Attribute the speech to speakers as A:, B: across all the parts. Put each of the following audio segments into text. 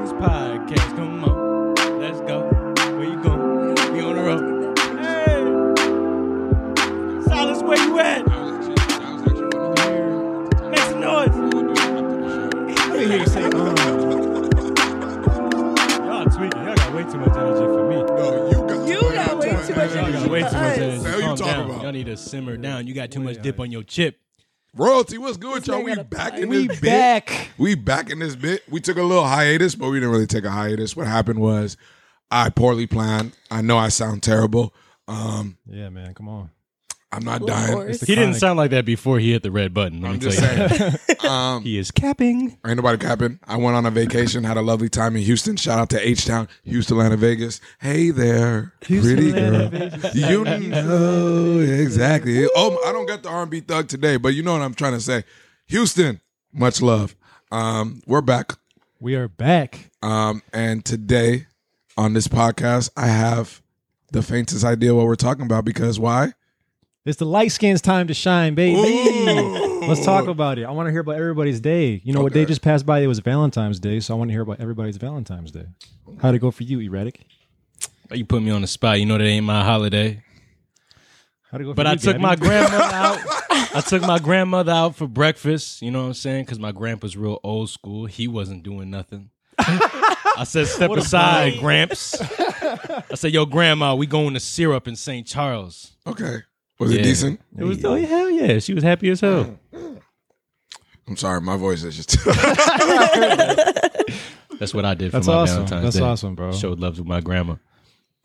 A: podcast. Come on, let's go. Where you going? We on the road. Hey, Silas, where you at? Make some noise. Let me hear you say, um. Y'all tweaking. Y'all got way too much energy for me.
B: You got way too
A: Y'all
B: much
A: got
B: energy
A: way too
B: for
A: much
B: us.
A: energy.
C: Hell you
A: Calm
C: talking
A: down.
C: about?
A: Y'all need to simmer down. You got too much dip on your chip.
C: Royalty, what's good, y'all? We
B: nigga got a
C: back
B: pie.
C: in
D: We
C: this bit.
D: back.
C: We back in this bit. We took a little hiatus, but we didn't really take a hiatus. What happened was I poorly planned. I know I sound terrible. Um,
E: Yeah, man, come on.
C: I'm not
B: Of
C: dying.
B: course.
A: He didn't
E: Iconic.
A: sound like that before he hit the red button. Let me
C: I'm
A: tell
C: just
A: you that.
C: saying. Um,
A: He is capping.
C: ain't nobody capping. I went on a vacation, had a lovely time in Houston. Shout out to H Town, Houston, Atlanta, Vegas. Hey there, pretty girl. You know exactly. Oh, I don't got the R&B thug today, but you know what I'm trying to say. Houston, much love. Um, we're back.
E: We are back.
C: Um, and today on this podcast, I have the faintest idea what we're talking about because why?
E: It's the light skins time to shine, baby.
C: Ooh.
E: Let's talk about it. I want to hear about everybody's day. You know what day
C: Okay.
E: just passed by? It was Valentine's Day, so I want to hear about everybody's Valentine's Day. How'd it go for you, Erratic?
A: Why You put me on the spot. You know that ain't my holiday.
E: How'd it go for
A: But
E: you,
A: I took
E: Gabby?
A: my grandmother out. I took my grandmother out for breakfast. You know what I'm saying? Because my grandpa's real old school. He wasn't doing nothing. I said, step aside, Gramps. I said, yo, grandma, we going to syrup in St. Charles.
C: Okay. Was it
A: Yeah.
C: decent?
A: It was, oh, hell yeah. She was happy as hell.
C: I'm sorry, my voice is just
A: That's what I did for
E: That's
A: my
E: awesome.
A: Valentine's
E: That's
A: Day.
E: awesome, bro.
A: Showed love to my grandma.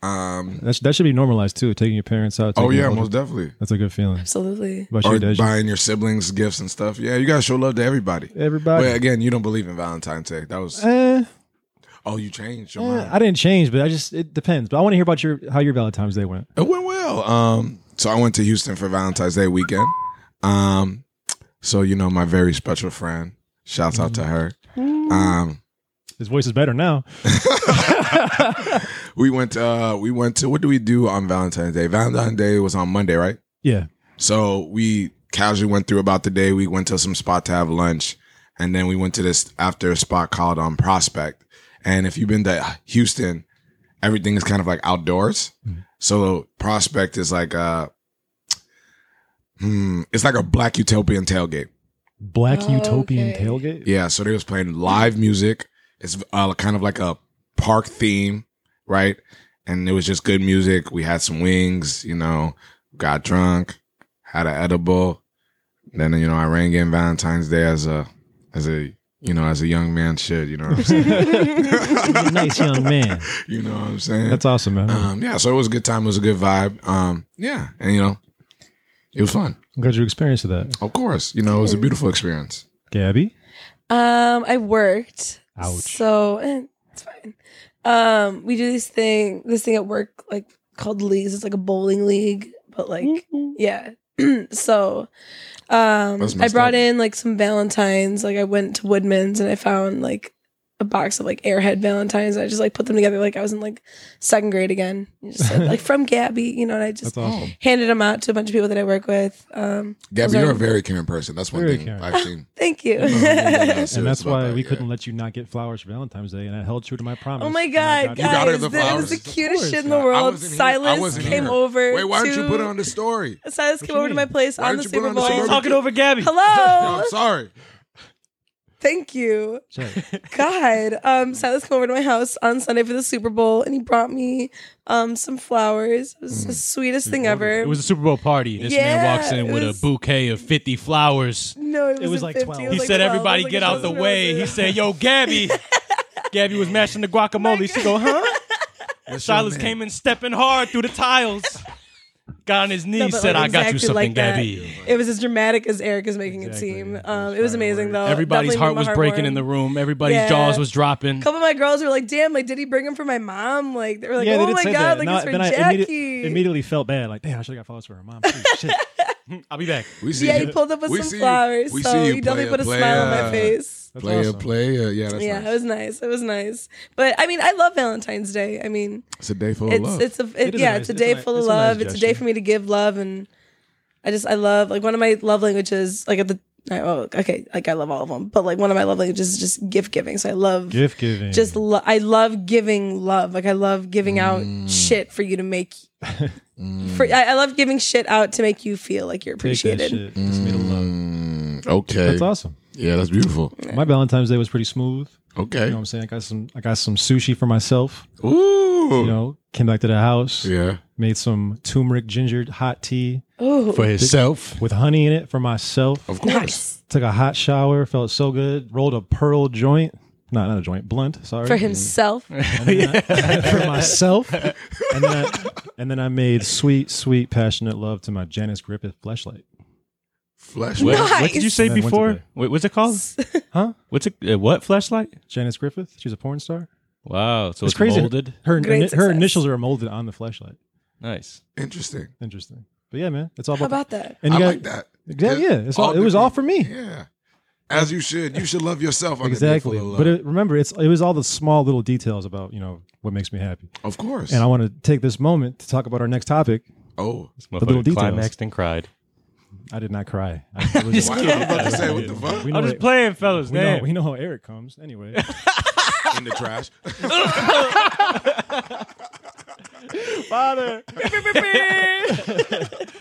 C: um
E: That, sh- that should be normalized too. Taking your parents out.
C: Oh
E: taking
C: yeah,
E: older-
C: most definitely.
E: that's a good feeling.
B: Absolutely.
E: What about
C: Or
E: you, Dej?
C: buying your siblings gifts and stuff. Yeah, you gotta show love to everybody.
E: Everybody.
C: But again, you don't believe in Valentine's Day. That was
E: Eh,
C: oh, you changed your
E: eh,
C: mind.
E: I didn't change, but I just it depends. But I want to hear about your how your Valentine's Day went.
C: It went well. Um, so I went to Houston for Valentine's Day weekend. Um, so you know my very special friend. Shouts out
E: Mm-hmm.
C: to her.
B: Uh,
C: Um,
E: His voice is better now.
C: we went. Uh, we went to what do we do on Valentine's Day? Valentine's Day was on Monday, right?
E: Yeah.
C: So we casually went through about the day. We went to some spot to have lunch, and then we went to this after spot called on Prospect. And if you've been to Houston, everything is kind of like outdoors. So Prospect is like a, hmm, it's like a black utopian tailgate.
E: Black
B: Oh,
E: Utopian
B: okay.
E: Tailgate.
C: Yeah, so they was playing live music. It's uh, kind of like a park theme, right? And it was just good music. We had some wings, you know, got drunk, had an edible. Then you know, I rang in Valentine's Day as a as a you know, as a young man should, you know what I'm saying?
E: He's a nice young man.
C: you know what I'm saying?
E: That's awesome, man.
C: um yeah, so it was a good time, it was a good vibe. Um yeah, and you know, it was fun.
E: I'm glad you experienced that.
C: Of course, you know, it was a beautiful experience.
E: Gabby?
B: Um, I worked.
E: Ouch.
B: So eh, it's fine. Um, we do this thing, this thing at work, like called leagues. It's like a bowling league, but like yeah. so, um,
C: That's
B: I
C: messed
B: brought
C: up.
B: in like some Valentines. Like I went to Woodman's and I found like a box of like Airhead Valentines. I just like put them together like I was in like second grade again. And just said, like from Gabby, you know. And I just
E: That's awesome.
B: handed them out to a bunch of people that I work with. Um,
C: Gabby,
B: Those are-
C: you're a very caring person. That's one
E: Very
C: thing
E: caring.
C: I've seen.
B: thank you.
E: And that's why we couldn't let you not get flowers for Valentine's Day, and I held true to my promise.
B: Oh my
E: and I
B: god,
E: got you.
C: got her
B: guys!
C: the
B: That was the
C: flowers.
B: cutest
E: course.
B: shit in the
C: I
B: world.
C: wasn't here. I
B: Silas
C: wasn't
B: came
C: here.
B: over.
C: Wait, why don't you
B: to-
C: put it on the story?
B: Silas came over to my place
C: Why
B: on the
C: didn't you put
B: Super
C: it on
B: Bowl.
C: the Super Bowl?
A: Talking over Gabby.
C: No,
B: Hello,
C: I'm sorry.
B: thank you,
E: Sorry.
B: God. Um, Silas came over to my house on Sunday for the Super Bowl, and he brought me um some flowers. It was the sweetest thing ever.
A: It was a Super Bowl party. This man
B: Yeah,
A: walks in
B: it
A: with
B: was-
A: a bouquet of 50 flowers.
B: no, it,
E: was
B: wasn't
E: like
B: 50,
E: 12.
B: it
A: He
B: was like
A: said,
B: 12,
A: everybody
B: like
A: get
B: a
A: out the
B: dozen
A: way. He
B: roses.
A: said, yo, Gabby. Gabby was mashing the guacamole. She go, huh? Silas came in stepping hard through the tiles. Got on his knees,
B: No, but,
A: said,
B: like,
A: I got you
B: exactly
A: something,
B: like that. Uh,
A: Gabby.
B: It was as dramatic as Eric is making it seem. Um, it was amazing though.
A: Everybody's
B: Definitely
A: heart
B: made my
A: was breaking
B: warm.
A: in the room. Everybody's
B: Yeah.
A: jaws was dropping.
B: A couple of my girls were like, "Damn, like, did he bring him for my mom?" Like, they were like,
E: yeah, they
B: "Oh
E: did
B: my
E: say
B: god,
E: that.
B: like
E: No,
B: it's for
E: then I
B: Jackie."
E: immedi- immediately felt bad. Like, damn, I should have got flowers for her mom. too. Shit.
A: I'll be back.
C: We see
B: yeah, he
C: you.
B: pulled up with
C: We see
B: some
C: you-
B: flowers,
C: we
B: so
C: see you,
B: he definitely
C: playa,
B: put a smile on my
C: playa.
B: face.
E: That's
C: Player,
E: awesome.
C: player. Yeah, that's
B: yeah,
C: nice.
B: it was nice. It was nice, but I mean, I love Valentine's Day. I mean,
C: it's a day full
B: it's
C: of love.
B: it's a it,
E: It is
B: yeah,
E: nice.
B: it's a
E: It's a
B: day
E: ni-
B: full of
E: it's a nice
B: love. it's a day
E: gesture.
B: for me to give love, and I just I love like one of my love languages. Like at the I, oh, okay. Like I love all of them, but like one of my love languages is just gift giving. So I love
E: Gift giving.
B: just lo- I love giving love. Like I love giving
C: Mm.
B: out shit for you to make.
C: Mm.
B: For I, I love giving shit out to make you feel like you're
E: Take that
B: appreciated.
E: shit. Just made a love.
C: Mm, Okay.
E: That's awesome.
C: Yeah, that's beautiful.
E: My Valentine's Day was pretty smooth.
C: Okay.
E: You know what I'm saying? I got some I got some sushi for myself.
C: Ooh.
E: You know, came back to the house,
C: yeah.
E: made some turmeric ginger hot tea
B: Oh,
A: for himself.
E: with honey in it for myself.
C: Of course.
B: nice
E: Took a hot shower, felt so good. Rolled a pearl joint. No, not a joint, blunt, sorry.
B: for himself.
E: And then I- for myself. And then, I, and then I made sweet, sweet, passionate love to my Janice Griffith fleshlight.
C: Flesh.
A: What,
B: Nice.
A: what did you say
E: And then went to
A: before?
E: bed.
A: Wait, what's it
B: Oh,
A: called?
E: Huh?
A: What's it? Uh, what flashlight?
E: Janice Griffith, she's a porn star.
A: Wow, so it's,
E: It's crazy.
A: molded.
E: Her,
B: Great
E: her
B: success.
E: initials are molded on the fleshlight.
A: Nice.
C: Interesting.
E: Interesting. But yeah, man, it's all
B: How
E: about,
B: about that?
E: and
C: I
E: you got,
C: like that.
E: Yeah, yeah. It's all, it was all for me.
C: Yeah. As you should. You should love yourself. underneath
E: Exactly.
C: all the love.
E: But it, remember, it's it was all the small little details about, you know, what makes me happy.
C: of course.
E: And I want to take this moment to talk about our next topic.
C: oh.
A: This
E: little
A: motherfucker
E: details.
A: climaxed and cried.
E: I did not cry. I, it was-
A: Just
C: Wow, I was about to say, what the fuck?
E: We know
A: I'm
E: it-
A: just playing, fellas.
E: We know,
A: Damn.
E: we know how Eric comes. Anyway,
C: In the trash.
A: Father.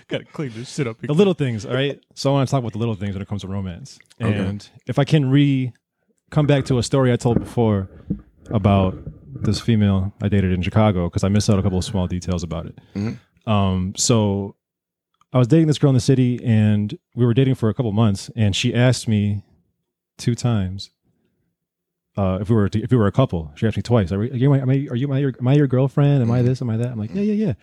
A: Gotta clean this shit up.
E: the little things, all right? So I want to talk about the little things when it comes to romance.
C: Okay.
E: And if I can re come back to a story I told before about this female I dated in Chicago, because I missed out a couple of small details about it.
C: Mhm.
E: Um, so I was dating this girl in the city and we were dating for a couple months and she asked me two times uh, if we were if we were a couple. She asked me twice. Are, we, are you my, am I- are you my am I your girlfriend?
B: Mm-hmm.
E: Am I this? Am I that? I'm like yeah yeah yeah.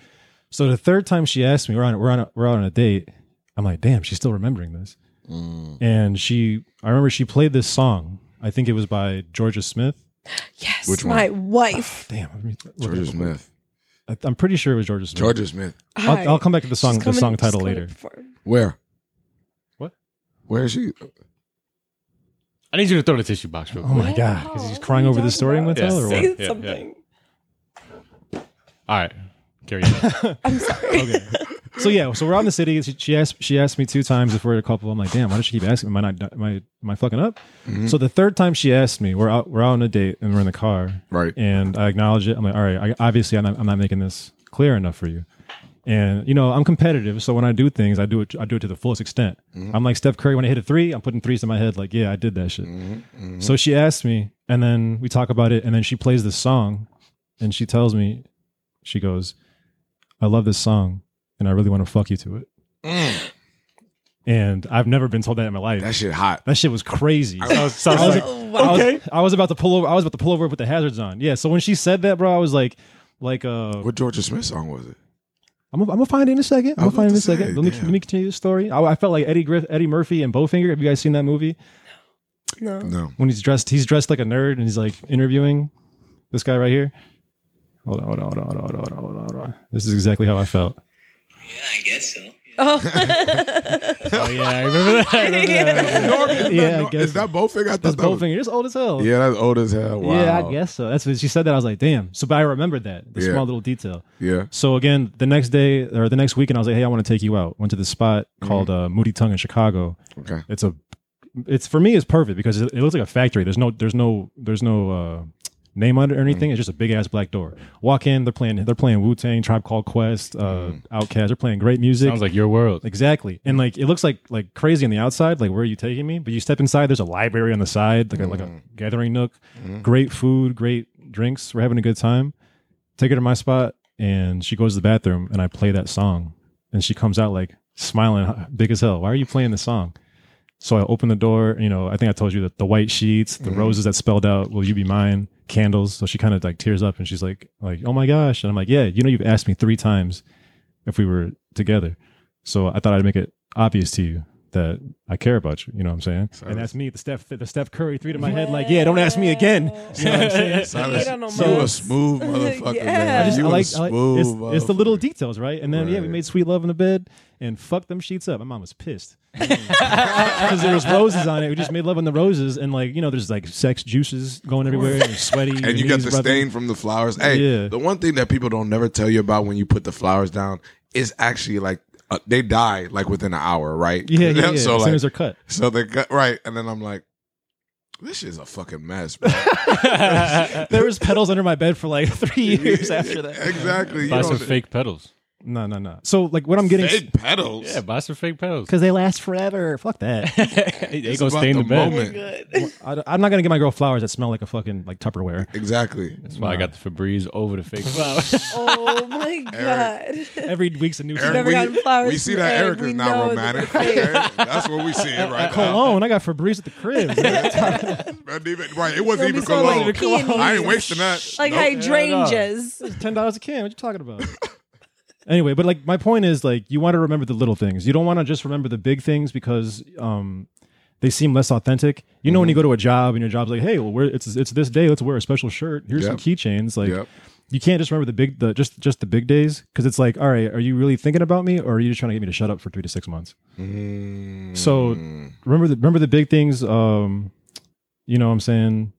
E: So the third time she asked me, we're on we're on a, we're out on a date. I'm like damn, she's still remembering this.
C: Mm.
E: And she I remember she played this song. I think it was by Georgia Smith.
B: Yes,
C: Which one?
B: my wife.
E: Damn, I mean,
C: Georgia Smith.
E: I- I'm pretty sure it was Georgia Smith.
C: Georgia Smith.
E: I'll, I'll come back to the
B: She's
E: song the
B: coming-
E: song
B: she's
E: title
B: coming
E: later.
B: to perform.
C: Where?
E: What?
C: Where is she?
A: I need you to throw the tissue box real
E: Oh
A: quick.
E: my god,
B: Wow,
E: because he's
B: what
E: crying
B: are you
E: over
B: talking
E: this story I'm
B: about?
E: going to tell
A: Yes.
E: or
A: Yeah,
E: what?
B: Say
A: yeah, yeah.
B: something.
A: All right. Carry on.
B: I'm sorry.
E: So yeah, so we're out in the city. She, she asked she asked me two times if we're a couple. I'm like, damn, why does she keep asking? Am I not am I, am I fucking up? So the third time she asked me, we're out we're out on a date and we're in the car.
C: Right.
E: And I acknowledge it. I'm like, all right, I, obviously I'm not, I'm not making this clear enough for you. And you know, I'm competitive, so when I do things, I do it I do it to the fullest extent. I'm like Steph Curry when I hit a three, I'm putting threes in my head, like, yeah, I did that shit. So she asked me, and then we talk about it, and then she plays this song, and she tells me, she goes, I love this song, and I really want to fuck you to it.
C: Mm.
E: And I've never been told that in my life.
C: That shit hot.
E: That shit was crazy. I was,
A: Sounds
E: I was
A: like-
B: Oh,
E: I
B: wow.
E: was- I was about to pull over. I was about to pull over with the hazards on. Yeah. So when she said that, bro, I was like, like, uh,
C: What Georgia Smith song was it?
E: I'm gonna I'm gonna find it in a second.
C: I
E: I'm gonna
C: was
E: find it in a
C: about to
E: second.
C: say,
E: let me
C: damn.
E: let me continue the story. I, I felt like Eddie Griff, Eddie Murphy, and Bowfinger. Have you guys seen that movie
B: No.
C: No.
E: when he's dressed? He's dressed like a nerd and he's like interviewing this guy right here. Hold on, hold on, hold on, hold on, hold on, hold on. Hold on. This is exactly how I felt.
D: Yeah, I guess so.
A: oh yeah, I remember that. I remember that.
E: Yeah, I guess
C: Is that Bowfinger? I thought
E: that's
C: that was-
E: Bowfinger. It's old as hell.
C: Yeah, that's old as hell. Wow.
E: Yeah, I guess so. That's what she said. That I was like, damn. So, but I remembered that the
C: Yeah.
E: small little detail.
C: Yeah.
E: So again, the next day or the next weekend, I was like, hey, I want to take you out. Went to this spot
C: Mm-hmm.
E: called uh, Moody Tongue in Chicago.
C: Okay.
E: It's a, it's for me, it's perfect because it, it looks like a factory. There's no, there's no, there's no uh, name on it or
A: Mm-hmm.
E: anything. It's just a big ass black door. Walk in, they're playing, they're playing Wu Tang, Tribe Called Quest, uh, Outcast. They're playing great music.
A: Mm. Sounds like Mm. your world.
E: Exactly. And like it looks like like crazy on the outside, like where are you taking me? But you step inside, there's a library on the side, like a, like
A: Mm.
E: a gathering nook. Great food, great drinks. We're having a good time. Take her to my spot and she goes to the bathroom and I play that song and she comes out like smiling big as hell. Why are you playing this song? So I open the door, you know, I think I told you that the white sheets, the roses that spelled out, will you be mine? Candles. So she kind of like tears up and she's like like, "Oh my gosh." And I'm like, "Yeah, you know you've asked me 3 times if we were together. So I thought I'd make it obvious to you that I care about you. You know what I'm saying? and that's me, the Steph, the Steph Curry three to my head. Like, yeah, don't ask me again. You
B: Oh
E: know what I'm saying?
B: Silence. don't know
C: So
B: much.
C: a smooth motherfucker,
B: Yeah.
C: man.
B: I just-
E: I
C: you a
E: like, I like-
C: smooth
E: it's, it's the little
C: motherfucker.
E: details, right? And then yeah, we
C: Right.
E: made sweet love in the bed and fucked them sheets up. My mom was pissed because there was roses on it. We just made love on the roses, and like you know, there's like sex juices going everywhere, and you're sweaty, your
C: and you got
E: knees
C: the
E: rubbing.
C: stain from the flowers. Hey,
E: Yeah.
C: the one thing that people don't never tell you about when you put the flowers down is actually like uh, they die like within an hour, right?
E: Yeah, yeah, yeah.
C: so
E: as
C: like,
E: soon as they're cut.
C: so they got right, and then I'm like, this is a fucking mess, bro.
E: there was pedals under my bed for like three years after that.
C: exactly. You
A: Buy some
C: don't-
A: fake pedals.
E: No, no, no. So like what I'm getting
C: fake pedals.
A: Yeah, buy some fake pedals.
E: because they last forever. Fuck that.
A: they gonna
C: about
A: stay in
C: the
A: the bed.
C: moment.
B: Good.
E: I, am not gonna get my girl flowers that smell like a fucking like Tupperware.
C: exactly.
A: That's why I got the Febreze over the fake flowers.
B: oh my god.
E: Every week's a new
C: Eric,
B: never
C: we,
B: gotten flowers
C: we see
B: from
C: that
B: Eric.
C: Eric
B: We
C: is
B: know
C: not
B: it's
C: romantic.
B: fake.
C: Eric, That's what we see right now.
E: cologne. I got Febreze at the crib.
C: Not even- Right, it wasn't
B: Don't be
C: even
B: so,
C: cologne.
B: like, peonies.
C: I ain't wasting that.
B: Like
C: Nope.
B: hydrangeas.
E: ten dollars a can. What you talking about? anyway, but like my point is like you want to remember the little things. You don't want to just remember the big things because um they seem less authentic. You know when you go to a job and your job's like, hey, well, we're, it's it's this day. Let's wear a special shirt. Here's some
C: Yep.
E: keychains. Like.
C: Yep.
E: You can't just remember the big, the just just the big days because it's like, all right, are you really thinking about me, or are you just trying to get me to shut up for three to six months? mm.
C: Mm.
E: So remember the remember the big things. Um, you know what I'm saying?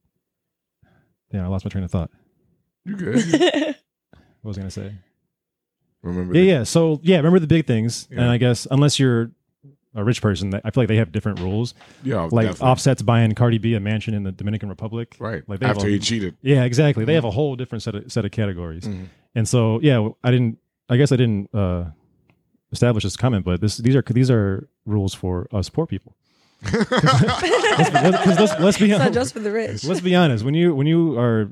E: Yeah, I lost my train of thought.
C: You good?
E: What was I gonna say?
C: Remember?
E: Yeah, yeah. So yeah, remember the big things, and
C: Yeah.
E: I guess unless you're a rich person, that- I feel like they have different rules.
C: yeah
E: Like
C: Oh, definitely.
E: Offset's buying Cardi B a mansion in the Dominican Republic,
C: Right. Mm.
E: Like they have
C: After
E: a-
C: he cheated.
E: yeah, exactly. They have a whole different set of set of categories,
C: Mhm.
E: and so yeah, I didn't. I guess I didn't uh, establish this comment, but this these are these are rules for us poor people. Let's, let's, let's- let's be
B: It's not
E: honest.
B: just for the rich.
E: let's be honest. When you when you are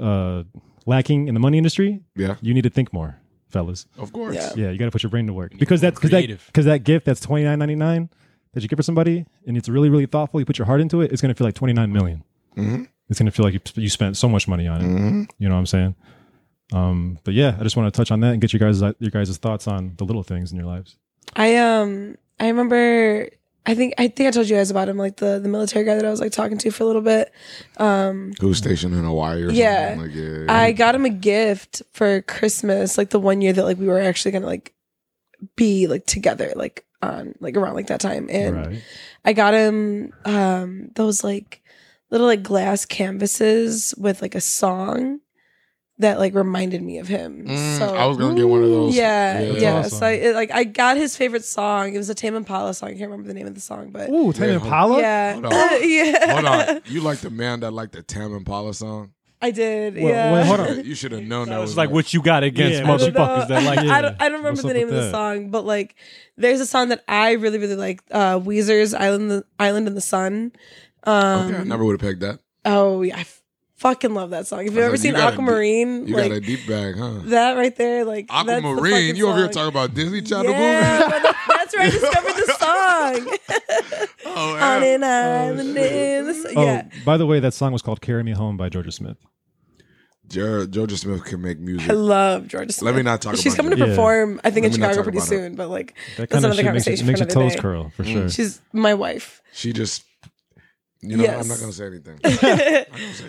E: uh, lacking in the money industry,
C: yeah,
E: you need to think more, fellas.
C: of course.
B: Yeah.
E: Yeah, you got to put your brain to work
A: need
E: because
A: to be
E: that because that
A: creative.
E: because that gift that's twenty nine ninety nine that you give for somebody and it's really really thoughtful. You put your heart into it. It's gonna feel like twenty nine million.
C: Mhm.
E: It's gonna feel like you, you spent so much money
B: Mm.
E: on it.
C: Mhm.
E: You know what I'm saying? Um, but yeah, I just want to touch on that and get you guys uh, your guys' thoughts on the little things in your lives.
B: I um I remember I think I think I told you guys about him, like the the military guy that I was like talking to for a little bit. Um
C: Who was stationed in Hawaii or
B: Yeah.
C: something? Like, yeah, yeah.
B: I got him a gift for Christmas, like the one year that like we were actually gonna like be like together, like on like around like that time. And
E: right?
B: I got him um those like little like glass canvases with like a song that like reminded me of him.
C: Mm,
B: so
C: I was gonna get one of those.
B: Yeah, yeah.
C: Yeah.
E: That's
B: So I,
E: awesome.
B: it, like I got his favorite song. It was a Tame Impala song. I can't remember the name of the song, but
E: Ooh, Tame
C: Yeah,
E: Impala.
B: uh, yeah,
C: Hold on.
B: yeah.
C: Hold on. You like the man that liked the Tam Impala song?
B: I did.
E: Well,
B: yeah.
E: well, hold on.
C: You should have known that
A: That was like what you got against
E: Yeah,
B: I don't know.
A: motherfuckers that like.
B: I don't, I don't remember
E: What's up
B: the name of
E: with
B: the
E: that?
B: song, but like, there's a song that I really, really like. Uh, Weezer's "Island, the Island in the Sun." Um,
C: Okay, I never would have pegged that.
B: Oh yeah, I f- fucking love that song. If you've
C: I
B: ever
C: know, you
B: seen
C: got a
B: Aquamarine,
C: You
B: like
C: got a deep bag, huh?
B: that right there, like that's the
C: Aquamarine.
B: fucking
C: You over here
B: song.
C: talking about Disney Channel?
B: Yeah,
C: movies?
B: but that- that's where I discovered the song.
C: Oh,
B: On
C: yeah.
B: an island in the sun.
E: Oh,
B: Yeah.
E: by the way, that song was called "Carry Me Home" by Georgia Smith.
C: Ger- Georgia Smith can make music.
B: I love Georgia Smith.
C: Let me not talk
B: She's
C: about
B: coming to
E: Georgia.
B: perform, I think, in
C: Let me not
B: Chicago
C: talk
B: pretty
C: about
B: soon. But like,
E: That
B: That's
E: kind of
B: another
E: shit makes, it,
B: conversation
E: makes
B: for
E: your
B: another
E: toes
B: day. Mm.
E: curl for sure.
B: she's my wife.
C: She just, you know,
B: Yes.
C: I'm not gonna say anything.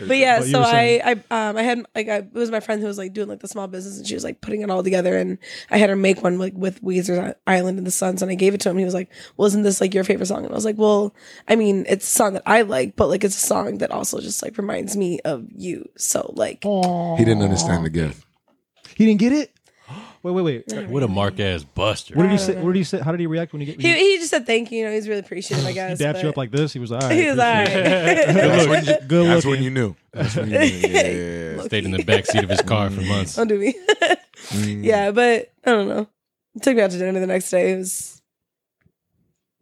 B: but yeah,
E: But you
B: so
E: were saying-
B: I, I, um, I had like I, it was my friend who was like doing like the small business, and she was like putting it all together, and I had her make one like with Weezer's Island in the Suns, and I gave it to him. He was like, "Wasn't this like your favorite song?" And I was like, "Well, I mean, it's a song that I like, but like it's a song that also just like reminds me of you." So like,
C: He didn't understand the gift.
E: He didn't get it. Wait, wait, wait.
A: What a mark ass buster.
E: What did he say? What did he say? How did he react when you get? when
B: he,
E: you-
B: he just said thank you. You know, he's really appreciative. I
E: He
B: guess
E: dapped
B: but-
E: you up like this. He was all right.
B: He was
E: Good
C: That's
E: look.
C: when you,
E: Good
C: that's when
E: looking.
C: you knew. That's when you knew. Yeah, yeah, yeah.
A: Stayed in the back seat of his car for months.
B: Don't do me.
C: Mm.
B: yeah, but I don't know. Took me out to dinner the next day. It was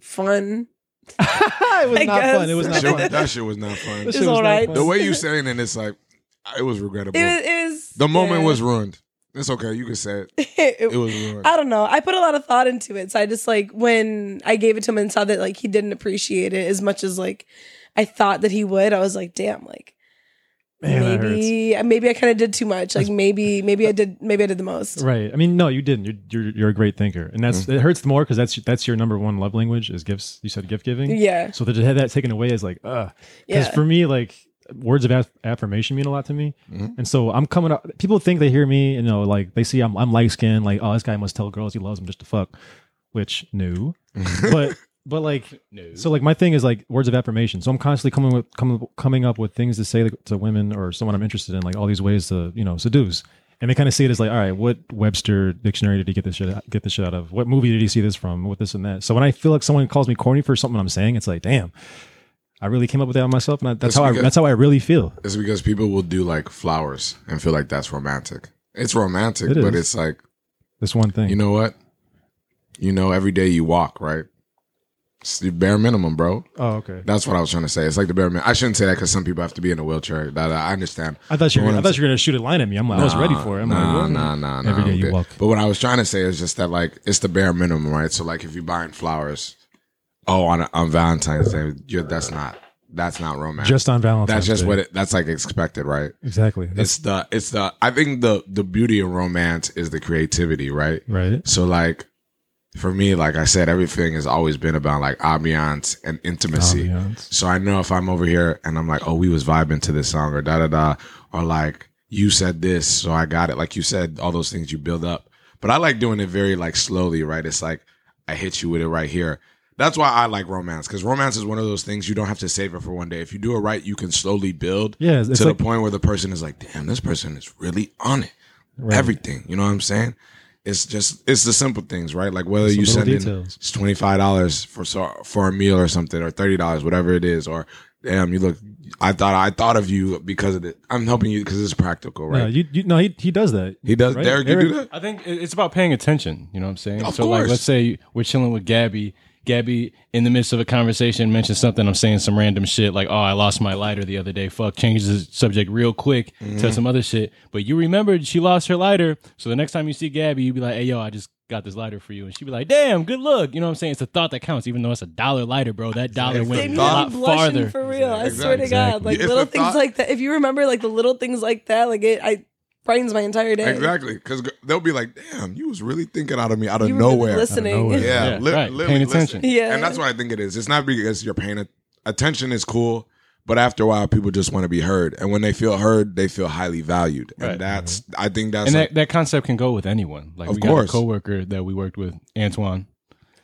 B: fun.
E: it was
B: I
E: not fun. It
B: guess.
E: was
C: That
E: not
C: shit,
E: fun.
C: was- that shit was not fun.
E: That
B: It's
E: shit was
B: all
E: not
B: right.
E: fun.
C: The way you saying it, it's like it was regrettable.
B: It was. It was
C: the moment
B: yeah.
C: was ruined. It's okay. You can say it.
B: it,
C: It was ruined.
B: I don't know. I put a lot of thought into it. So I just like when I gave it to him and saw that like he didn't appreciate it as much as like I thought that he would, I was like, damn, like
E: Man, that
B: maybe maybe I kind of did too much. Like maybe maybe I did maybe I did the most.
E: Right. I mean, no, you didn't. You're you're, you're a great thinker, and that's
C: Mm.
E: it hurts more because that's that's your number one love language is gifts. You said gift giving.
B: Yeah.
E: So to have that taken away is like, uh, because
B: Yeah.
E: for me, like words of aff- affirmation mean a lot to me,
C: Mm-hmm.
E: and so I'm coming up. People think they hear me, you know, like they see I'm I'm light skinned, like oh, this guy must tell girls he loves them just to fuck, which no, but but like so like my thing is like words of affirmation. So I'm constantly coming with coming coming up with things to say to women or someone I'm interested in, like all these ways to you know seduce. and they kind of see it as like, all right, what Webster dictionary did he get this shit get this shit out of? What movie did he see this from? What this and that? So when I feel like someone calls me corny for something I'm saying, it's like, damn, I really came up with that myself, and I, that's
C: That's
E: how I,
C: because-
E: that's how I really feel.
C: It's because people will do like flowers and feel like that's romantic. It's romantic,
E: It
C: but
E: is.
C: it's like,
E: This one thing,
C: you know what? You know, every day you walk, right? It's the bare minimum, bro.
E: Oh, okay.
C: That's what I was trying to say. It's like the bare minimum. I shouldn't say that because some people have to be in a wheelchair. That I understand.
E: I thought you
C: But
E: were,
C: what
E: I
C: I'm
E: thought you were gonna shoot a line at me. I'm like, I was ready for it. I'm
C: nah,
E: like, what?
C: nah, nah, nah.
E: Every day
C: I'm
E: you
C: good.
E: walk.
C: But what I was trying to say is just that, like, it's the bare minimum, right? So, like, if you're buying flowers, oh, on on Valentine's Day, you're, that's not that's not romance.
E: Just on
C: that's
E: Valentine's.
C: just
E: Day.
C: what it, that's like expected, right?
E: Exactly. That's
C: It's the it's the I think the the beauty of romance is the creativity, right?
E: right.
C: So like for me, like I said, everything has always been about like ambiance and intimacy.
E: Ambiance.
C: So I know if I'm over here and I'm like, oh, we was vibing to this song or da da da, or like you said this, so I got it. Like you said, all those things you build up. But I like doing it very like slowly, right? It's like I hit you with it right here. That's why I like romance because romance is one of those things you don't have to save it for one day. If you do it right, you can slowly build
E: Yeah, it's
C: to
E: like-
C: the point where the person is like, damn, this person is really on it.
E: Right.
C: Everything. You know what I'm saying? It's just it's the simple things, right? Like whether
E: the
C: you
E: little
C: send in
E: details.
C: it's twenty five dollars for so- for a meal or something, or thirty dollars, whatever it is, or damn, you look, I thought I thought of you because of it. I'm helping you because it's practical, right?
E: No, you, you, no, he he does that.
C: he does.
E: right?
C: Derek, you do that.
A: I think it- it's about paying attention. You know what I'm saying?
C: Of
A: so like,
C: course.
A: let's say we're chilling with Gabby. Gabby, in the midst of a conversation, mentions something. I'm saying some random shit like, "Oh, I lost my lighter the other day." Fuck, changes the subject real quick to some other shit. But you remembered she lost her lighter, so the next time you see Gabby, you be like, "Hey, yo, I just got this lighter for you," and she be like, "Damn, good look." You know what I'm saying? It's a thought that counts, even though it's a dollar lighter, bro. That dollar
C: Exactly.
A: went
B: Damn,
A: a
B: you
C: thought-
B: got
A: lot
B: me
A: farther.
B: blushing for real. I
C: Exactly.
B: swear to God, like
C: It's a
B: little things
C: thought.
B: like that. If you remember, like the little things like that, like it, I brightens my entire day.
C: Exactly, because they'll be like, "Damn, you was really thinking out of me out of
B: You were really
C: nowhere."
B: listening.
E: nowhere.
C: Yeah,
A: Yeah,
C: li-
A: right.
C: literally
A: Paying
C: listening.
A: attention.
B: Yeah.
C: and that's what I think it is. It's not because you're paying a- attention is cool, but after a while, people just want to be heard, and when they feel heard, they feel highly valued,
A: Right. Mm-hmm.
C: and that's I think that's
A: And
C: like-
A: that, that concept can go with anyone. Like
C: Of
A: we
C: course.
A: got a coworker that we worked with, Antoine.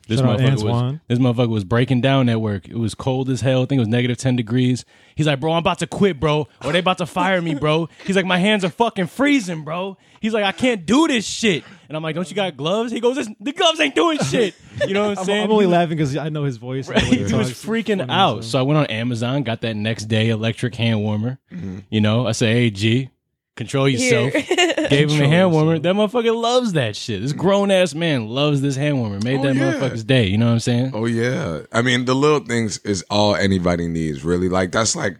E: Shout out
A: was
E: Antoine.
A: this motherfucker was breaking down at work. It was cold as hell. I think it was negative ten degrees. He's like, bro, I'm about to quit, bro. Or they about to fire me, bro. He's like, my hands are fucking freezing, bro. He's like, I can't do this shit. And I'm like, don't you got gloves? He goes, this, the gloves ain't doing shit. You know what I'm
E: I'm,
A: saying?
E: I'm only laughing because I know his voice. and the way
A: he was
E: talks.
A: freaking
E: It's
A: out.
E: funny,
A: So I went on Amazon, got that next day electric hand warmer.
C: mm-hmm.
A: You know, I say, hey, G, control yourself. Gave him a hand warmer. That motherfucker loves that shit. This grown ass man loves this hand warmer. Made
C: Oh,
A: that
C: yeah.
A: motherfucker's day. You know what I'm saying?
C: Oh yeah. I mean, the little things is all anybody needs, really. Like that's like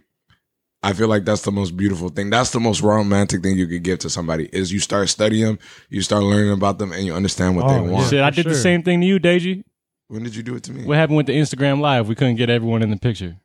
C: I feel like that's the most beautiful thing. That's the most romantic thing you could give to somebody is you start studying them, you start learning about them, and you understand what
E: Oh,
C: they
E: yeah.
C: want.
A: Shit, I
E: for
A: did the
E: sure.
A: same thing to you, Deji.
C: When did you do it to me?
A: What happened with the Instagram live? We couldn't get everyone in the picture.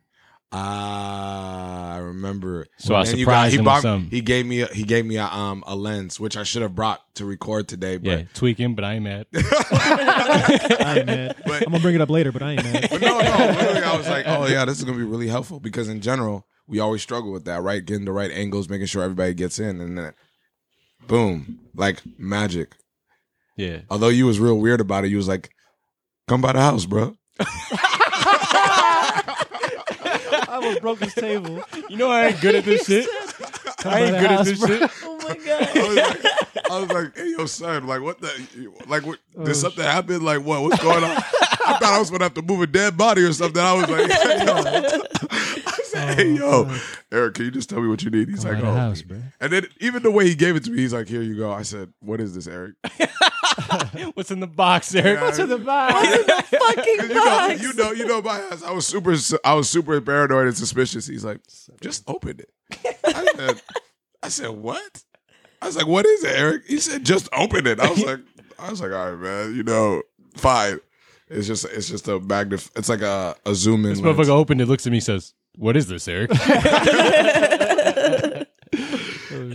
C: Ah, I remember.
A: So I
C: And you
A: surprised
C: he
A: him with
C: bought,
A: something.
C: He gave me a, he gave me a, um a lens which I should have brought to record today, but.
A: Yeah, tweaking, but I ain't mad.
E: I ain't mad.
C: But-
E: I'm gonna bring it up later, but I ain't mad.
C: But no, no, literally, I was like, oh yeah, this is gonna be really helpful because in general, we always struggle with that, right? Getting the right angles, making sure everybody gets in, and then boom, like magic.
A: Yeah.
C: Although you was real weird about it, you was like, come by the house, bro.
E: I almost broke his table.
A: You know I ain't good at this shit. I ain't good at this shit.
B: Oh my
C: I
B: god.
C: was like, I was like, hey yo, son, like what the, like what,
E: Oh,
C: did something happen? Like what, what's going on? I thought I was gonna have to move a dead body or something. I was like,
E: Oh,
C: I said, hey yo, Eric, can you just tell me what you need? He's like,
E: by the
C: oh,
E: house, bro.
C: And then even the way he gave it to me, he's like, "Here you go." I said, "What is this, Eric?"
A: What's in the box, Eric?
C: Yeah,
A: What's
C: I-
A: in the box?
B: Fucking
C: You know,
B: box.
C: you know, you know my ass. I was super, I was super paranoid and suspicious. He's like, "Just open it." I said, "I said what?" I was like, "What is it, Eric?" He said, "Just open it." I was like, "I was like, all right, man. You know, fine." It's just, it's just a magnif. It's like a, a zoom in.
A: This
C: lens.
A: motherfucker opened it, looks at me, says, What is this, Eric?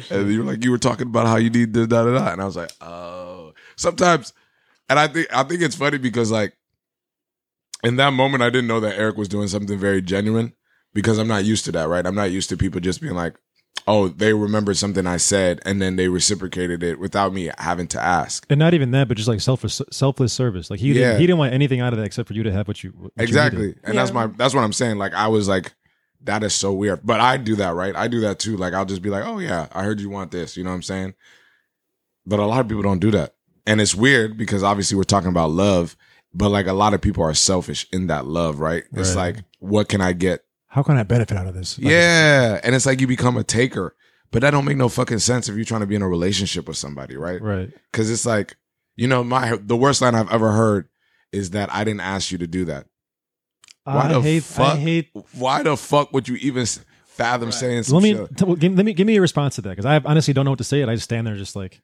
C: And you were like, you were talking about how you need this, da da da. And I was like, oh. Sometimes, and I think I think it's funny because like in that moment I didn't know that Eric was doing something very genuine because I'm not used to that, right? I'm not used to people just being like, oh, they remembered something I said and then they reciprocated it without me having to ask.
E: And not even that, but just like selfless, selfless service. Like he, didn't,
C: Yeah.
E: he didn't want anything out of that except for you to have what you what you
C: Exactly.
E: needed.
C: And that's
B: Yeah.
C: my that's what I'm saying. Like I was like, that is so weird. But I do that, right? I do that too. Like I'll just be like, oh yeah, I heard you want this. You know what I'm saying? but a lot of people don't do that. And it's weird because obviously we're talking about love, but like a lot of people are selfish in that love, right? It's
E: Right.
C: like, what can I get?
E: How can I benefit out of this? Like,
C: yeah. And it's like you become a taker, but that don't make no fucking sense if you're trying to be in a relationship with somebody, right?
E: Right.
C: Cause it's like, you know, my, the worst line I've ever heard is that I didn't ask you to do that. Why
E: I
C: the
E: hate.
C: fuck
E: I hate.
C: Why the fuck would you even s- fathom saying some
E: Let me
C: shit?
E: t- well, give, let me give me your response to that because I honestly don't know what to say. And I just stand there, just like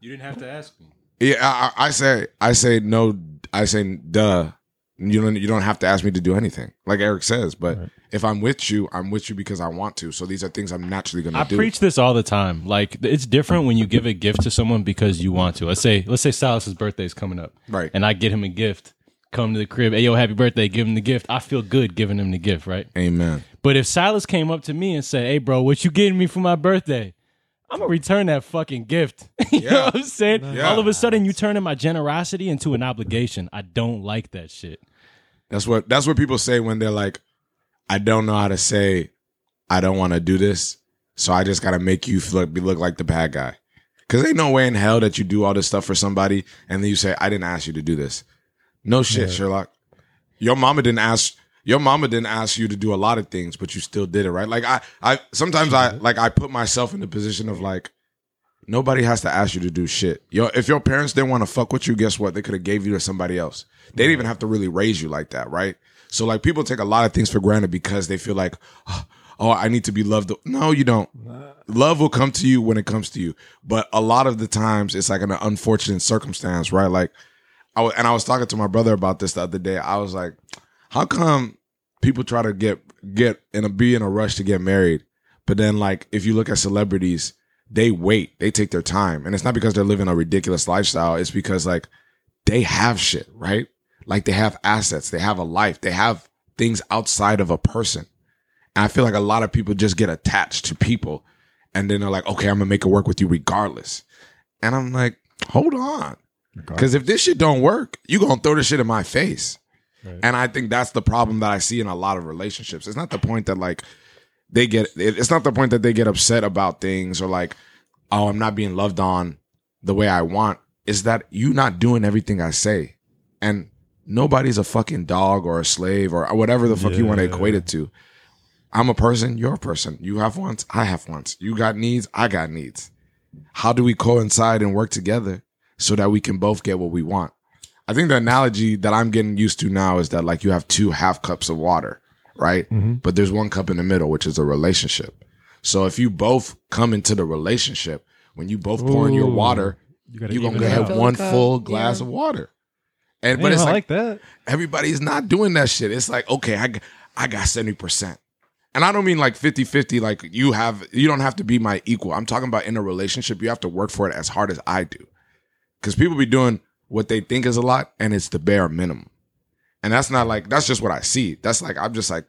A: You didn't have to ask me.
C: Yeah, I, I I say I say no. I say duh. You don't you don't have to ask me to do anything, like Eric says. But
E: Right.
C: if I'm with you, I'm with you because I want to. So these are things I'm naturally gonna
A: I
C: do.
A: preach this all the time. Like th- it's different when you give a gift to someone because you want to. Let's say let's say Silas's birthday is coming up,
C: Right.
A: And I get him a gift. Come to the crib. Hey yo, happy birthday! Give him the gift. I feel good giving him the gift, right?
C: Amen.
A: But if Silas came up to me and said, "Hey bro, what you getting me for my birthday?" I'm gonna return that fucking gift. you
C: Yeah.
A: know what I'm saying?
C: Yeah.
A: All of a sudden, you turning my generosity into an obligation. I don't like that shit.
C: That's what that's what people say when they're like, I don't know how to say, I don't want to do this. So I just gotta make you look be look like the bad guy. Cause ain't no way in hell that you do all this stuff for somebody and then you say, I didn't ask you to do this. No shit, Sherlock. Your mama didn't ask your mama didn't ask you to do a lot of things, but you still did it, right? Like I I sometimes I like I put myself in the position of like Nobody has to ask you to do shit. Yo, if your parents didn't want to fuck with you, guess what? They could have gave you to somebody else. They didn't even have to really raise you like that, right? So like people take a lot of things for granted because they feel like, oh, I need to be loved. No, you don't. Love will come to you when it comes to you. But a lot of the times it's like an unfortunate circumstance, right? Like I was, and I was talking to my brother about this the other day. I was like, how come people try to get get in a be in a rush to get married, but then like if you look at celebrities, they wait, they take their time, and it's not because they're living a ridiculous lifestyle. It's because like they have shit, right? Like they have assets, they have a life, they have things outside of a person. And I feel like a lot of people just get attached to people, and then they're like, okay, I'm gonna make it work with you regardless. And I'm like, hold on. Because if this shit don't work, you gonna throw this shit in my face.
E: Right.
C: And I think that's the problem that I see in a lot of relationships. It's not the point that like they get it- it's not the point that they get upset about things or like, oh, I'm not being loved on the way I want. Is that you not doing everything I say. And nobody's a fucking dog or a slave or whatever the fuck you want to
E: Yeah.
C: equate it to. I'm a person, you're a person. You have wants, I have wants. You got needs, I got needs. How do we coincide and work together so that we can both get what we want? I think the analogy that I'm getting used to now is that like you have two half cups of water, right? But there's one cup in the middle, which is a relationship. So if you both come into the relationship, when you both pour in your
E: Ooh.
C: water,
E: you gotta
C: you're
E: even
C: gonna
E: it
C: have
E: out.
B: Fill the
C: one
B: cup,
C: full glass
B: yeah.
C: of water. And
E: Damn,
C: but it's
E: I
C: like,
E: like that.
C: everybody's not doing that shit. It's like, okay, I, g- I got 70%. And I don't mean like 50 50, like you have, you don't have to be my equal. I'm talking about in a relationship, you have to work for it as hard as I do. Cause people be doing what they think is a lot and it's the bare minimum. And that's not like, that's just what I see. That's like, I'm just like,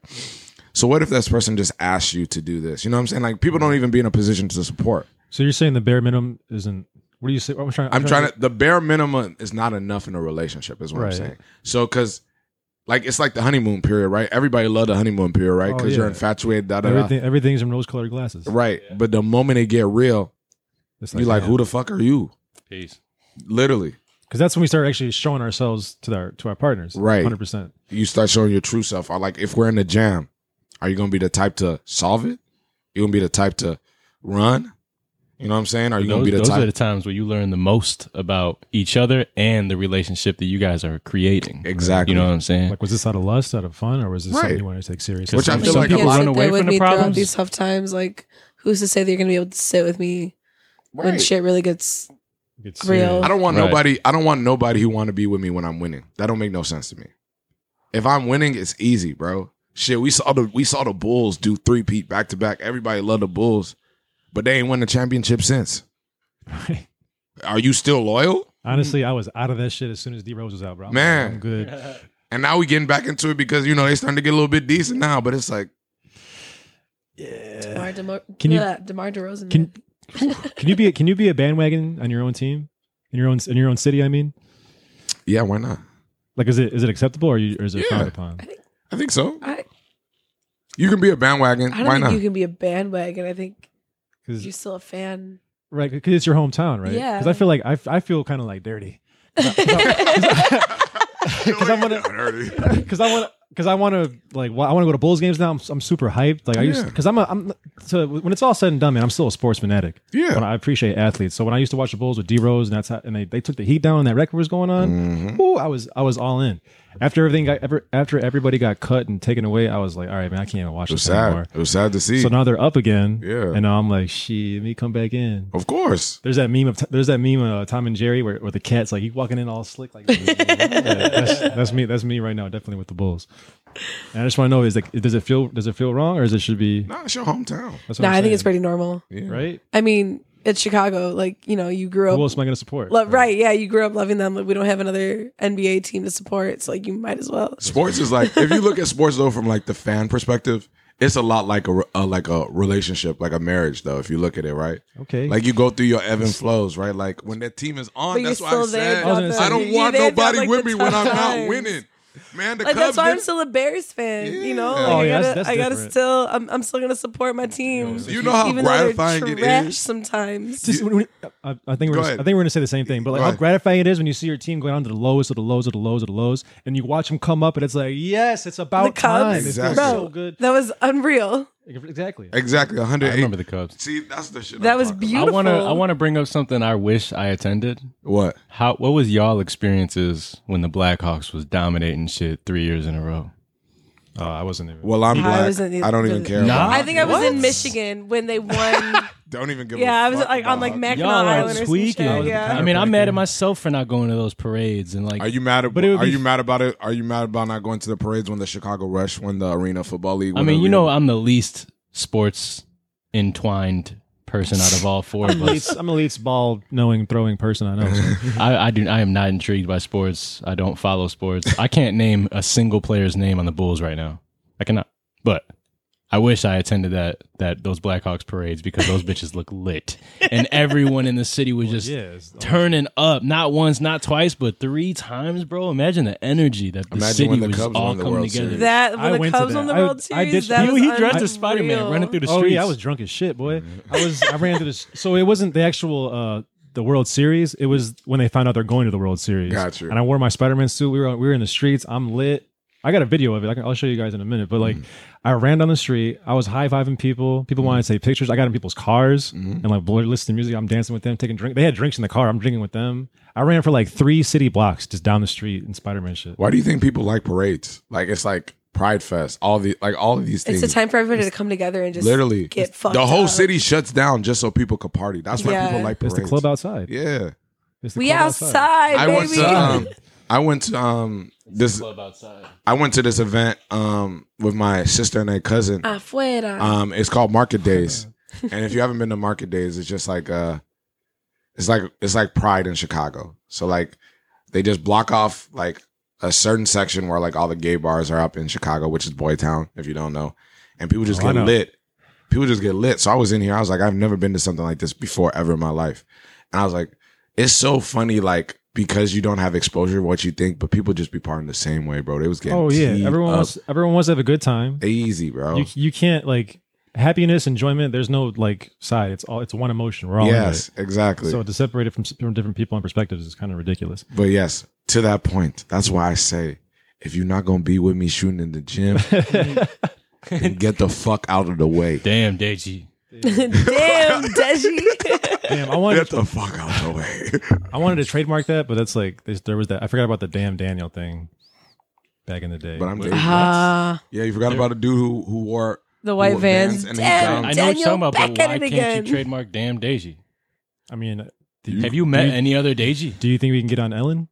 C: so what if this person just asks you to do this? You know what I'm saying? Like people don't even be in a position to support.
E: So you're saying the bare minimum isn't? What do you say? I'm trying.
C: I'm trying to. The bare minimum is not enough in a relationship, is what I'm
E: Right.
C: saying. So, because like it's like the honeymoon period, right? Everybody love the honeymoon period, right?
E: Oh,
C: Because you're
E: yeah.
C: infatuated, da da da.
E: Everything, everything's in rose-colored glasses.
C: Right. But the moment it get real,
E: It's
C: you're like,
E: yeah.
C: who the fuck are you?
A: Peace.
C: Literally,
E: because that's when we start actually showing ourselves to our to our partners.
C: Right.
E: hundred percent.
C: you start showing your true self. Or like, if we're in the jam, are you gonna be the type to solve it? You gonna be the type to run? You know what I'm saying? Are you gonna
A: Those,
C: be the
A: those
C: type?
A: are the times where you learn the most about each other and the relationship that you guys are creating.
C: exactly.
A: You know what I'm saying?
E: Like, was this out of lust, out of fun, or was this
C: Right.
E: something you want to take seriously?
C: Which I
A: Some-
C: feel
A: some
C: like a
A: people
C: lot-
A: run away
B: with
A: from
B: me
A: the
B: throughout
A: problems.
B: These tough times, like who's to say that you're gonna be able to sit with me when
C: Right.
B: shit really gets
E: It's
B: real.
C: I don't want
A: Right.
C: nobody. I don't want nobody who want to be with me when I'm winning. That don't make no sense to me. If I'm winning, it's easy, bro. Shit, we saw the we saw the Bulls do three peat back to back. Everybody loved the Bulls, but they ain't won the championship since.
E: serious.
C: Are you still loyal?
E: Honestly, I was out of that shit as soon as D Rose was out, bro. I'm like,
C: Man.
E: I'm good.
C: And now we getting back into it because you know they starting to get a little bit decent now. But it's like,
E: Yeah.
B: Demar, Demo-
E: Can you-
B: yeah, Demar Derozan?
E: Can
B: man.
E: can you be a, can you be a bandwagon on your own team, in your own in your own city? I mean,
C: yeah, why not?
E: like, is it is it acceptable or, you, or is it
C: Yeah.
E: frowned upon?
C: I think so.
B: I,
C: You can be a bandwagon.
B: I don't
C: Why
B: think
C: not?
B: you can be a bandwagon. I think
E: Because
B: you're still a fan.
E: right? Because it's your hometown, right?
B: Yeah.
E: Because I feel like I, I feel kind of like dirty. Because I'm gonna, because I want, because I want to like, wa- I want to go to Bulls games now. I'm, I'm super hyped. Like I used,
C: Yeah.
E: because I'm, a, I'm so when it's all said and done, man, I'm still a sports fanatic.
C: Yeah.
E: But I appreciate athletes. So when I used to watch the Bulls with D Rose and that's how, and they, they took the heat down and that record was going on.
C: Mhm.
E: Ooh, I was I was all in. After everything got ever after everybody got cut and taken away, I was like, all right, man, I can't even watch
C: It was
E: this
C: sad.
E: anymore.
C: It was sad to see.
E: So now they're up again.
C: Yeah.
E: And now I'm like, shit, let me come back in.
C: of course.
E: There's that meme of there's that meme of uh, Tom and Jerry where, where the cat's like he walking in all slick like Yeah, that's, that's me that's me right now definitely with the Bulls. And I just want to know is like does it feel does it feel wrong or is it should be?
C: Nah, it's your hometown.
E: That's what
B: No,
E: I'm
B: I think it's
E: saying,
B: pretty normal.
C: Yeah.
E: right.
B: I mean, it's Chicago. Like you know, you grew
E: Who
B: up.
E: else am I going to support?
B: Lo- right, yeah, you grew up loving them. Like, we don't have another NBA team to support, so like you might as well.
C: Sports is like if you look at sports though from like the fan perspective, it's a lot like a, re- uh like a relationship, like a marriage though. If you look at it right,
E: Okay.
C: like you go through your ebb and flows, right? Like when that team is on,
B: But
C: that's
B: you're
C: why I
B: still there
C: said
E: throughout the-
C: I don't
B: you're
C: want
B: there
C: nobody
B: throughout, like,
C: with
B: the
C: me when I'm
B: tough
C: not
B: times.
C: winning. Man, the
B: Like
C: Cubs.
B: that's why I'm
C: did-
B: still a Bears fan. You
C: Yeah.
B: know, like,
E: Oh,
B: I
E: yeah,
B: gotta,
E: that's- that's
B: I gotta
E: different.
B: still, I'm, I'm still gonna support my team.
C: You know how
B: even though they're
C: gratifying it
B: trash
C: is?
B: sometimes.
E: Just, when- when- I, I think
C: Go
E: we're gonna,
C: ahead.
E: I think we're gonna say the same thing, but like
C: Go
E: how
C: ahead.
E: gratifying it is when you see your team going on to the lows of the lows of the lows of the lows, and you watch them come up, and it's like, yes, it's
B: The
E: about time.
B: Cubs,
E: It feels
C: Exactly.
B: bro,
E: so good.
B: that was unreal.
E: Exactly.
C: Exactly,
A: I
C: 108.
A: remember the Cubs.
C: See, that's the shit.
B: That
C: I'm
B: was
A: I
C: talking
B: beautiful.
A: want to I want to bring up something I wish I attended.
C: about. What?
A: How what was y'all experiences when the Blackhawks was dominating shit 3 years in a row?
E: Uh, I wasn't even.
C: Well, I'm
B: I
C: black.
B: was in the-
C: I don't even
B: the-
C: care.
A: Nah.
C: about
B: I think I was in
A: What?
B: Michigan when they won.
C: Don't even give.
B: yeah,
C: I
B: I was like on like Mackinac
A: Y'all are
B: Island or some shit.
E: tweaking. I was-
B: Yeah.
A: I mean, I'm mad at myself for not going to those parades and like
C: Are you mad? About,
E: But it would
C: are
E: be-
C: you mad about it? Are you mad about not going to the parades when the Chicago Rush, when the Arena Football League?
A: I
C: when
A: mean,
C: the
A: you
C: Arena-
A: know I'm the least sports entwined person out of all four of
E: I'm
A: us.
E: elite, I'm elite ball knowing throwing person I know. so.
A: I, I do I am not intrigued by sports. I don't follow sports. I can't name a single player's name on the Bulls right now. I cannot. But I wish I attended that that those Blackhawks parades because those bitches look lit. And everyone in the city was just
E: yeah, it's-
A: turning up. Not once, not twice, but three times, bro. Imagine the energy that the
C: Imagine
A: city
C: when the
A: was just
C: Cubs
A: all
C: won the
A: coming
C: World
A: together.
C: Series.
B: That when
E: I
B: the
E: went to
B: Cubs won the
E: that. I-
B: World
E: I
B: Series,
E: ditched-
B: that
E: He-
B: was
A: he dressed as
B: unreal.
A: Spider Man running through the
E: oh
A: streets.
E: yeah, I was drunk as shit, boy. I was I ran through this. So it wasn't the actual uh the World Series. It was when they found out they're going to the World Series.
C: Got you.
E: And I wore my Spider Man suit. We were we were in the streets. I'm lit. I got a video of it. I can, I'll show you guys in a minute. But like, I ran down the street. I was high fiving people. People wanted to take pictures. I got in people's cars and like blur- listening to music. I'm dancing with them, taking drink. They had drinks in the car. I'm drinking with them. I ran for like three city blocks just down the street in Spider Man shit.
C: Why do you think people like parades? Like it's like Pride Fest. All the like all of these things.
B: It's a time for everybody to come together and just
C: Literally,
B: get fucked.
C: the whole
B: up.
C: city shuts down just so people could party. That's why
B: Yeah.
C: people like
E: It's
C: parades.
E: the club outside.
C: Yeah,
E: It's the
B: We
E: club
B: outside,
C: I
B: baby.
C: went to um, I went to um this
A: Club outside.
C: I went to this event um with my sister and a cousin.
B: Afuera.
C: Um, it's called Market Days, and if you haven't been to Market Days, it's just like uh, it's like it's like Pride in Chicago. So like, they just block off like a certain section where like all the gay bars are up in Chicago, which is Boytown, if you don't know, and people just
E: Oh, I
C: get
E: know.
C: lit. People just get lit. So I was in here. I was like, I've never been to something like this before ever in my life, and I was like, it's so funny, like. Because you don't have exposure to what you think, but people just be partying the same way, bro. They was getting
E: Oh
C: teed
E: yeah, everyone
C: up
E: wants everyone wants to have a good time.
C: easy, bro.
E: You you can't like happiness, enjoyment. There's no like side. It's all it's one emotion. We're all
C: yes,
E: yes.
C: exactly.
E: So to separate it from, from different people and perspectives is kind of ridiculous.
C: But yes, to that point, that's why I say if you're not gonna be with me shooting in the gym, then get the fuck out of the way.
A: Damn, Deji.
B: Damn, Deji.
E: Damn, I wanted
C: Get the fuck out the way.
E: I wanted to trademark that, but that's like there's, there was that. I forgot about the damn Daniel thing back in the day.
C: But I'm
E: Wait,
C: dating-
B: Ah,
C: yeah, you forgot about a dude who who wore
B: the white
C: Ooh,
B: vans.
C: Vans and
B: Damn,
C: Daniel
A: I know what you're talking about, but
B: back at
A: why
B: it
A: can't
B: again.
A: you trademark damn Deji?
E: I mean,
A: Have you met
E: do
A: any other Deji?
E: Do you think we can get on Ellen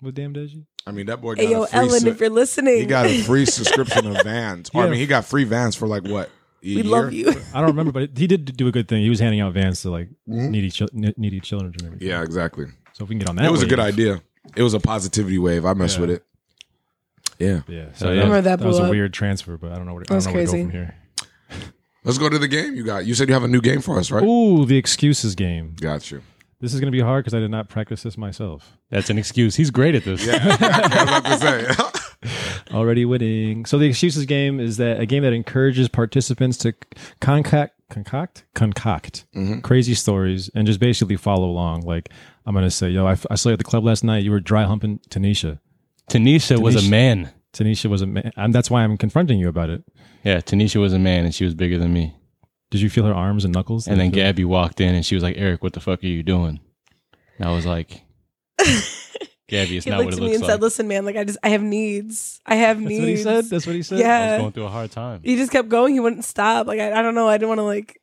E: with damn Deji?
C: I mean that boy got
B: Ayo,
C: a free
B: Ellen,
C: su-
B: if you're listening,
C: he got a free subscription of vans. Or I
E: Yeah.
C: mean he got free vans for like what? a
B: we love
C: year?
B: you.
E: I don't remember, but he did do a good thing. He was handing out vans to like
C: Mhm.
E: needy chil- needy children. and everything.
C: Yeah, exactly.
E: So if we can get on that,
C: it was a
E: wave-
C: good idea. It was a positivity wave. I messed
E: Yeah.
C: with it. Yeah.
E: Yeah,
A: Oh, yeah.
E: so that,
B: Remember
E: was,
B: that
E: that was
B: blew
E: a
B: up.
E: weird transfer, but I don't know where,
B: That
E: I don't
B: was
E: know where to go
B: crazy.
E: from here.
C: Let's go to the game you got. You said you have a new game for us, right?
E: Ooh, the excuses game.
C: Got you.
E: This is going to be hard because I did not practice this myself.
A: That's an excuse. He's great at this.
C: Yeah. I was about to say.
E: Already winning. So the excuses game is that a game that encourages participants to concoct concoct concoct
C: Mhm.
E: crazy stories and just basically follow along. Like I'm gonna say, yo, I, I saw you at the club last night. You were dry humping Tanisha.
A: Tanisha was
E: Tanisha.
A: a man.
E: Tanisha was a man. And that's why I'm confronting you about it.
A: Yeah, Tanisha was a man and she was bigger than me.
E: Did you feel her arms and knuckles?
A: And then
E: Did you feel-
A: Gabby walked in and she was like, Eric, what the fuck are you doing? And I was like, Gabby, it's
B: he
A: not
B: looked
A: what it
B: at me
A: looks
B: and
A: like.
B: said, "Listen, man, like I just I have needs. I have
E: That's
B: needs."
E: what he said. That's what he
A: I
E: said.
A: was
B: yeah,
A: going through a hard time.
B: he just kept going. He wouldn't stop. Like I, I don't know. I didn't want to like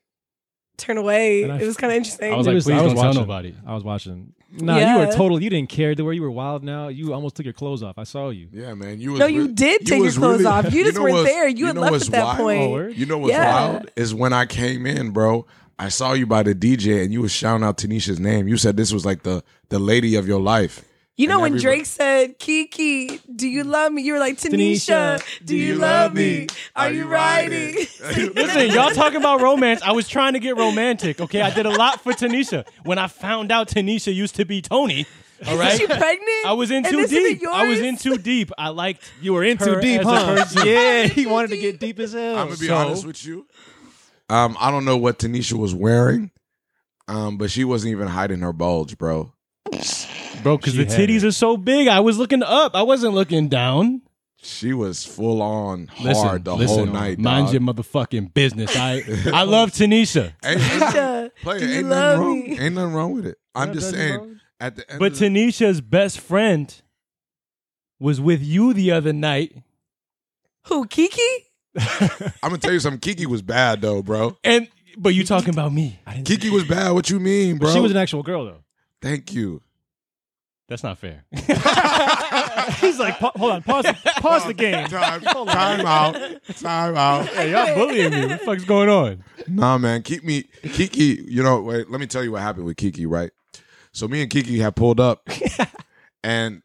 B: turn away.
E: And I-
B: it was kind of interesting.
A: I was
E: It
A: like,
E: was-
A: please
E: I was
A: don't tell
E: watching.
A: nobody.
E: I was watching. Nah, you were
B: Yeah.
E: total. You didn't care to where you were wild. Now you almost took your clothes off. I saw you.
C: Yeah, man. You was
B: no,
C: re-
B: you did take your
C: was
B: clothes
C: really-
B: off. You, just
C: know
B: weren't
C: what's-
B: there. You, had
C: know
B: left
C: what's
B: at that
C: wild?
E: Oh,
B: point.
E: word?
C: You know what's
B: Yeah.
C: wild is when I came in, bro. I saw you by the DJ and you was shouting out Tanisha's name. You said this was like the the lady of your life.
B: You know
C: And
B: when
C: everybody-
B: Drake said, "Kiki, do you love me?" You were like, "Tanisha, do you love me? Are you riding?"
A: Listen, y'all talking about romance. I was trying to get romantic, okay? I did a lot for Tanisha. When I found out Tanisha used to be Tony, all
B: Is
A: right?
B: she pregnant?
A: I was in
B: And
A: too
B: this isn't
A: deep. I was
B: yours?
A: in too deep. I liked
E: You were in
A: Her as a person.
E: yeah, he wanted to get deep as hell.
C: I'm gonna be
E: So-
C: honest with you. Um, I don't know what Tanisha was wearing, um, but she wasn't even hiding her bulge, bro.
A: bro because
E: She
A: the
E: had
A: titties
E: it.
A: are so big. I was looking up. I wasn't looking down.
C: She was full on hard the whole night.
A: Mind
C: dog.
A: your motherfucking business. I I love Tanisha,
C: Ain't- ain't-
B: Tanisha,
C: play it.
B: do you
C: ain't
B: love
C: nothing wrong.
B: me?
C: Ain't nothing wrong with it. I'm
E: Yeah,
C: just
E: nothing
C: saying.
E: wrong.
C: At the end,
A: but
C: of the-
A: Tanisha's best friend was with you the other night,
B: Who Kiki?
C: I'm gonna tell you something. Kiki was bad though, bro.
A: and but you talking about me?
E: I didn't-
C: Kiki was bad. What you mean,
E: But
C: bro?
E: She was an actual girl though.
C: Thank you.
A: That's not fair.
E: He's like, pa- hold on, pause, pause the game.
C: Time, time out. Time out.
A: Hey, y'all bullying me. What the fuck's going on?
C: Nah, man. Keep me Kiki. You know, wait. Let me tell you what happened with Kiki. Right. So me and Kiki had pulled up, and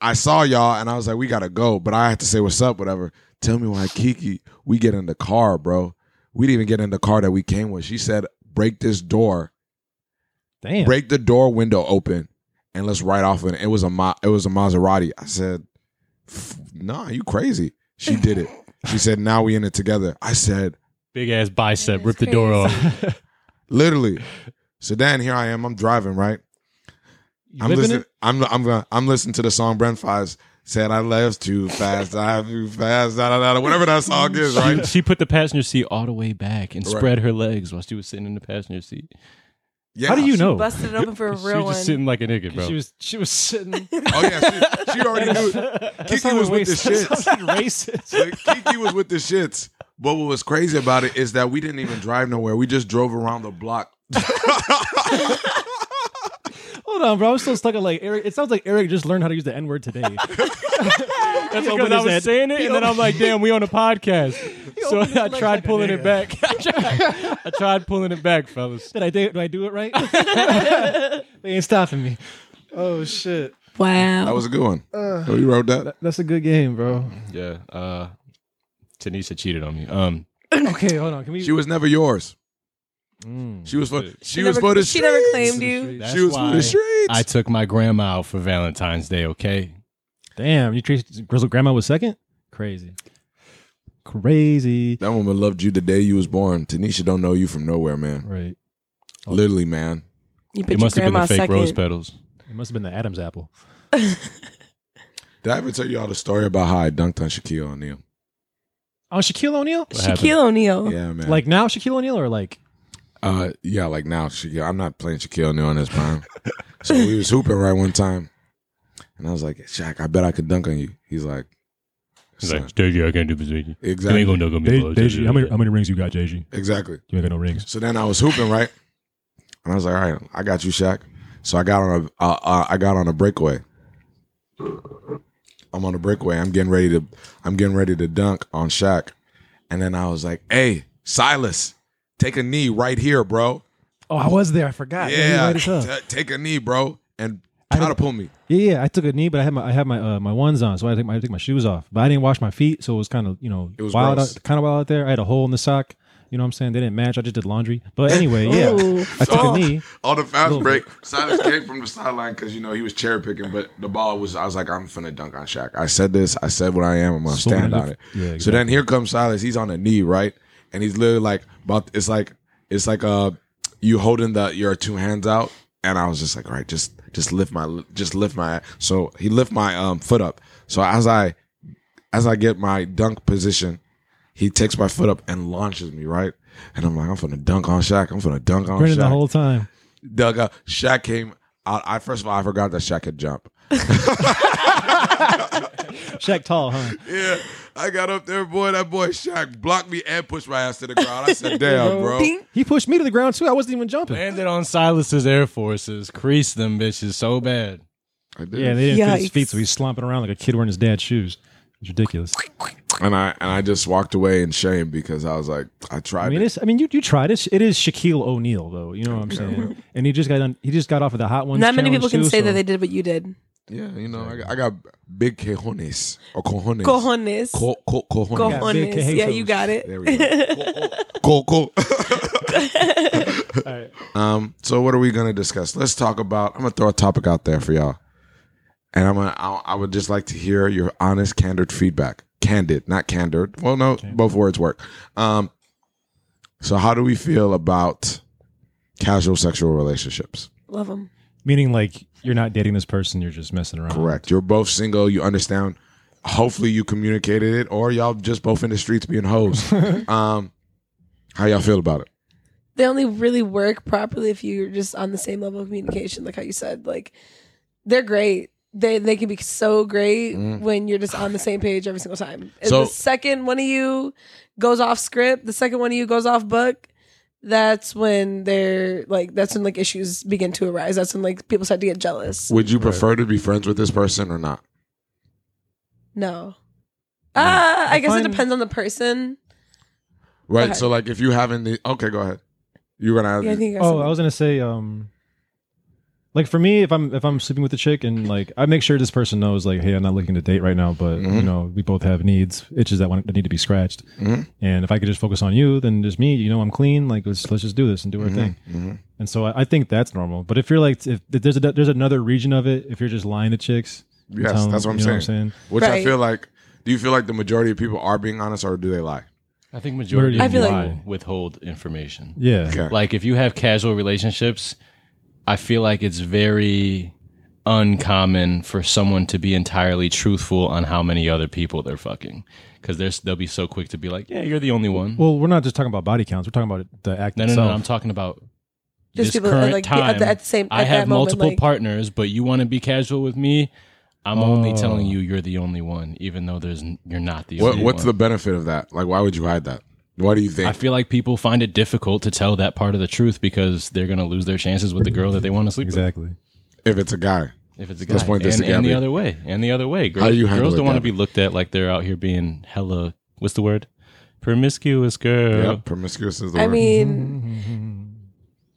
C: I saw y'all, and I was like, "We gotta go." But I had to say, "What's up?" Whatever. Tell me why Kiki. We get in the car, bro. We didn't even get in the car that we came with. She said, "Break this door.
E: Damn.
C: Break the door window open, and let's ride off." And it was a Ma- it was a Maserati. I said, "F- "Nah, you crazy." She did it. She said, "Now we in it together." I said.
A: Big ass bicep.
B: That
A: Rip
B: is
A: the door off.
C: Literally. So then here I am. I'm driving, right?
E: You
C: I'm
E: living
C: listening.
E: it?
C: I'm I'm gonna- I'm listening to the song Brent Fires said I left too fast. I have too fast. Da, da, da, da, whatever that song is,
A: She,
C: right?
A: she put the passenger seat all the way back and
C: Right.
A: spread her legs while she was sitting in the passenger seat.
C: Yeah.
E: How do you know?
B: Busted it open for a
A: she
B: real
A: was
B: one.
A: just sitting like a nigga, bro.
E: She was she was sitting.
C: Oh yeah. She, she already knew. Kiki was with the shits.
E: racist.
C: Like, Kiki was with the shits. But what was crazy about it is that we didn't even drive nowhere. We just drove around the block.
E: Hold on, bro. I'm still stuck at like Eric. It sounds like Eric just learned how to use the N word today.
A: That's
E: opened
A: when I
E: his
A: was
E: head.
A: saying it, and then I'm like, "Damn, we on a podcast." So
E: opened his
A: I
E: legs
A: tried
E: like a
A: pulling it
E: nigga.
A: back. I tried, I tried pulling it back, fellas.
E: Did I do, do I do it right? they ain't stopping me. Oh shit.
C: That
B: wow.
C: was a good one. Oh, you wrote that?
E: That's a good game, bro.
A: Yeah. Uh, Tanisha cheated on me. Um,
E: Okay, hold on. Can we?
C: She was never yours.
E: Mm.
C: She was for. She, was
B: never,
C: for the
B: She
C: streets.
B: never claimed you.
A: that's
C: She was
A: why
C: for the streets.
A: I took my grandma out for Valentine's Day. Okay.
E: Damn, you traced Grizzle Grandma was second. Crazy. Crazy.
C: That woman loved you the day you was born. Tanisha don't know you from nowhere, man.
E: Right.
C: Literally, man.
B: You put
A: It
B: your
A: must have been
B: grandma
A: the fake
B: second.
A: rose petals.
E: It must have been the Adam's apple.
C: Did I ever tell you all the story about how I dunked on Shaquille O'Neal?
E: Oh, Shaquille O'Neal.
A: What happened?
B: Shaquille O'Neal.
C: Yeah, man.
E: Like now, Shaquille O'Neal or like
C: uh, yeah, like now Shaquille. I'm not playing Shaquille O'Neal in his prime. so we was hooping right one time, and I was like, Shaq, I bet I could dunk on you. He's like,
A: He's
C: "Son,
A: like, "JG, I can't do this. with you. You
C: exactly,
A: ain't gonna go me.
E: how many how many rings you got, JG?
C: exactly.
E: You ain't got no rings.
C: So then I was hooping right, and I was like, all right, I got you, Shaq. So I got on a, uh, uh, I got on a breakaway. I'm on a breakaway. I'm getting ready to, I'm getting ready to dunk on Shaq, and then I was like, hey, Silas, take a knee right here, bro.
E: Oh, I was there. I forgot. you
C: Yeah,
E: right as hell.
C: t- take a knee, bro, and try to pull me.
E: yeah, yeah. I took a knee, but I had my I had my uh, my ones on, so I had to take my, I had to take my shoes off. But I didn't wash my feet, so it was kind of you know
C: It was
E: wild,
C: gross.
E: out, kind of wild out there. I had a hole in the sock. You know what I'm saying? They didn't match. I just did laundry. But anyway, yeah,
C: Oh.
B: Ooh.
E: I took a knee.
C: On the fast
E: Little
C: break, Silas came from the sideline because you know he was cherry picking, but the ball was. I was like, I'm finna dunk on Shaq. I said this. I said what I am. I'm gonna
E: So
C: stand
E: many
C: on it.
E: diff- Yeah,
C: So
E: exactly.
C: then here comes Silas. He's on a knee, right? And he's literally like about. It's like It's like uh, you holding the your two hands out, and I was just like, all right, just just lift my just lift my. So he lift my um foot up. So as I as I get my dunk position, he takes my foot up and launches me right. And I'm like, I'm finna dunk on Shaq. I'm finna dunk on
E: Grinning
C: Oh, Shaq.
E: the whole time.
C: Doug, uh, Shaq came out. I first of all, I forgot that Shaq could jump.
E: Shaq tall, huh?
C: Yeah, I got up there, boy. That boy Shaq blocked me and pushed my ass to the ground. I said, "Damn, bro."
B: Bing.
E: He pushed me to the ground too. I wasn't even jumping.
A: Landed on Silas's Air Forces. Creased them bitches so bad.
C: I did.
E: Yeah, they didn't fit his
B: Yikes.
E: feet, so he's slomping around like a kid wearing his dad's shoes. It's ridiculous.
C: and I and I just walked away in shame because I was like, I tried.
E: I mean,
C: it.
E: it's, I mean, you you tried it. It is Shaquille O'Neal, though. You know what I'm saying? And he just got done, he just got off of the hot one.
B: Not many people can say that they did what you did.
C: Yeah, you know, I, got- I got big cojones or cojones.
B: Cojones.
C: Co- co- cojones.
E: Yeah,
B: Cojones.
E: big
B: Yeah,
E: quejitos.
B: you got it.
C: There we go. cool, cool. um, so what are we gonna discuss? Let's talk about. I'm gonna throw a topic out there for y'all, and I'm gonna. I, I would just like to hear your honest, candid feedback. Candid, not candid. Well, no, both words work. Um, so how do we feel about casual sexual relationships?
B: Love them.
E: Meaning, like, you're not dating this person. You're just messing around.
C: Correct. You're both single. You understand. Hopefully, you communicated it, or y'all just both in the streets being hoes. um, how y'all feel about it?
B: They only really work properly if you're just on the same level of communication, like how you said. Like they're great. They they can be so great
C: Mm.
B: when you're just on the same page every single time. If
C: So-
B: the second one of you goes off script, the second one of you goes off book, that's when they're like that's when like issues begin to arise. That's when like people start to get jealous.
C: Would you prefer to be friends with this person or not? Mm.
B: No. Ah, I,
E: I
B: guess
E: find-
B: it depends on the person.
C: Right.
B: ahead.
C: So like if you haven't the okay, go ahead. You're gonna have
B: Yeah, I think you guys
E: Oh,
B: said-
E: I was gonna say, um, like for me, if I'm if I'm sleeping with a chick and like I make sure this person knows, like, hey, I'm not looking to date right now, but you
C: Mhm.
E: know, we both have needs, itches that want that need to be scratched,
C: Mhm.
E: and if I could just focus on you, then just me, you know, I'm clean. Like let's let's just do this and do our thing.
C: Mhm.
E: And so I, I think that's normal. But if you're like, if, if there's a, there's another region of it, if you're just lying to chicks, and
C: Yes,
E: telling-
C: that's what I'm
E: you know
C: saying.
E: I'm saying.
C: Which I
B: Right.
C: feel like do you feel like the majority of people are being honest or do they lie?
A: I think majority
E: majority you
A: of
B: of feel
A: people
B: like-
E: people
A: withhold information.
E: Yeah,
C: Okay.
A: Like if you have casual relationships, I feel like it's very uncommon for someone to be entirely truthful on how many other people they're fucking because they're they'll be so quick to be like, yeah, you're the only one.
E: Well, we're not just talking about body counts. We're talking about the act
A: no, no,
E: itself.
A: no. I'm talking about
B: Just
A: this
B: people
A: current
B: like
A: time.
B: at the, at the same.
A: I
B: at
A: have
B: that moment,
A: multiple
B: like-
A: partners, but you want to be casual with me. I'm only
E: Oh.
A: telling you you're the only one, even though there's n- you're not the
C: What
A: only
C: what's the
A: one.
C: benefit of that? Like why would you hide that? Why do you
A: I
C: think?
A: feel like people find it difficult to tell that part of the truth because they're gonna lose their chances with the girl that they want to sleep with.
E: exactly.
C: if it's a guy.
A: If it's a guy,
C: Let's point this
A: and,
C: to
A: and the
C: Gabby.
A: other way, and the other way, girls,
C: do you handle
A: girls
C: it,
A: don't want to
C: Gabby?
A: be looked at like they're out here being hella. What's the word? Promiscuous girl.
C: Yep, promiscuous is the
B: I
C: word.
B: mean,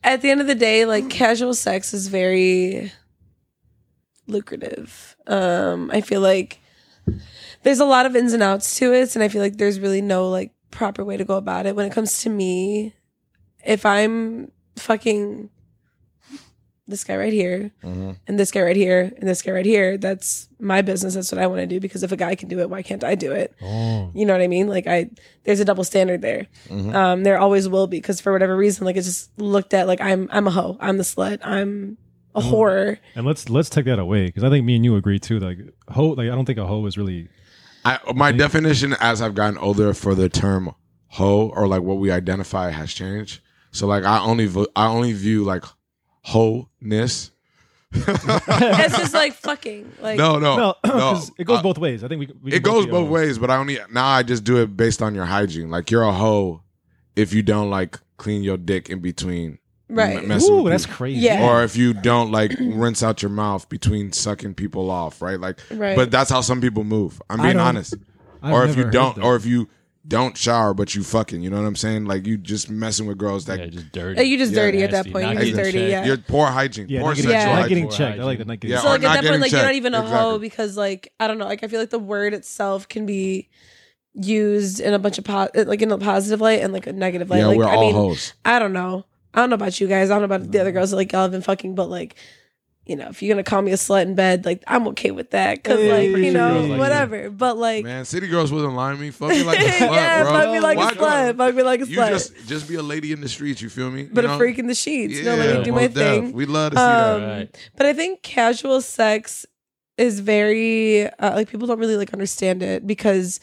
B: at the end of the day, like casual sex is very lucrative. Um, I feel like there's a lot of ins and outs to it, and I feel like there's really no like proper way to go about it. When it comes to me, if I'm fucking this guy right here
C: Mhm.
B: and this guy right here and this guy right here, that's my business. That's what I want to do because if a guy can do it, why can't I do it?
E: Oh,
B: You know what I mean? Like I, there's a double standard there.
C: Mhm.
B: Um, there always will be because for whatever reason, like it's just looked at like I'm I'm a hoe, I'm the slut, I'm a
C: Mm.
E: Mhm.
B: whore.
E: and let's let's take that away because I think me and you agree too. Like hoe, like I don't think a hoe is really
C: I, my definition as I've gotten older for the term hoe or like what we identify has changed. So like I only vo- I only view like wholeness.
B: it's just like fucking like
C: No, no,
E: no.
C: no. Uh,
E: 'cause it goes
C: I-
E: both ways. I think we, we can
C: it goes
E: be, uh,
C: both ways, but I only now I just do it based on your hygiene. Like you're a hoe if you don't like clean your dick in between,
B: right.
C: m- mess-
E: Ooh,
C: with
E: that's
C: you.
E: crazy.
B: Yeah.
C: or if you don't like rinse out your mouth between sucking people off, right? Like,
B: Right.
C: but that's how some people move. I'm
E: I
C: being
E: don't-
C: honest.
E: I've
C: or if
E: never
C: you
E: heard
C: don't,
E: that.
C: or if you don't shower but you fucking, you know what I'm saying? Like you just messing with girls that
A: Yeah, just dirty.
B: Like, Oh, you just
C: Yeah,
B: dirty at that
A: nasty,
B: point.
A: not
B: You're just
C: getting
B: dirty,
A: checked.
B: yeah.
C: you're poor hygiene,
E: yeah,
C: poor
E: not
C: sexual
E: getting,
B: Yeah.
E: not
C: hygiene.
E: getting
A: Poor
E: checked. I like
A: hygiene.
E: that. Not getting
C: Yeah,
E: checked.
B: so
C: or
B: like
C: not
B: at that point,
C: getting
B: like you're not
C: checked.
B: even a hoe
C: Exactly.
B: because like I don't know, like I feel like the word itself can be used in a bunch of po- like in a positive light and like a negative light.
C: yeah,
B: like
C: we're
B: I
C: all
B: mean,
C: hoes.
B: I don't know. I don't know about you guys. I don't know about the other girls that like y'all have been fucking, but like you know, if you're gonna call me a slut in bed, like I'm okay with that, cause
E: Hey,
B: like you
E: pretty
B: know,
E: girls like
B: whatever. But like,
C: Man, city girls wasn't lying to me. Fuck me like a slut,
B: yeah,
C: bro.
B: fuck me like
C: Why
B: a slut,
C: go-
B: fuck me like a
C: You
B: slut,
C: just just be a lady in the streets. You feel me?
B: but
C: you
B: a
C: know?
B: freak in the sheets.
C: Yeah,
B: no, let me do my
C: most def.
B: thing.
C: We love to see
B: Um,
C: that.
A: Right.
B: But I think casual sex is very uh, like people don't really like understand it because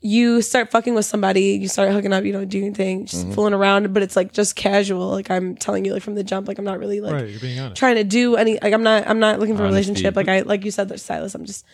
B: you start fucking with somebody, you start hooking up, you don't do anything, just
C: Mhm.
B: fooling around, but it's like just casual. Like I'm telling you, like from the jump, like I'm not really like
E: right, you're being honest.
B: trying to do any like i'm not i'm not looking for a
A: Honesty.
B: relationship like i like you said there's silas i'm just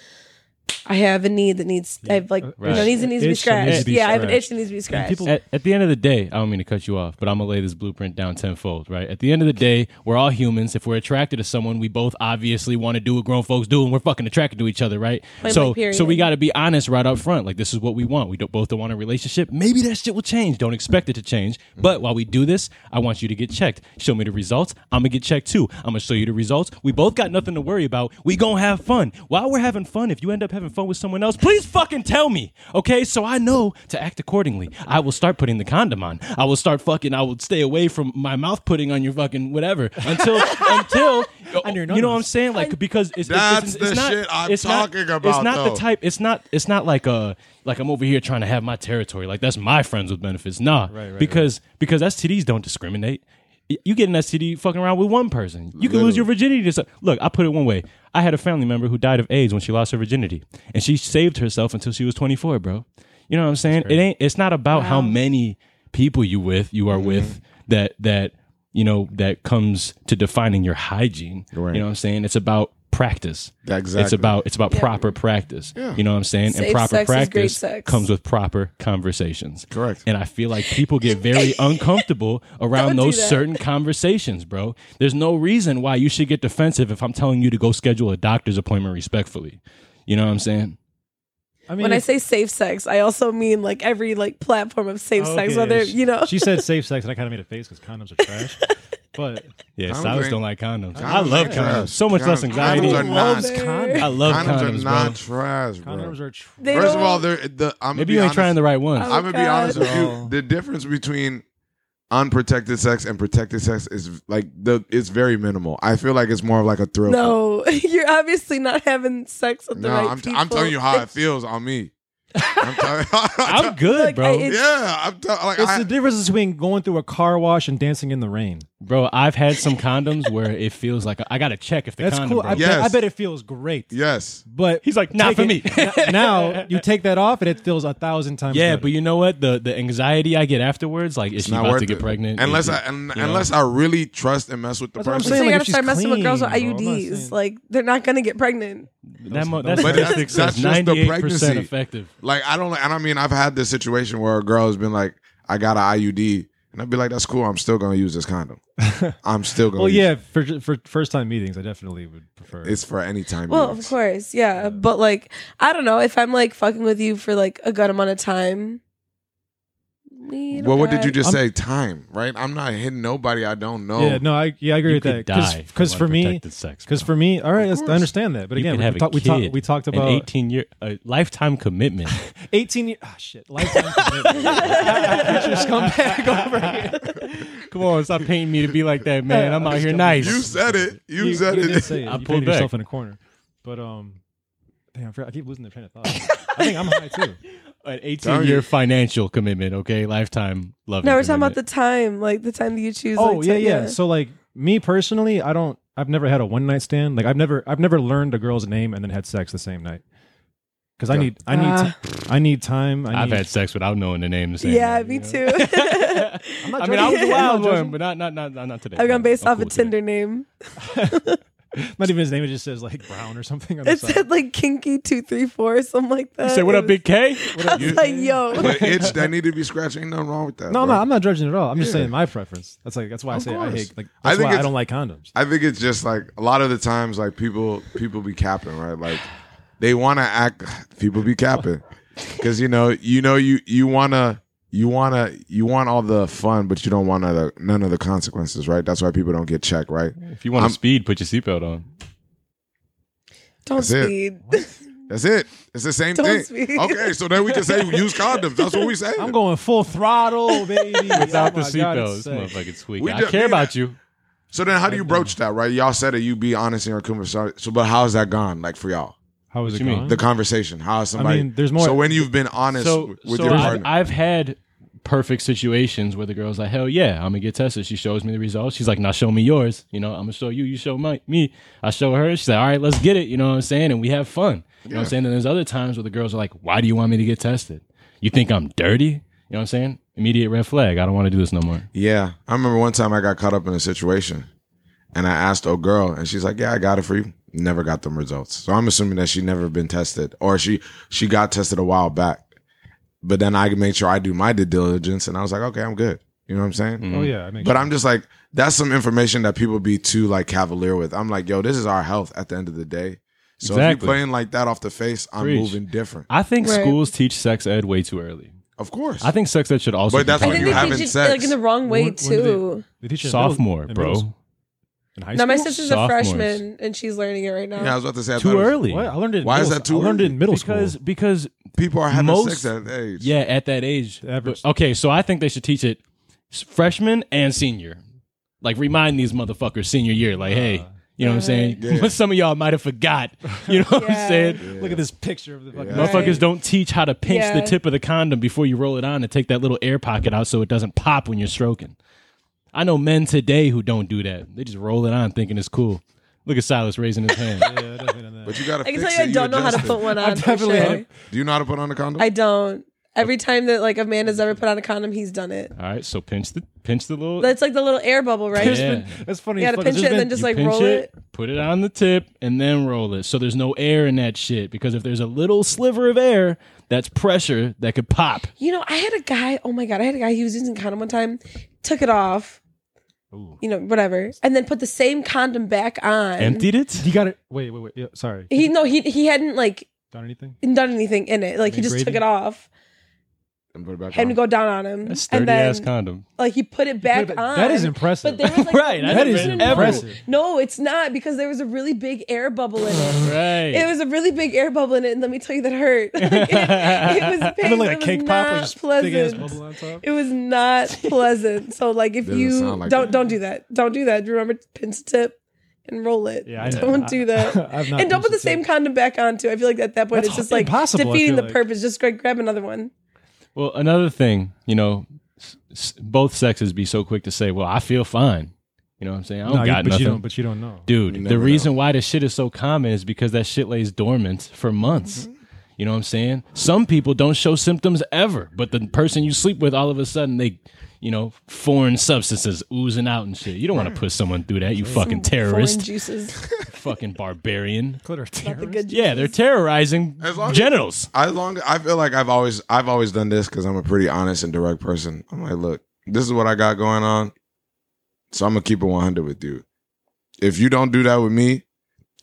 B: i have a need that needs i have like you know
A: Right.
B: needs that needs to be
E: Itch that
B: scratched
E: needs to be
B: yeah i have an itch
E: scratched.
B: that needs to be scratched
E: And people,
A: At, at the end of the day, I don't mean to cut you off, but I'm gonna lay this blueprint down tenfold. Right. At the end of the day, we're all humans. If we're attracted to someone, we both obviously want to do what grown folks do, and we're fucking attracted to each other, right?
B: Point
A: so,
B: blank, period.
A: so we got to be honest right up front. Like, this is what we want. We don't, both don't want a relationship. Maybe that shit will change. Don't expect it to change. But while we do this, I want you to get checked. Show me the results. I'm gonna get checked too. I'm gonna show you the results. We both got nothing to worry about. We gonna have fun. While we're having fun, if you end up having fun with someone else, please fucking tell me, okay? So I know to act accordingly. I will start putting the condom on. I will start fucking. I will stay away from my mouth putting on your fucking whatever until until
E: your
A: you know what I'm
E: nose.
A: saying? Like because it's it's,
C: That's
A: it's,
C: the
A: it's not,
C: shit I'm
A: it's not-
C: talking about,
A: It's not
C: though.
A: the type. It's not. It's not like uh like I'm over here trying to have my territory. Like that's my friends with benefits. Nah,
E: Right, right,
A: because because STDs don't discriminate. Y- You get an STD fucking around with one person. You can lose your virginity to some- look. I put it one way. I had a family member who died of AIDS when she lost her virginity, and she saved herself until she was 24, bro. You know what I'm saying? It ain't. It's not about how many people you with you
E: Mm-hmm.
A: are with that that you know that comes to defining your hygiene.
C: Right.
A: You know what I'm saying? It's about practice. It's
C: Exactly.
A: about it's about proper practice. You know what I'm saying?
B: Safe
A: and proper
B: sex is great
A: practice
B: sex.
A: comes with proper conversations.
C: Correct.
A: And I feel like people get very uncomfortable around
B: Don't do
A: those
B: that.
A: certain conversations, bro. There's no reason why you should get defensive if I'm telling you to go schedule a doctor's appointment respectfully. You know what I'm saying?
E: I mean,
B: when i
E: if-
B: say safe sex i also mean like every like platform of safe sex
E: okay,
B: whether
E: she-
B: you know
E: she said safe sex, and I kind of made a face because condoms are trash. but
A: Yeah,
C: Condoms
A: Silas
C: ain't-
A: don't like condoms. I
C: Condoms
A: love
C: ain't
A: condoms.
C: trash.
A: So much less
C: Condoms-
A: anxiety.
C: condoms are not-
A: I love
C: Condoms
A: condoms,
C: are not
A: bro.
C: trash, bro.
E: condoms are trash.
B: They
C: First of
B: don't-
C: all, they're the. I'm
A: Maybe you ain't trying the right ones.
B: Oh,
C: I'm gonna be honest with you.
E: God.
C: The difference between unprotected sex and protected sex is like the it's very minimal. I feel like it's more of like a thrill.
B: no you're obviously not having sex with the
C: no,
B: right
C: I'm,
B: people
C: I'm telling you how it feels on me. I'm telling.
A: I'm good,
B: Like, I-
A: bro.
B: it-
C: yeah, I'm tell- like
E: It's
C: I,
E: the difference between going through a car wash and dancing in the rain.
A: Bro, I've had some condoms where it feels like I got to check if the
E: That's
A: condom.
E: cool.
A: broke.
E: I, bet, I
C: Yes.
E: bet it feels great.
C: yes.
E: But
A: He's like, not
E: take
A: for
E: it-
A: me.
E: n- now you take that off and it feels a thousand times.
A: Yeah,
E: better.
A: but you know what? The the anxiety I get afterwards, like, is she about to get
C: it.
A: pregnant?
C: unless
A: Is
C: I
A: she-
C: un-
A: you know?
C: unless I really trust and mess with the
E: That's what I'm
C: person.
B: so
E: saying,
B: you
E: like,
B: gotta
E: if she's
B: start messing with girls with
E: clean, bro, I'm not saying-
B: IUDs. Like they're not gonna get pregnant.
A: that mo- that
E: Those- those-
C: But that's-
A: statistic
C: that's
A: says
C: just the
A: ninety eight
C: pregnancy.
A: percent effective.
C: Like I don't like, and I mean I've had this situation where a girl has been like, I got an IUD, and I'd be like, that's cool. I'm still gonna use this condom. I'm still gonna.
E: Well,
C: use
E: yeah, for for first time meetings, I definitely would prefer.
C: it. it's for any time.
B: Well,
C: use.
B: of course, yeah. But like, I don't know if I'm like fucking with you for like a good amount of time. we
C: Well,
B: don't
C: what did you
B: have-
C: just
E: I'm-
C: say? Time, right? I'm not hitting nobody I don't know.
E: yeah, no, I yeah, I agree
A: You
E: with
A: could
E: that.
A: die
E: because for me,
A: unprotected sex.
E: because
A: bro.
E: for me, all right, that's,
C: course.
E: I understand that. But
A: You
E: again,
A: could
E: we,
A: have a
E: talk, we, talk,
A: kid,
E: we talked
A: an
E: about
A: eighteen year a lifetime commitment.
E: 18 years. Ah, shit. Lifetime commitment. Just come back over here.
A: Come on, stop painting me to be like that, man. I'm out here
C: You
A: nice.
C: said it. You, said
E: did
C: it.
E: say it.
A: I
E: You
A: pulled
E: painted yourself
A: back.
E: in a corner. But, um, damn, I forgot- I keep losing the train of thought. I think I'm high too.
A: An
C: Darn
A: eighteen
C: it.
A: year financial commitment, okay, lifetime love.
B: No, we're talking about the time, like the time that you choose.
E: Oh,
B: like,
E: yeah,
B: to-
E: yeah. So, like, me personally, I don't, I've never had a one night stand. Like, I've never, I've never learned a girl's name and then had sex the same night. Cause I
C: Yeah.
E: need, I need,
B: Ah.
E: ti- I need time. I need,
A: I've had sex without knowing the name. The same
B: yeah,
A: night,
B: me
A: you know?
B: too.
A: i
E: not
A: mean, I was a wild
B: judging.
E: I'm not judging.
A: one, but not not not not today.
B: I've gone based
A: I'm
B: off a
A: cool today.
B: Tinder name.
E: not even his name. It just says like Brown or something. On the
B: It
E: side.
B: said like kinky two three four or something like that.
A: You say what
B: It
A: up,
B: was-
A: Big K?
B: I was like, yo,
C: But itch that need to be scratched. Ain't nothing wrong with that.
E: No,
C: bro.
E: no, I'm not judging at all. I'm just
C: Yeah.
E: saying my preference. That's like that's why I
C: Of
E: say I
C: course.
E: hate. Like
C: I
E: that's
C: think
E: why I
C: it's-
E: don't like condoms.
C: I think it's just like a lot of the times, like people people be capping, right? Like they want to act. People be capping because you know, you know, you you wanna. You wanna, you want all the fun, but you don't want the, none of the consequences, right? That's why people don't get checked, right?
A: If you want
C: I'm-
A: to speed, put your seatbelt on.
B: don't
C: That's it.
B: speed.
C: That's it. It's the same
B: Don't
C: thing.
B: speak.
C: Okay, so then we can say use condoms. That's what we say.
E: I'm going full throttle, baby.
A: Without
E: Oh
A: the
E: my God,
A: seatbelt, this
E: it's sick.
A: motherfucker's squeaky.
C: We
A: I
C: just-
A: care
C: me and-
A: about you.
C: So then, how do you broach that? Right? Y'all said that you be honest in your conversation. So, but how's that gone? Like for y'all,
E: How is it
A: you mean?
E: going?
C: the conversation. How is somebody?
E: mean, there's more-
C: So when you've been honest
A: so,
C: with
A: so
C: your
A: I've,
C: partner,
A: I've had perfect situations where the girl's like, "Hell yeah, I'm gonna get tested." She shows me the results. She's like, "Now show me yours." You know, I'm gonna show you. You show my, me. I show her. She's like, "All right, let's get it." You know what I'm saying? And we have fun. You know what I'm saying? And there's other times where the girls are like, "Why do you want me to get tested? You think I'm dirty?" You know what I'm saying? Immediate red flag. I don't want to do this no more.
C: yeah, I remember one time I got caught up in a situation, and I asked a girl, and she's like, "Yeah, I got it for you." Never got them results. So I'm assuming that she never been tested, or she she got tested a while back. But then I made sure I do my due diligence, and I was like, "Okay, I'm good." You know what I'm
A: Mm.
C: saying?
E: oh yeah, I mean,
C: But I'm just like, that's some information that people be too like cavalier with. I'm like, yo, this is our health at the end of the day. So if
A: Exactly.
C: you're playing like that off the face, I'm
A: Preach.
C: moving different.
A: I think
B: Right.
A: schools teach sex ed way too early.
C: Of course.
A: I think sex ed should also.
C: But
A: be
C: that's
B: I
C: When
A: taught
B: think
C: you're
B: they
A: in
C: having
B: teach it
C: sex,
B: like in the wrong way
E: when- when do they-
B: too.
E: they teach it in
A: Sophomore,
E: middle- in
A: bro.
E: middle school? in high
B: Now
E: school.
B: my sister's a
A: Sophomores.
B: freshman and she's learning it right now.
C: yeah, I was about to say I thought it
A: too
C: was-
A: early.
E: What? I learned it. in
C: Why is
E: middle-
C: that too
E: I learned it in middle school.
A: Because because
C: People are having
A: Most-
C: sex at that age.
A: Yeah, at that age.
E: The average-
A: But- okay, so I think they should teach it s- freshman and senior. Like remind these motherfuckers senior year, like, hey, you know what I'm saying?
C: Yeah.
A: Some of y'all might have forgot. You know what I'm
B: Yeah.
A: saying?
E: Look at this picture of the fucking.
B: Right.
A: Motherfuckers don't teach how to pinch the
B: Yeah.
A: tip of the condom before you roll it on and take that little air pocket out so it doesn't pop when you're stroking. I know men today who don't do that. They just roll it on thinking it's cool. Look at Silas raising his hand.
E: Yeah, it doesn't mean that.
C: But you gotta
B: I can
C: fix
B: tell you, I
C: it.
B: don't know how to
C: adjust
B: put
C: it.
B: one on. for
E: definitely
B: sure.
E: have-
C: Do you know how to put on a condom?
B: I don't. Every time that like a man has ever put on a condom, he's done it.
A: All right, so pinch the pinch the little
B: That's like the little air bubble, right?
E: There's
A: Yeah.
E: been- that's funny.
B: You gotta
E: as fuck. There's
B: pinch it and
E: been-
B: then just like
A: pinch
B: roll it.
A: put it on the tip, and then roll it. So there's no air in that shit because if there's a little sliver of air, that's pressure that could pop.
B: You know, I had a guy. Oh my god, I had a guy. He was using condom one time, took it off. You know, whatever, and then put the same condom back on.
A: Emptied it.
E: You got it. Wait, wait, wait. Yeah, sorry.
B: He no, he he hadn't like
E: Done anything?
B: done anything in it. Like he
E: Any
B: just took
E: gravy?
B: it off,
C: And put it back
B: had him
C: on.
B: to go down on him,
A: That's sturdy
B: and then
A: ass condom.
B: like he put it back
E: Wait,
B: on.
E: That is impressive.
B: But there was like
A: Right,
B: no,
A: that
B: no,
A: is
B: no, no, no.
E: impressive.
B: No, it's not because there was a really big air bubble in it.
A: Right.
B: It was a really big air bubble in it, and let me tell you, that hurt. Like, it, it was big.
E: It looked like
B: it
E: a
B: was
E: cake pop
B: not
E: with just big ass
B: pleasant.
E: bubble on top.
B: It was not pleasant. So, like, if
C: Doesn't
B: you
C: sound like
B: don't
C: it.
B: don't do that, don't do that. Remember, to pinch the tip and roll it.
E: Yeah, I know.
B: don't do that.
E: I've not
B: and don't put the
E: pinched the
B: same
E: tip.
B: condom back on too. I feel like at that point
E: That's
B: it's just like
E: impossible, I
B: defeating
E: feel
B: the
E: like.
B: purpose. Just gra- grab another one.
A: well, another thing, you know, s- s- both sexes be so quick to say, "Well, I feel fine." You know what I'm saying? I don't
E: No, you-
A: got
E: but
A: nothing.
E: you don't. But you don't know.
A: Dude,
C: You
A: the
C: never
A: reason why this shit is so common is because that shit lays dormant for months. You know what I'm saying? Some people don't show symptoms ever, but the person you sleep with, all of a sudden, they, you know, foreign substances oozing out and shit. You don't want to put someone through that, you fucking
B: Foreign
A: terrorist,
B: juices.
A: fucking barbarian.
E: Clitter
B: the
E: terrorist.
B: good
A: Yeah, they're terrorizing
C: As long as-
A: genitals.
C: as long I feel like I've always I've always done this because I'm a pretty honest and direct person. I'm like, look, this is what I got going on, so I'm gonna keep it 100 with you. If you don't do that with me,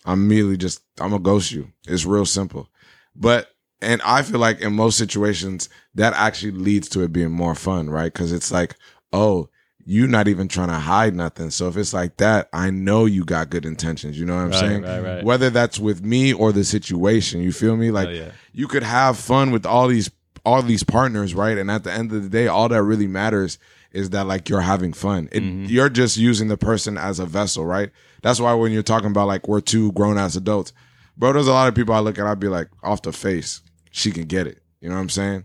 C: I'm immediately just I'm gonna ghost you. It's real simple. But and I feel like in most situations that actually leads to it being more fun, right? Because it's like, oh, you not even trying to hide nothing. So if it's like that, I know you got good intentions. You know what I'm
A: Right,
C: saying?
A: right, right.
C: Whether that's with me or the situation, you feel me? Like
A: Oh, yeah.
C: you could have fun with all these all these partners, right? And at the end of the day, all that really matters is that like you're having fun. It, You're just using the person as a vessel, right? That's why when you're talking about like we're two grown ass adults, bro, there's a lot of people I look at, I'd be like, off the face, she can get it. You know what I'm saying?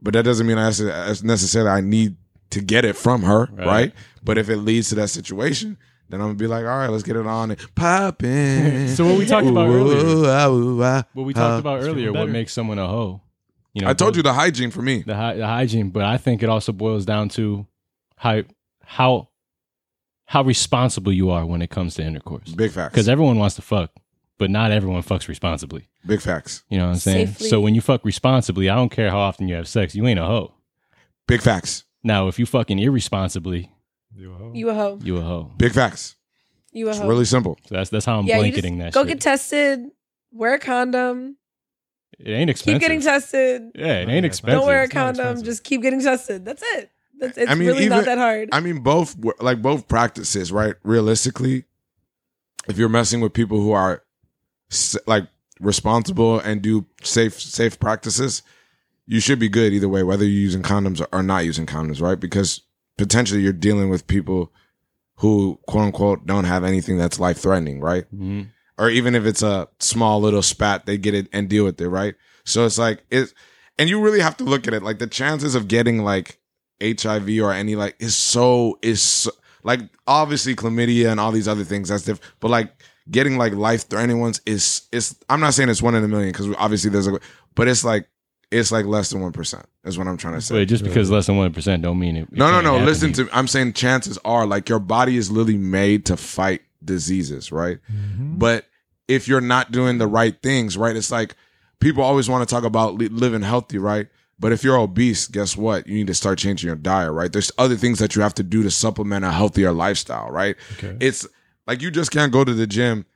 C: But that doesn't mean I s- as necessarily I need to get it from her, right? But if it leads to that situation, then I'm gonna be like, all right, let's get it on and popping.
A: So what we talked about earlier,
C: earlier.
A: what we talked about earlier, what makes someone a hoe? You know,
C: I told
A: those-
C: you the hygiene for me.
A: the, hy- the hygiene, but I think it also boils down to how how how responsible you are when it comes to intercourse.
C: Big facts.
A: Because everyone wants to fuck, but not everyone fucks responsibly.
C: Big facts.
A: You know what I'm saying?
B: Safely.
A: So when you fuck responsibly, I don't care how often you have sex, you ain't a hoe.
C: Big facts.
A: Now, if you fucking irresponsibly,
B: You a hoe.
A: you a hoe.
C: Big facts.
B: You a
C: It's
B: hoe.
C: really simple.
A: So that's that's how I'm
B: yeah, you
A: blanketing that.
B: just go
A: shit.
B: get tested. Wear a condom.
A: it ain't
B: Keep
A: expensive.
B: getting tested.
A: yeah, it
E: Oh, yeah,
A: ain't
E: it's not-
A: expensive.
B: Don't wear a
E: It's not
B: condom.
E: expensive.
B: Just keep getting tested. That's it. That's, it's
C: I mean,
B: really
C: even-
B: not that hard.
C: I mean, both were- like both practices, right? Realistically, if you're messing with people who are s- like responsible and do safe safe practices, you should be good either way, whether you're using condoms or not using condoms, right? Because potentially you're dealing with people who quote unquote don't have anything that's life threatening, right?
A: Mhm.
C: Or even if it's a small little spat, they get it and deal with it, right? So it's like it's and you really have to look at it like the chances of getting like HIV or any like is so is so, like obviously chlamydia and all these other things that's different, but like getting like life threatening ones is is I'm not saying it's one in a million because obviously there's a but it's like it's like less than one percent is what I'm trying to say.
A: Wait, just because less than one percent don't mean it.
C: No, no, no. Listen to I'm saying chances are like your body is literally made to fight diseases, right?
E: Mm-hmm.
C: But if you're not doing the right things, right? It's like people always want to talk about li- living healthy, right? But if you're obese, guess what? You need to start changing your diet, right? There's other things that you have to do to supplement a healthier lifestyle, right?
E: Okay.
C: It's like you just can't go to the gym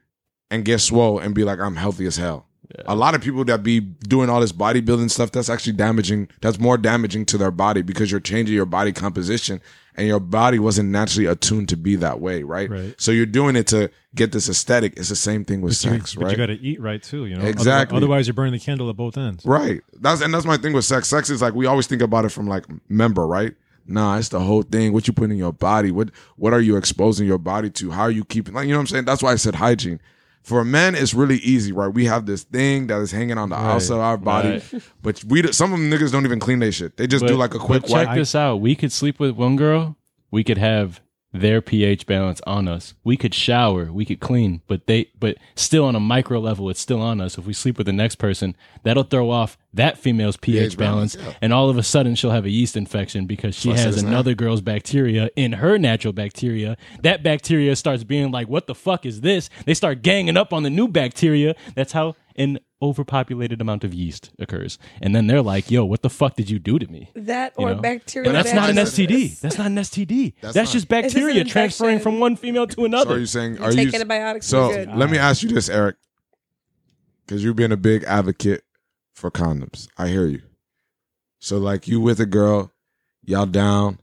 C: and get swole and be like, I'm healthy as hell. A lot of people that be doing all this bodybuilding stuff, that's actually damaging. That's more damaging to their body because you're changing your body composition and your body wasn't naturally attuned to be that way, right?
E: Right.
C: So you're doing it to get this aesthetic. It's the same thing with
E: You-
C: sex,
E: but
C: right?
E: you got to eat right too, you know. Other-
C: Exactly.
E: Otherwise, you're burning the candle at both ends.
C: Right. That's and that's my thing with sex. Sex is like we always think about it from like member, right? Nah, it's the whole thing. What you put in your body. What what are you exposing your body to? How are you keeping like you know what I'm saying? That's why I said hygiene. For men, it's really easy, right? We have this thing that is hanging on the outside of our body, but we do- some of them niggas don't even clean their shit. They just do like a quick
A: But check
C: wipe.
A: this out. We could sleep with one girl. We could have their pH balance on us. We could shower. We could clean. But they, but still on a micro level, it's still on us. If we sleep with the next person, that'll throw off that female's pH, balance,
C: balance, yeah.
A: and all of a sudden she'll have a yeast infection because she
C: That's what I said
A: has
C: just now.
A: another girl's bacteria in her natural bacteria. That bacteria starts being like, "What the fuck is this?" They start ganging up on the new bacteria. That's how. An overpopulated amount of yeast occurs, and then they're like, "Yo, what the fuck did you do to me?"
B: That
A: You
B: or
A: know?
B: bacteria.
A: But that's not an
B: vaginosis.
A: STD. That's not an STD. That's,
C: That's not-
A: just bacteria
B: It's just an
A: transferring
B: infection.
A: from one female to
C: So
A: another.
C: are you saying
B: You
C: are
B: take
C: you
B: antibiotics.
C: So
B: So good.
C: let me ask you this, Eric, because you're being a big advocate for condoms. I hear you. So like you with a girl, y'all down,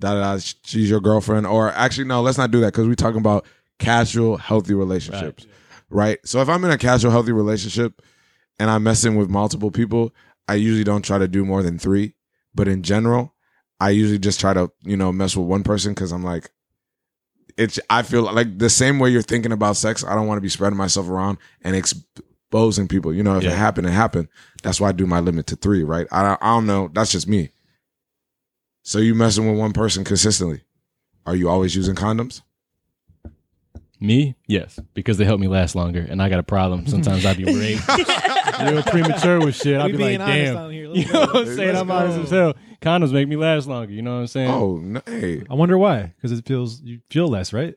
C: da da. da, She's your girlfriend, or actually no, let's not do that because we're talking about casual, healthy relationships, right. So if I'm in a casual, healthy relationship and I'm messing with multiple people, I usually don't try to do more than three. But in general, I usually just try to you know mess with one person because I'm like it's I feel like the same way you're thinking about sex. I don't want to be spreading myself around and exposing people. You know, if
A: Yeah.
C: it happened, it happened. That's why I do my limit to three, right? I I don't know. That's just me. So you messing with one person consistently? Are you always using condoms?
A: me? Yes, because they help me last longer, and I got a problem. Sometimes I be real, real premature with shit. I be like, damn.
E: here.
A: You know what I'm saying?
C: Let's
A: I'm honest
E: go.
A: as hell. Condoms make me last longer. You know what I'm saying?
C: Oh no! Hey,
E: I wonder why. Because it feels you feel less, right?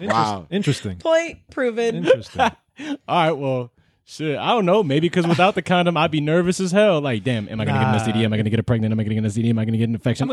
C: Wow.
E: Interesting.
B: Point proven.
E: Interesting.
A: All right. Well, shit. I don't know. Maybe because without the condom, I'd be nervous as hell. Like, damn, am I gonna get an STD? Am I gonna get a pregnant? Am I gonna get an STD? Am I gonna get an infection?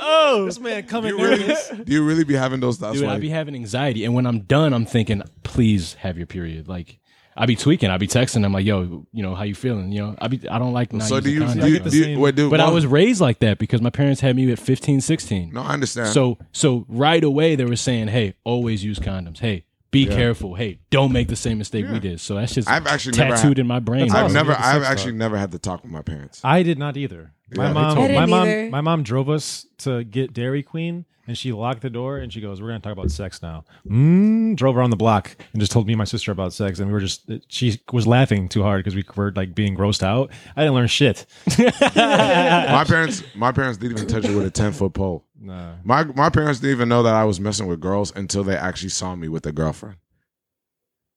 A: oh,
E: this man
C: do
E: coming
C: you really, do you really be having those thoughts?
A: Dude,
C: like,
A: I be having anxiety, and when I'm done, I'm thinking, please have your period. Like, I be tweaking, I be texting. I'm like, yo, you know, how you feeling? You know, I be, I don't like. Not
C: so do
A: using condoms.
C: you? Do you,
E: the
C: do you-
E: same-
C: wait, dude,
A: but I
C: one-
A: was raised like that because my parents had me at 15, 16.
C: no, I understand.
A: So, so right away they were saying, hey, always use condoms. Hey, be careful. Hey, don't make the same mistake we did. So that's just
C: I've actually never
A: tattooed
C: had-
A: in my brain.
E: That's
A: bro.
C: I've
E: awesome.
C: never,
E: You get the
C: I've
E: sex
C: actually never had to talk with my parents.
E: I did not either. My
C: Yeah, they
E: mom,
C: told
E: my
B: me. I
E: mom,
B: didn't either.
E: my mom drove us to get Dairy Queen, and she locked the door and she goes, "We're going to talk about sex now." Mm, drove around the block and just told me and my sister about sex, and we were just she was laughing too hard because we were like being grossed out. I didn't learn shit.
C: my parents, my parents didn't even touch it with a ten foot pole.
E: Nah.
C: My my parents didn't even know that I was messing with girls until they actually saw me with a girlfriend.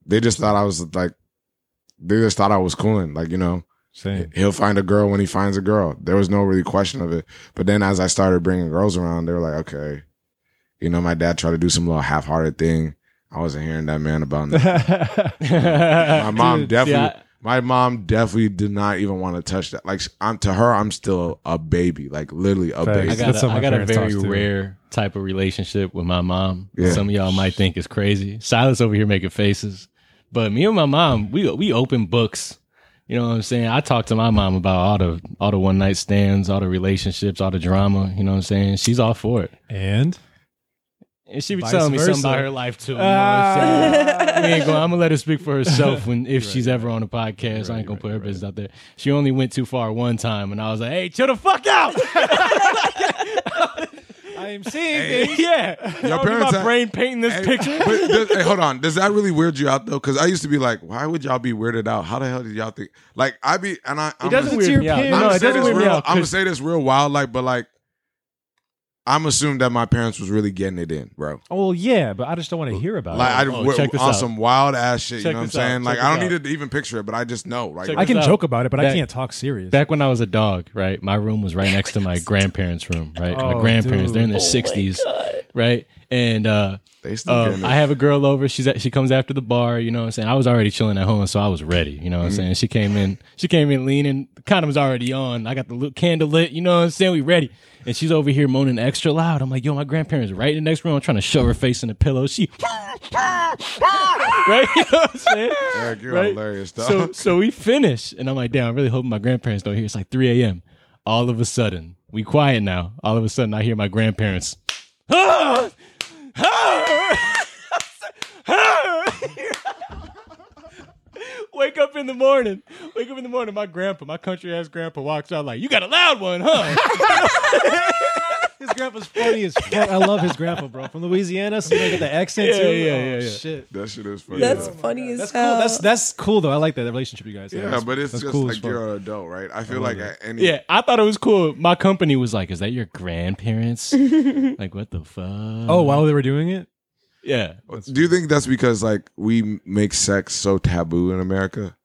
C: They just thought I was like, they just thought I was cooling. Like you know,
E: Same.
C: he'll find a girl when he finds a girl. There was no really question of it. But then as I started bringing girls around, they were like, okay, you know, my dad tried to do some little half hearted thing. I wasn't hearing that man about nothing. My mom
A: Dude, see,
C: definitely.
A: I-
C: my mom definitely did not even want to touch that. Like I'm to her, I'm still a baby, like literally a
E: Facts.
C: baby.
A: I
E: That's
A: got, a,
E: how my
A: I got a
E: parents
A: very
E: talk, too.
A: rare type of relationship with my mom.
C: Yeah.
A: Some of y'all might think it's crazy. Silas over here making faces, but me and my mom, we we open books. You know what I'm saying? I talk to my mom about all the all the one night stands, all the relationships, all the drama. You know what I'm saying? She's all for it,
E: And
A: and she be
E: Vice
A: telling me something
E: versa. Ah.
A: about her life too. You know what
B: Oh
A: I'm saying? we ain't gonna, I'm gonna let her speak for herself when if she's ever on a podcast. I ain't gonna put her business out there. She only went too far one time, and I was like, "Hey, chill the fuck out." am seeing
E: yeah.
C: Your parents
A: my
C: had-
A: brain painting this
C: Hey,
A: picture.
C: but does- hey, hold on. Does that really weird you out though? Because I used to be like, why would y'all be weirded out? How the hell did y'all think? Like I be and I. I'm
E: It doesn't
C: gonna-
E: weird
A: your
E: me out.
A: parents-
C: I'm
A: No,
C: gonna
A: it
C: say
A: doesn't
C: this
A: weird me
C: real-
A: out,
C: I'm gonna
A: 'cause-
C: say this real wild, like, but like, I'm assumed that my parents was really getting it in, bro.
E: Oh well, yeah, but I just don't want to hear about
C: Like I
E: it.
A: Oh,
C: we're-
A: check this
C: on
A: out.
C: some wild ass shit.
A: Check
C: you know what I'm
A: this out.
C: saying? Like
A: Check
C: I don't
A: this
C: need to even picture it, but I just know, right?
A: Check
E: I can
A: Without-
E: joke about it, but I
A: that-
E: can't talk serious.
A: Back when I was a dog, right? My room was right next to my grandparents' room, right?
E: Oh,
A: my grandparents, they're in their
E: dude.
A: 60s, right? And uh,
C: they still
A: um,
C: getting
A: I
C: it.
A: have a girl over. She's at, she comes after the bar. You know what I'm saying? I was already chilling at home, so I was ready. You
C: Mm-hmm.
A: know what I'm saying? She came in. She came in leaning. The condom's already on. I got the little candle lit. You know what I'm saying? We ready. And she's over here moaning extra loud. I'm like, yo, my grandparents right in the next room. I'm trying to shove her face in the pillow. She, right? You know what I'm saying?
C: Eric, you're
A: right?
C: hilarious, dog.
A: So so we finish, and I'm like, damn, I'm really hoping my grandparents don't hear. It's like 3 a.m. All of a sudden, we quiet now. All of a sudden, I hear my grandparents. "Ah! Ah!" Ah! Wake up in the morning. Wake up in the morning. My grandpa, my country ass grandpa, walks out like, "You got a loud one, huh?"
E: his grandpa's funny as fuck. I love his grandpa, bro. From Louisiana, so you know, get the accent
A: Yeah,
E: too.
A: yeah,
E: Oh,
A: yeah, yeah.
E: Shit.
C: that shit is funny.
B: That's
C: though.
B: funny as
E: That's cool.
B: hell.
E: That's that's cool though. I like that, that relationship you guys. have.
C: yeah,
E: That's-
C: but it's
E: that's
C: just
E: cool as
C: like
E: fuck.
C: you're an adult, right? I feel like at any
A: yeah, I thought it was cool. My company was like, "Is that your grandparents?" like, what the fuck?
E: Oh, while they were doing it,
A: yeah.
C: Do you think that's because like we make sex so taboo in America?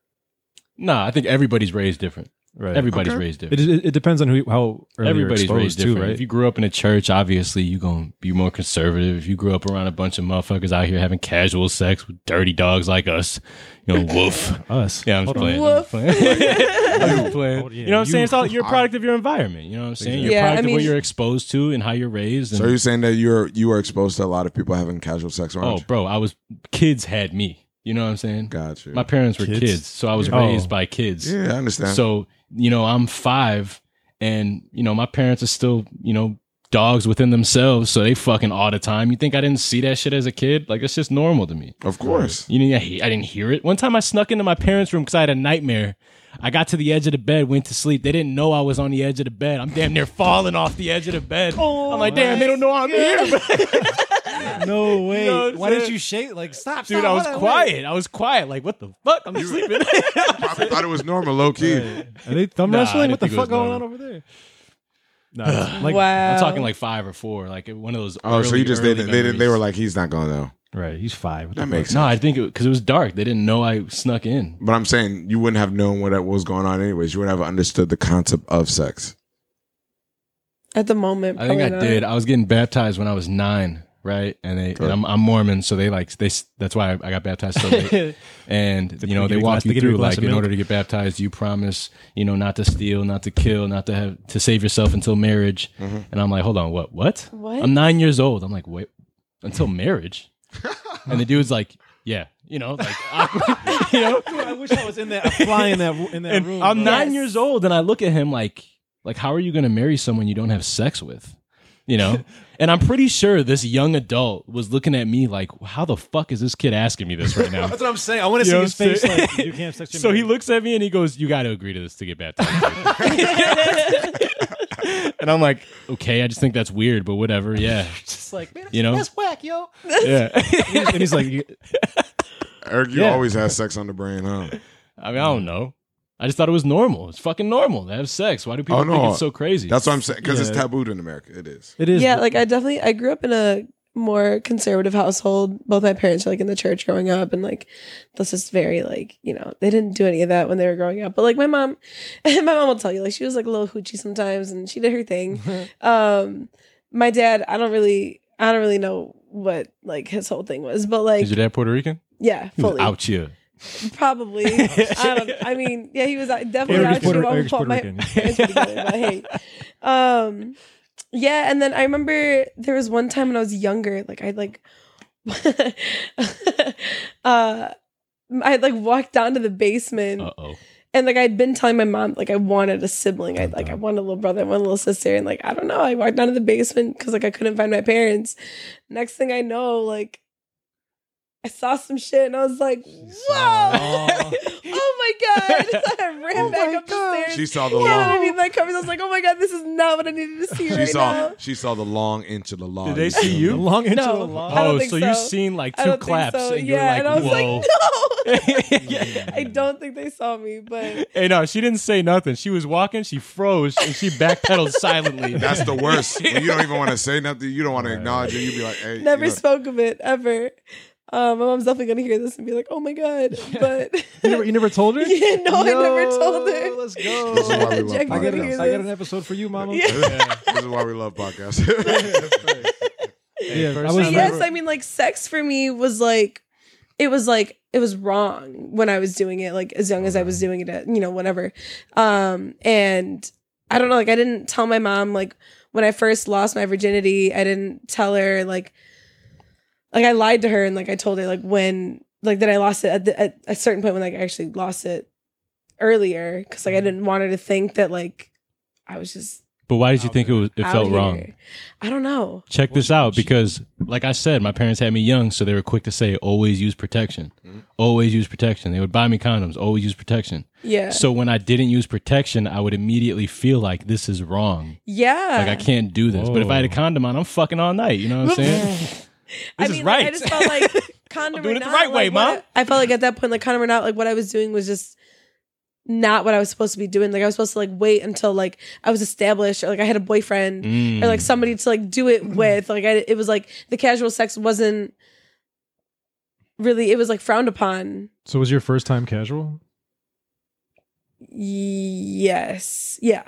A: Nah, I think everybody's raised different.
E: right?
A: Everybody's
C: Okay.
A: raised different.
E: It, it, it depends on who how early
A: Everybody's
E: you're
A: raised
E: exposed to,
A: different.
E: right?
A: If you grew up in a church, obviously you're going to be more conservative. If you grew up around a bunch of motherfuckers out here having casual sex with dirty dogs like us, you know, woof.
E: Us,
A: Yeah, I'm just
E: Hold
A: playing.
E: on.
A: I'm
B: Woof.
A: just playing. I'm just
E: Oh,
A: playing.
E: yeah,
A: You know what I'm
E: you.
A: saying? It's all you're a product of your environment. You know what I'm saying? You're a
B: Yeah,
A: product
B: I
A: of what
B: mean-
A: you're exposed to and how you're raised.
C: So you're
A: And,
C: saying that you're you are exposed to a lot of people having casual sex around
A: oh,
C: you?
A: bro, I was kids had me. You know what I'm saying?
C: Got you.
A: My parents were
E: Kids?
A: kids, so I was
E: Yeah.
A: raised
E: Oh.
A: by kids.
C: yeah, I understand.
A: So, you know, I'm five and, you know, my parents are still, you know, dogs within themselves. So they fucking all the time. You think I didn't see that shit as a kid? Like, it's just normal to me.
C: of course.
A: You know, I, he- I didn't hear it. One time I snuck into my parents' room because I had a nightmare. I got to the edge of the bed, went to sleep. They didn't know I was on the edge of the bed. I'm damn near falling off the edge of the bed. I'm like, damn, they don't know I'm here.
E: No way.
A: know what I'm
E: Why didn't
A: saying?
E: you shake? Like, stop,
A: Dude,
E: stop,
A: I was
E: hold on, wait.
A: quiet. I was quiet. Like, what the fuck? I'm sleeping.
C: I thought it was normal, low key.
E: Are they thumb
A: Nah, I
E: wrestling?
A: didn't
E: What the
A: think it was
E: fuck going on
A: normal.
E: over there? Nah, like,
B: wow.
A: I'm talking like five or four, like one of those.
C: Oh, so you
A: early,
C: just they,
A: early
C: they didn't they
A: memories.
C: were like he's not going though.
E: right, he's five. What the
C: That
E: fuck?
C: makes sense.
A: No, I think because it, was dark. They didn't know I snuck in.
C: But I'm saying you wouldn't have known what was going on anyways. You would not have understood the concept of sex.
B: At the moment,
A: I think I
B: probably not.
A: did. I was getting baptized when I was nine, right? And they, and I'm, I'm Mormon, so they like they. s- That's why I, I got baptized so late. and
E: They
A: you know
E: give
A: they
E: you a glass-
A: walk
E: they
A: you
E: give you a
A: through
E: glass
A: like
E: of
A: in
E: milk.
A: order to get baptized, you promise you know not to steal, not to kill, not to have to save yourself until marriage. And I'm like, hold on, what? What?
B: What?
A: I'm nine years old. I'm like, wait, until marriage? and the dude's like, yeah, you know, like awkward, you know.
E: I wish I was in that, fly in that, in that
A: and
E: room.
A: I'm
E: bro.
A: nine
B: Yes.
A: years old, and I look at him like, like, how are you going to marry someone you don't have sex with? You know, and I'm pretty sure this young adult was looking at me like, how the fuck is this kid asking me this right now?
E: That's what I'm saying. I want
A: You
E: to see
A: know
E: his
A: what I'm
E: face.
A: saying?
E: Like, you can't have sex with
A: so
E: me.
A: he looks at me and he goes, "You got to agree to this to get baptized." dude." and I'm like, "Okay, I just think that's weird, but whatever, yeah,
E: just like, man,
A: you know,
E: that's whack, yo.
A: yeah."
E: and he's like, you-
C: Eric, you
E: Yeah.
C: always had sex on the brain, huh?
A: I mean, I don't know. I just thought it was normal. It's fucking normal to have sex. Why do people
C: Oh, no.
A: think it's so crazy?
C: That's what I'm saying because it's
E: Yeah.
C: tabooed in America. It is.
E: it is.
B: yeah, like I definitely I grew up in a more conservative household. Both my parents were like in the church growing up, and like this is very like you know they didn't do any of that when they were growing up. But like my mom, my mom will tell you like she was like a little hoochie sometimes, and she did her thing. um, my dad, I don't really, I don't really know what like his whole thing was, but like
A: Is your dad Puerto Rican?
B: yeah,
A: He was
B: fully
A: out here.
B: probably. I don't. I mean, yeah, he was out- definitely
E: Eric's
B: out here.
E: Puerto,
B: My-
E: Eric's Puerto
B: my-
E: Rican.
B: it's pretty good, but hey. Um, yeah, and then I remember there was one time when I was younger, like I like, uh, I had like walked down to the basement,
A: Uh oh.
B: and like I'd been telling my mom like I wanted a sibling, I like I wanted a little brother, I wanted a little sister, and like I don't know, I walked down to the basement because like I couldn't find my parents. Next thing I know, like I saw some shit and I was like, whoa. oh my God. I ran back up the stairs.
C: She saw the
B: Yeah,
C: long.
B: underneath that covers. I was like, oh my God, this is not what I needed to see
C: She
B: right
C: saw.
B: now.
C: She saw the long inch of the law.
A: Did they see
E: The
A: you?
E: long into
B: No.
E: the long.
B: I don't
A: Oh,
B: think
A: so
B: so.
A: you've seen like
B: I
A: two
B: don't
A: claps
B: think so.
A: and you're
B: yeah, and I
A: like,
B: was
A: whoa.
B: like,
A: yeah.
B: no. I don't think they saw me, but
A: Hey, no, she didn't say nothing. She was walking, she froze, and she backpedaled silently.
C: That's the worst. when you don't even want to say nothing. You don't want to acknowledge it. You be like, hey. you
B: never
C: know,
B: spoke of it ever. Um, my mom's definitely gonna hear this and be like, oh my God. But
E: You never, you never told her?
B: Yeah, no, I never told
E: Yo,
B: her.
E: Let's
C: This is
E: go.
C: why we love
B: Jack,
E: I
B: I
E: got,
B: gotta
E: an,
B: hear
C: podcasts.
E: I got an
B: this.
E: episode for you, mama.
B: Yeah.
C: this is why we love podcasts.
E: Yeah, I
A: first
E: was-
A: time
B: yes,
A: ever-
B: I mean, like, sex for me was like, it was like, it was wrong when I was doing it, like, as young as I was
A: Uh-huh.
B: doing it, at, you know, whenever. Um, and I don't know, like, I didn't tell my mom, like, when I first lost my virginity, I didn't tell her, like, like, I lied to her and, like, I told her, like, when, like, that I lost it at, the, at a certain point when, like, I actually lost it earlier because,
A: Mm-hmm.
B: like, I didn't want her to think that, like, I was just.
A: But why did you think it was it
B: out
A: felt
B: here.
A: wrong?
B: I don't know.
A: Check this
E: Well,
A: out
E: she-
A: because, like I said, my parents had me young, so they were quick to say, always use protection. Always use protection. They would buy me condoms, always use protection.
B: Yeah.
A: So when I didn't use protection, I would immediately feel like this is wrong.
B: yeah.
A: Like I can't do this. But if I had a
E: Whoa.
A: condom on, I'm fucking all night. You know what I'm saying?
B: I
A: This is
B: mean, like, I
A: right.
B: just felt like condom
A: doing
B: or
A: it the
B: not,
A: right way,
B: like, what
A: Mom.
B: I, I felt like at that point, like condom or not, like what I was doing was just not what I was supposed to be doing. Like I was supposed to like wait until like I was established or like I had a boyfriend
A: Mm.
B: or like somebody to like do it with. Like I, it was like the casual sex wasn't really. It was like frowned upon.
E: So was your first time casual?
B: Yes. Yeah.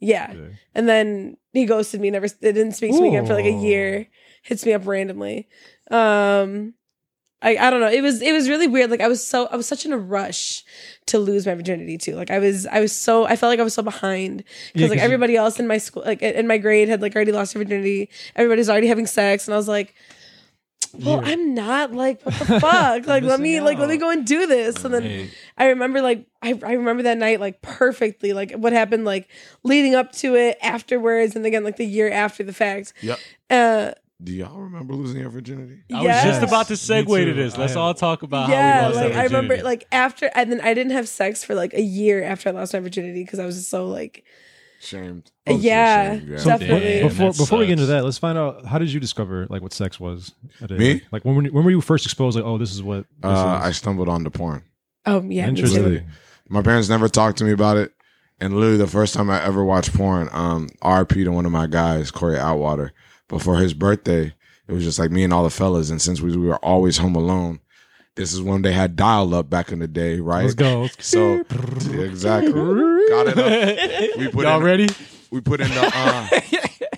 B: Yeah. And then he ghosted me, never it didn't speak to me again for like a
E: Ooh.
B: year. Hits me up randomly. Um I, I don't know. It was it was really weird. Like I was so I was such in a rush to lose my virginity too. Like I was I was so I felt like I was so behind because
E: Yeah, 'cause
B: like
E: you-
B: everybody else in my school like in my grade had like already lost their virginity. Everybody's already having sex, and I was like, well,
E: Yeah.
B: I'm not like what the fuck. like let
E: missing
B: me like let me
E: out.
B: go and do this. And then
A: Hey.
B: I remember like I, I remember that night like perfectly like what happened like leading up to it afterwards and again like the year after the fact.
C: Yep.
B: Uh
C: Do y'all remember losing your virginity?
A: I
B: yeah.
A: was just about to
E: Yes. Me
A: segue to
E: too.
A: this. Let's
E: I-
A: all talk about
B: yeah,
A: how we lost
B: like
A: our
B: I remember
A: virginity.
B: like after and then I didn't have sex for like a year after I lost my virginity because I was just so like
C: Shamed.
A: Uh,
B: Oh, yeah,
C: Shamed,
E: So
B: Definitely.
E: be-
A: Damn,
E: before
A: that
E: before we get into
A: sucks.
E: that, let's find out how did you discover like what sex was? At a-
C: Me?
E: Like when were, you- when were you first exposed? Like oh, this is what. This
C: Uh, I
E: is.
C: stumbled onto porn.
B: oh yeah, me too.
E: Interesting.
C: My parents never talked to me about it. And literally the first time I ever watched porn, um, RP to one of my guys, Corey Outwater, but for his birthday, it was just like me and all the fellas. And since we, we were always home alone, this is when they had dial up back in the day, right?
E: Let's go.
C: So exactly. Got it up. We put
A: Y'all
C: in,
A: ready?
C: we put in the uh,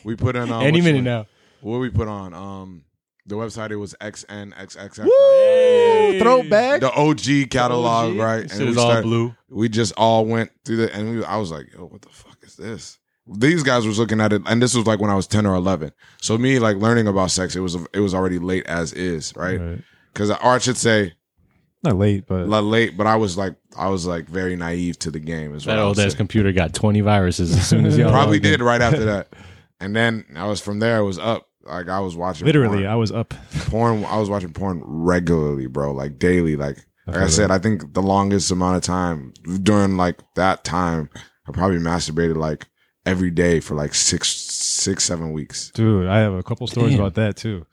C: we put in um,
A: Any
C: what's
A: minute
C: the-
A: now.
C: What we put on? Um the website it was XNXXX.
A: Hey.
E: Throwback.
C: The OG catalog,
E: OG.
C: right?
A: Shit is all
C: started-
A: blue.
C: we just all went through the and we, I was like, yo, what the fuck is this? These guys was looking at it, and this was like when I was ten or eleven. So me like learning about sex, it was it was already late as is, right?
E: Right.
C: Because or I should say
E: Not late, but
C: la- late, but I was like I was like very naive to the game. Is what
A: That
C: I
A: old
C: would
A: ass
C: say.
A: computer got 20 viruses as soon as y'all
C: probably
A: logged in.
C: did right after that, and then I was from there. I was up like I was watching
E: literally,
C: porn.
E: I was up.
C: porn. I was watching porn regularly, bro, like daily, like like I
E: Okay.
C: said, I think the longest amount of time during like that time, I probably masturbated like every day for like six, six, seven weeks.
E: Dude, I have a couple stories
A: Damn.
E: about that too.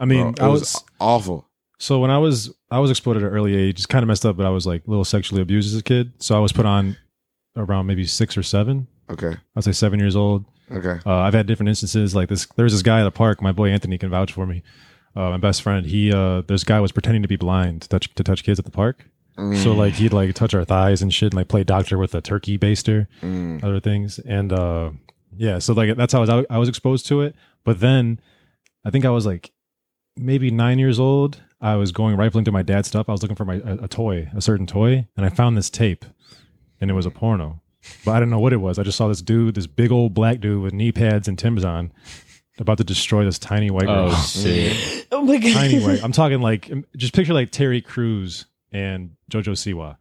E: I mean,
C: Bro,
E: I
C: it
E: was,
C: awful.
E: so when I was I was exposed at an early age. It's kind of messed up, but I was like a little sexually abused as a kid. So I was put on around maybe six or seven.
C: Okay,
E: I'd say seven years old.
C: okay.
E: Uh, I've had different instances like this. There was this guy at the park. My boy Anthony can vouch for me. Uh, my best friend. He uh, this guy was pretending to be blind to touch to touch kids at the park.
C: Mm,
E: So like he'd like touch our thighs and shit, and like play doctor with a turkey baster,
C: mm.
E: other things, and uh, yeah. So like that's how I was, I was exposed to it. But then I think I was like maybe nine years old. I was going rifling through my dad's stuff. I was looking for my a, a toy, a certain toy, and I found this tape, and it was a porno, but I didn't know what it was. I just saw this dude, this big old black dude with knee pads and timbs on, about to destroy this tiny white girl.
A: Oh, shit.
B: Oh my god.
E: um, tiny white. I'm talking like just picture like Terry Crews and JoJo Siwa.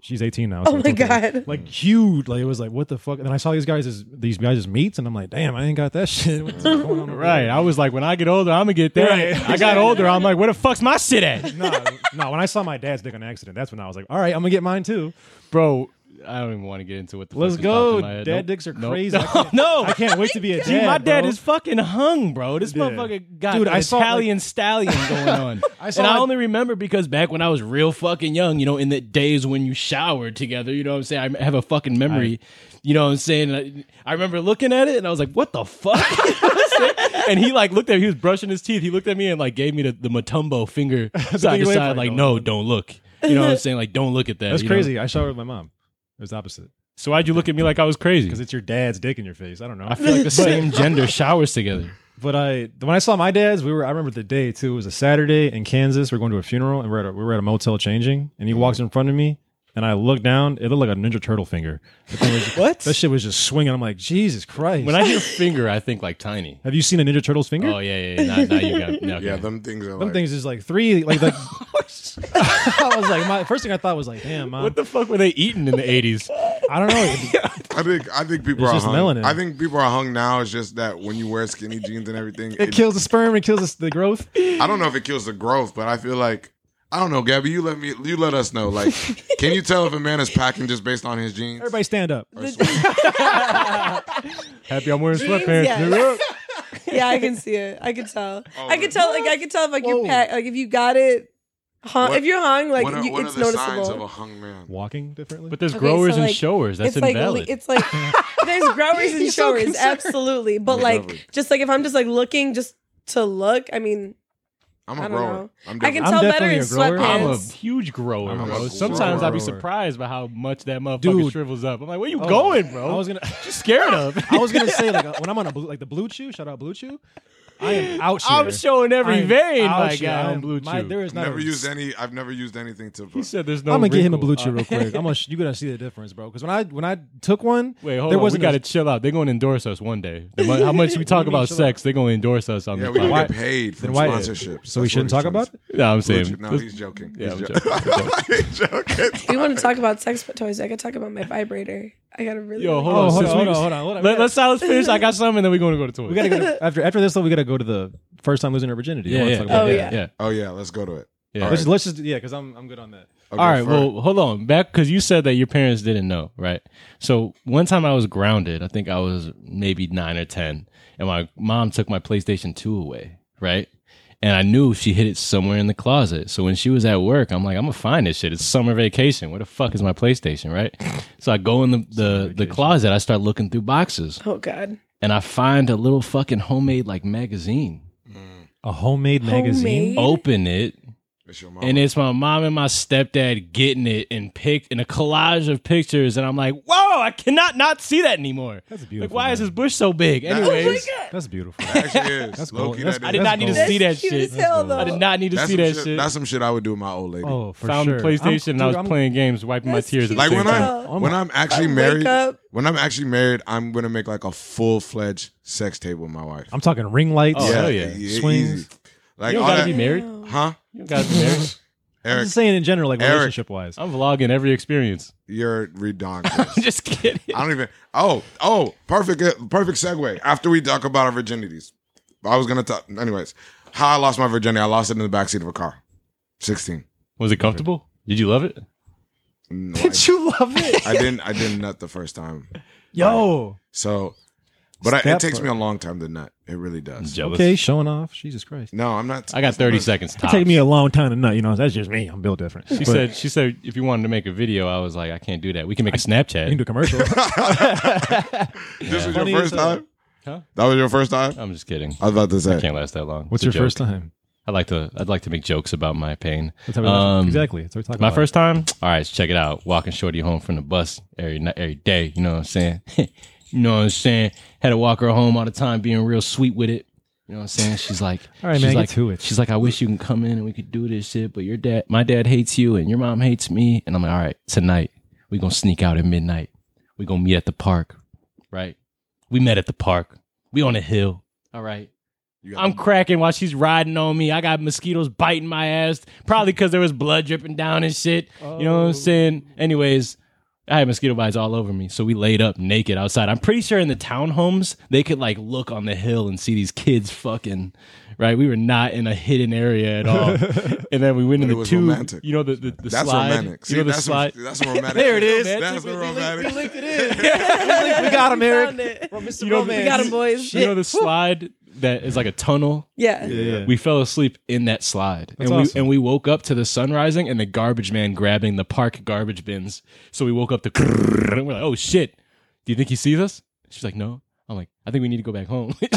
E: she's 18 now.
B: Oh
E: it's
B: my
E: okay.
B: God.
E: Like huge. Like it was like what the fuck. And then I saw these guys as these guys as meats, and I'm like, damn, I ain't got that shit. What's going on over
A: Right. I was like, when I get older, I'm gonna get that.
E: Right.
A: I got older. I'm like, where the fuck's my shit at,
E: there? No, no. When I saw my dad's dick on accident, that's when I was like, all right, I'm gonna get mine too.
A: bro? I don't even want to get into what the.
E: Let's
A: fuck just popped
E: go.
A: in my head.
E: Dad
A: Nope.
E: dicks are
A: Nope.
E: crazy. I can't-
A: no,
E: I can't wait to be a dad.
A: Dude, my dad
E: bro.
A: is fucking hung, bro. This
E: Yeah.
A: motherfucker got
E: Dude,
A: an
E: I saw, like-
A: Italian stallion going on.
E: I saw,
A: and I
E: like-
A: only remember because back when I was real fucking young, you know, in the days when you showered together, you know what I'm saying? I have a fucking memory. You know what I'm saying? I, I remember looking at it and I was like, what the fuck? and he like looked at me, he was brushing his teeth. He looked at me and like gave me the, the Matumbo finger side
E: you
A: to
E: wait
A: side,
E: for,
A: like,
E: like,
A: no, don't look. You know what I'm saying? Like, don't look at that.
E: That's
A: you know?
E: crazy. I showered with my mom. It was the opposite
A: So why'd you look at me like I was crazy?
E: because it's your dad's dick in your face. I don't know.
A: I feel like the same gender showers together.
E: But I when I saw my dad's, we were I remember the day too. It was a Saturday in Kansas. We are going to a funeral, and we're at a, we were at a motel changing, and
A: Mm-hmm.
E: he walks in front of me, and I looked down. It looked like a Ninja Turtle finger. The thing was-
A: What?
E: That shit was just swinging. I'm like, Jesus Christ!
A: When I hear finger, I think like tiny.
E: Have you seen a Ninja Turtle's finger?
A: Oh yeah, yeah, yeah. Now, now you got it. No,
C: Yeah,
A: okay.
C: them things are
E: Some
C: like,
E: things is like three. Like the, I was like, my first thing I thought was like, damn, mom.
A: What the fuck were they eating in the eighties?
E: I don't know.
C: I think I think people
E: It's
C: are
E: just
C: hung.
E: melanin.
C: I think people are hung now. It's just that when you wear skinny jeans and everything,
E: It
C: it-
E: kills the sperm. It kills the growth.
C: I don't know if it kills the growth, but I feel like I don't know, Gabby. You let me. You let us know. Like, can you tell if a man is packing just based on his jeans?
E: Everybody stand up.
A: Happy I'm wearing
B: Jeans,
A: sweatpants.
B: yes. yeah, I can see it. I can tell.
C: Oh,
B: I can tell. Like I can tell if like you're pack, like if you got it, hung,
C: What-
B: if you're hung, like
C: what are,
B: you,
C: what
B: it's
C: are the signs of a
B: noticeable.
C: hung man?
E: Walking differently.
A: But there's
B: Okay,
A: growers
B: so,
A: and
B: like,
A: showers. That's
B: it's like
A: invalid.
B: le- it's like there's growers and
E: He's so
B: showers,
E: concerned.
B: absolutely. But
C: He's
B: like
C: covered.
B: just like if I'm just like looking just to look, I mean,
C: I'm
B: I
C: a
B: don't
C: grower.
B: know.
C: I'm
B: I can
C: different.
E: I'm
B: tell better
E: definitely
B: in
E: a grower.
A: I'm a
B: sweatpants.
A: huge grower,
C: I'm a
A: bro.
C: grower.
A: Sometimes I'd be
E: Grower.
A: surprised by how much that motherfucker
E: Dude.
A: shrivels up. I'm like, where you
E: Oh,
A: going, bro?
E: I was gonna.
A: What you scared of?
E: I was gonna say like uh, when I'm on a blue, like the blue chew. Shout out blue chew. I am out here.
A: I'm showing every
E: I am
A: vein,
E: out
A: my
E: here.
A: guy,
E: I
A: on
E: am-
A: Blue
E: my-
A: Chew.
E: there is not
C: Never
E: a-
C: used any. I've never used anything to.
A: He said there's no.
E: I'm gonna get him a
A: wrinkle.
E: blue chew
A: Uh,
E: real quick. I'm gonna. sh- You gotta see the difference, bro. Because when I when I took one,
A: Wait, hold
E: there
A: on. We
E: wasn't
A: got to
E: a-
A: chill out. They're going to endorse us one day. The mu- how much we talk
E: mean,
A: about
E: chill
A: sex, they're going to endorse us on
C: Yeah,
A: the
C: we don't
E: why-
C: get paid for
E: then why-
C: sponsorships.
E: So we shouldn't talk about it.
A: No, I'm
C: Blue,
A: saying.
C: no, he's joking.
A: Yeah,
C: he's
A: I'm
C: joking. He's joking.
B: If you want to talk about sex toys, I could talk about my vibrator. I got a really.
A: Yo, hold
E: Oh,
A: on.
E: hold
A: so
E: on, hold
A: we-
E: on, hold on, hold on.
A: Let, us silence finish. I got something, and then we're going to go to toys.
E: We gotta go to, after after this though. We gotta go to the first time losing her virginity. I
A: Yeah,
E: wanna
A: yeah,
E: talk about
B: Oh,
E: that.
B: yeah.
C: Oh yeah, let's go to it.
A: Yeah.
E: Let's just, let's just yeah, because I'm I'm good on that.
C: I'll
A: All
C: go
A: right.
C: first.
A: Well, hold on. Back because you said that your parents didn't know, right? So one time I was grounded. I think I was maybe nine or ten, and my mom took my PlayStation Two away, right? And I knew she hid it somewhere in the closet. So when she was at work, I'm like, I'm gonna find this shit. It's summer vacation. Where the fuck is my PlayStation, right? So I go in the the, the closet. I start looking through boxes,
B: Oh God,
A: and I find a little fucking homemade like magazine.
E: A homemade magazine.
B: Homemade?
A: Open it.
C: Mm, it's your mom.
A: And it's my mom and my stepdad getting it and pick in a collage of pictures, and I'm like, whoa, I cannot not see that anymore.
E: That's
A: Like,
E: beautiful.
A: why is
E: man.
A: this bush so big?
B: Oh
C: That-
A: Anyways,
E: That's beautiful.
C: actually is.
E: That's
C: Low-key
E: gold.
C: that is.
E: That's-
A: I did not need to
E: That's
A: see that
B: cute
A: shit.
B: as hell,
E: That's
A: I
B: though.
A: did not need to
C: That's
A: see
C: some
A: that
C: shit-
A: shit.
C: That's some shit I would do with my old lady.
E: Oh, for
A: Found
E: sure.
A: the PlayStation and I was playing games, wiping my
B: That's
A: tears. At
B: cute.
A: the
C: like
A: same
C: when
A: time.
B: Oh.
C: I'm when I'm actually
B: Wake
C: married.
B: up.
C: When I'm actually married, I'm gonna make like a full fledged sex table with my wife.
E: I'm talking ring lights.
A: Oh, hell yeah.
C: e-
E: Swings.
C: easy. Like
A: you don't
C: all
A: gotta
C: that,
A: be married.
B: Wow.
C: huh?
A: You don't gotta be married.
E: I'm
C: Eric,
E: just saying in general, like
C: Eric.
E: relationship wise.
A: I'm vlogging every experience.
C: you're redonkulous.
A: I'm just kidding.
C: I don't even. Oh, oh, perfect, perfect segue. After we talk about our virginities, I was gonna talk. Anyways, how I lost my virginity, I lost it in the backseat of a car. Sixteen.
A: Was it comfortable? Did you love it?
C: No, I,
E: Did you love it?
C: I didn't. I didn't nut the first time.
E: Yo.
C: So, but I, it
E: Step
C: takes
E: up.
C: me a long time to nut. It really does.
A: Jealous.
E: Okay, showing off. Jesus Christ.
C: No, I'm not.
A: I got 30 seconds.
E: It
A: Tops.
E: take me a long time to nut. You know, that's just me. I'm built different.
A: She said. She said if you wanted to make a video, I was like, I can't do that. We can make a Snapchat.
E: into commercial.
C: This was
E: Funny
C: your
E: as
C: first
E: hell.
C: time.
A: Huh?
C: That was your first time.
A: I'm just kidding.
C: I was about to say.
A: Can't last that long.
E: What's your
A: It's a
E: first
A: joke.
E: time?
A: I like to. I'd like to make jokes about my pain.
E: That's how we laugh.
A: Um,
E: exactly. That's what we're talking
A: My
E: about.
A: first time. All right, check it out. Walking shorty home from the bus every night, every day. You know what I'm saying? you know what I'm saying? Had to walk her home all the time, being real sweet with it. You know what I'm saying? She's like,
E: All right,
A: she's
E: man, get
A: like,
E: to it.
A: She's like, I wish you can come in and we could do this shit, but your dad, my dad hates you, and your mom hates me. And I'm like, all right, tonight we gonna sneak out at midnight. We gonna meet at the park, right? We met at the park. We on a hill. All right.
C: You got
A: I'm
C: the-
A: cracking while she's riding on me. I got mosquitoes biting my ass, probably because there was blood dripping down and shit. You know what I'm saying? Anyways, I had mosquito bites all over me, so we laid up naked outside. I'm pretty sure in the townhomes they could like look on the hill and see these kids fucking. Right, we were not in a hidden area at all, and then we went in
C: it
A: the
C: was
A: tube.
C: romantic.
A: You know the the, the
C: That's
A: slide.
C: romantic. See,
A: you know the
C: that's
A: slide.
C: Some, that's some romantic.
A: There it is.
C: That's some romantic.
F: we got him,
B: Found
F: Eric.
B: it.
F: Mr.
A: You know,
F: Romance.
B: We got him, boys.
A: You know the slide that is like a tunnel
B: Yeah.
E: Yeah.
A: We fell asleep in that slide,
E: That's
A: and we
E: awesome.
A: and we woke up to the sun rising and the garbage man grabbing the park garbage bins. So we woke up to, grrrr, and we're like, "Oh shit! Do you think he sees us?" She's like, "No." I'm like, "I think we need to go back home."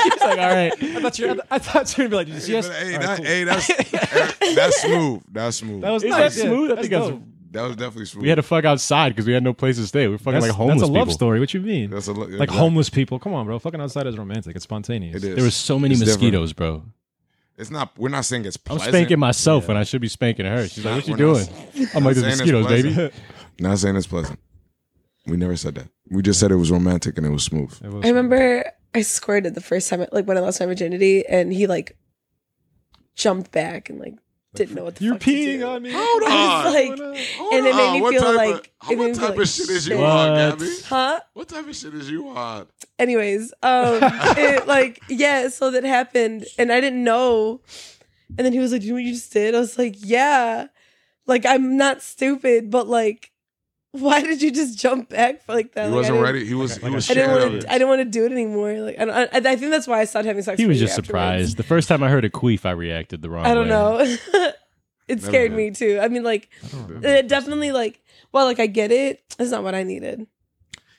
A: She's like, "All right."
F: I thought you were I thought you were going to be like, yes.
C: Hey,
F: All right,
C: that,
F: cool.
C: hey, that's Eric, that's smooth. That's smooth.
E: That was
A: Is
E: nice.
A: that smooth? I think that's-
E: dope.
C: that was definitely smooth.
A: We had to fuck outside because we had no place to stay. We were fucking
E: That's,
A: like homeless
E: that's a love
A: people.
E: story. What you mean?
C: that's a, lo-
E: like
C: exactly.
E: homeless people. Come on, bro. Fucking outside is romantic. It's spontaneous.
C: It is.
A: There were so many
C: It's different.
A: mosquitoes, bro.
C: It's not. We're not saying it's
A: I'm
C: pleasant.
A: spanking myself when I should be spanking her. She's like,
C: Nah,
A: "What you
C: we're
A: doing?"
C: not-
A: I'm like, "There's
C: saying it's
A: mosquitoes, baby."
C: pleasant. Not saying it's pleasant. We never said that. We just said it was romantic and it was smooth.
E: It was-
B: I remember I squirted the first time, like when I lost my virginity, and he like jumped back and like didn't know what the
E: You're
B: fuck to do.
E: peeing on me.
C: Hold
B: I was like, and it made
C: on,
B: me
C: what
B: feel
C: type of-
B: like
C: what
B: it made me feel
C: type
B: like,
C: of shit is you
B: shit.
C: on, Gabby?
B: Huh?
C: What type of shit is you on?
B: Anyways, um, it, like yeah, so that happened, and I didn't know. And then he was like, "Do you know what you just did?" I was like, "Yeah." Like I'm not stupid, but like, why did you just jump back for like that?
C: He
B: Like, I
C: wasn't
B: didn't-
C: ready. He was.
E: I
C: he was
B: I
E: didn't
C: scared
B: didn't
E: wanna-
C: of
B: want
C: it.
B: to. I didn't want to do it anymore. Like, I, don't, I, I think that's why I stopped having sex.
A: He
B: with
A: was
B: you
A: just
B: afterwards.
A: surprised. The first time I heard a queef, I reacted the wrong way.
B: I don't know. it
C: Never
B: scared
C: did.
B: me too. I mean, like, it definitely, like, well, like, I get it. It's not what I needed.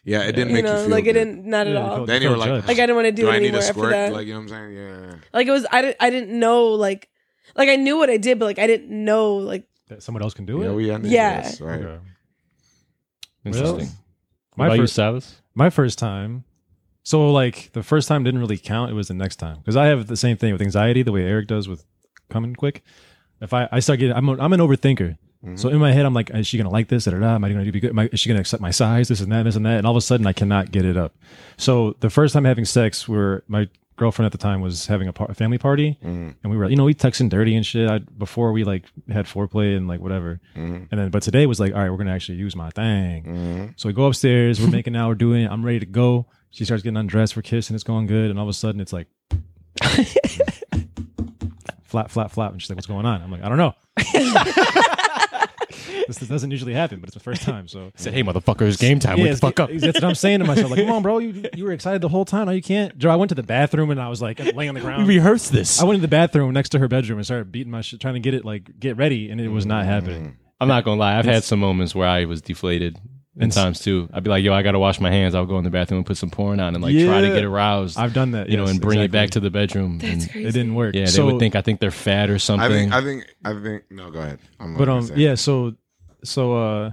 C: Yeah, it didn't
B: You
C: make
B: know,
C: you feel
B: like,
C: good.
B: it didn't, not at
E: Yeah,
B: all.
E: felt-
C: Then you
E: felt
C: were like,
E: judged.
B: Like, I didn't want to do,
C: Do
B: it
C: I need
B: anymore
C: a
B: after
C: squirt?
B: that.
C: Like
B: Like,
C: you know what I'm saying? Yeah.
B: it was, I didn't, I didn't know, like, like, I knew what I did, but, like, I didn't know, like,
E: That someone else can do it.
C: Yeah, we ended
B: Yeah.
C: this, right?
E: Okay.
A: Interesting.
E: Well,
A: What
E: my
A: about you,
E: first-
A: Silas?
E: my first time. So like the first time didn't really count. It was the next time because I have the same thing with anxiety, the way Eric does with coming quick. If I, I start getting, I'm, a, I'm an overthinker.
C: Mhm.
E: So in my head, I'm like, is she gonna like this? Da, da, da. Am I gonna do be good? Am I, is she gonna accept my size? This and that, this and that. And all of a sudden, I cannot get it up. So the first time having sex, where my girlfriend at the time was having a, par- a family party,
C: Mhm,
E: and we were, you know, we texting dirty and shit I, before we like had foreplay and like whatever.
C: mhm,
E: And then, but today was like, all right, we're gonna actually use my thing.
C: mhm.
E: So we go upstairs, we're making out, we're doing it, I'm ready to go. She starts getting undressed, we're kissing, it's going good, and all of a sudden it's like flap, flap, flap. And she's like, What's going on? I'm like, I don't know. this, this doesn't usually happen, but it's the first time. So
A: Said, "Hey, motherfucker, it's game time. Wake
E: Yeah,
A: the fuck up."
E: it's- That's what I'm saying to myself. Like, come on, bro, you, you were excited the whole time. Now you can't. Joe, I went to the bathroom and I was like laying on the ground.
A: rehearsed this.
E: I went to the bathroom next to her bedroom and started beating my shit, trying to get it like get ready, and it was
A: Mm.
E: not happening.
A: I'm not gonna lie. I've had some moments where I was deflated. And
E: It's-
A: times too, I'd be like, "Yo, I gotta wash my hands." I'll go in the bathroom and put some porn on and like try to
E: Yeah.
A: get aroused,
E: I've done that,
A: you know,
E: yes,
A: and bring it back to
E: exactly.
A: the bedroom.
B: that's
A: And,
B: crazy.
E: It didn't work.
A: yeah,
E: so,
A: they would think I think they're fat or
C: I
A: something.
C: think. I think. I think. No, go ahead. I'm not
E: but
C: gonna
E: um
C: say it.
E: yeah so so uh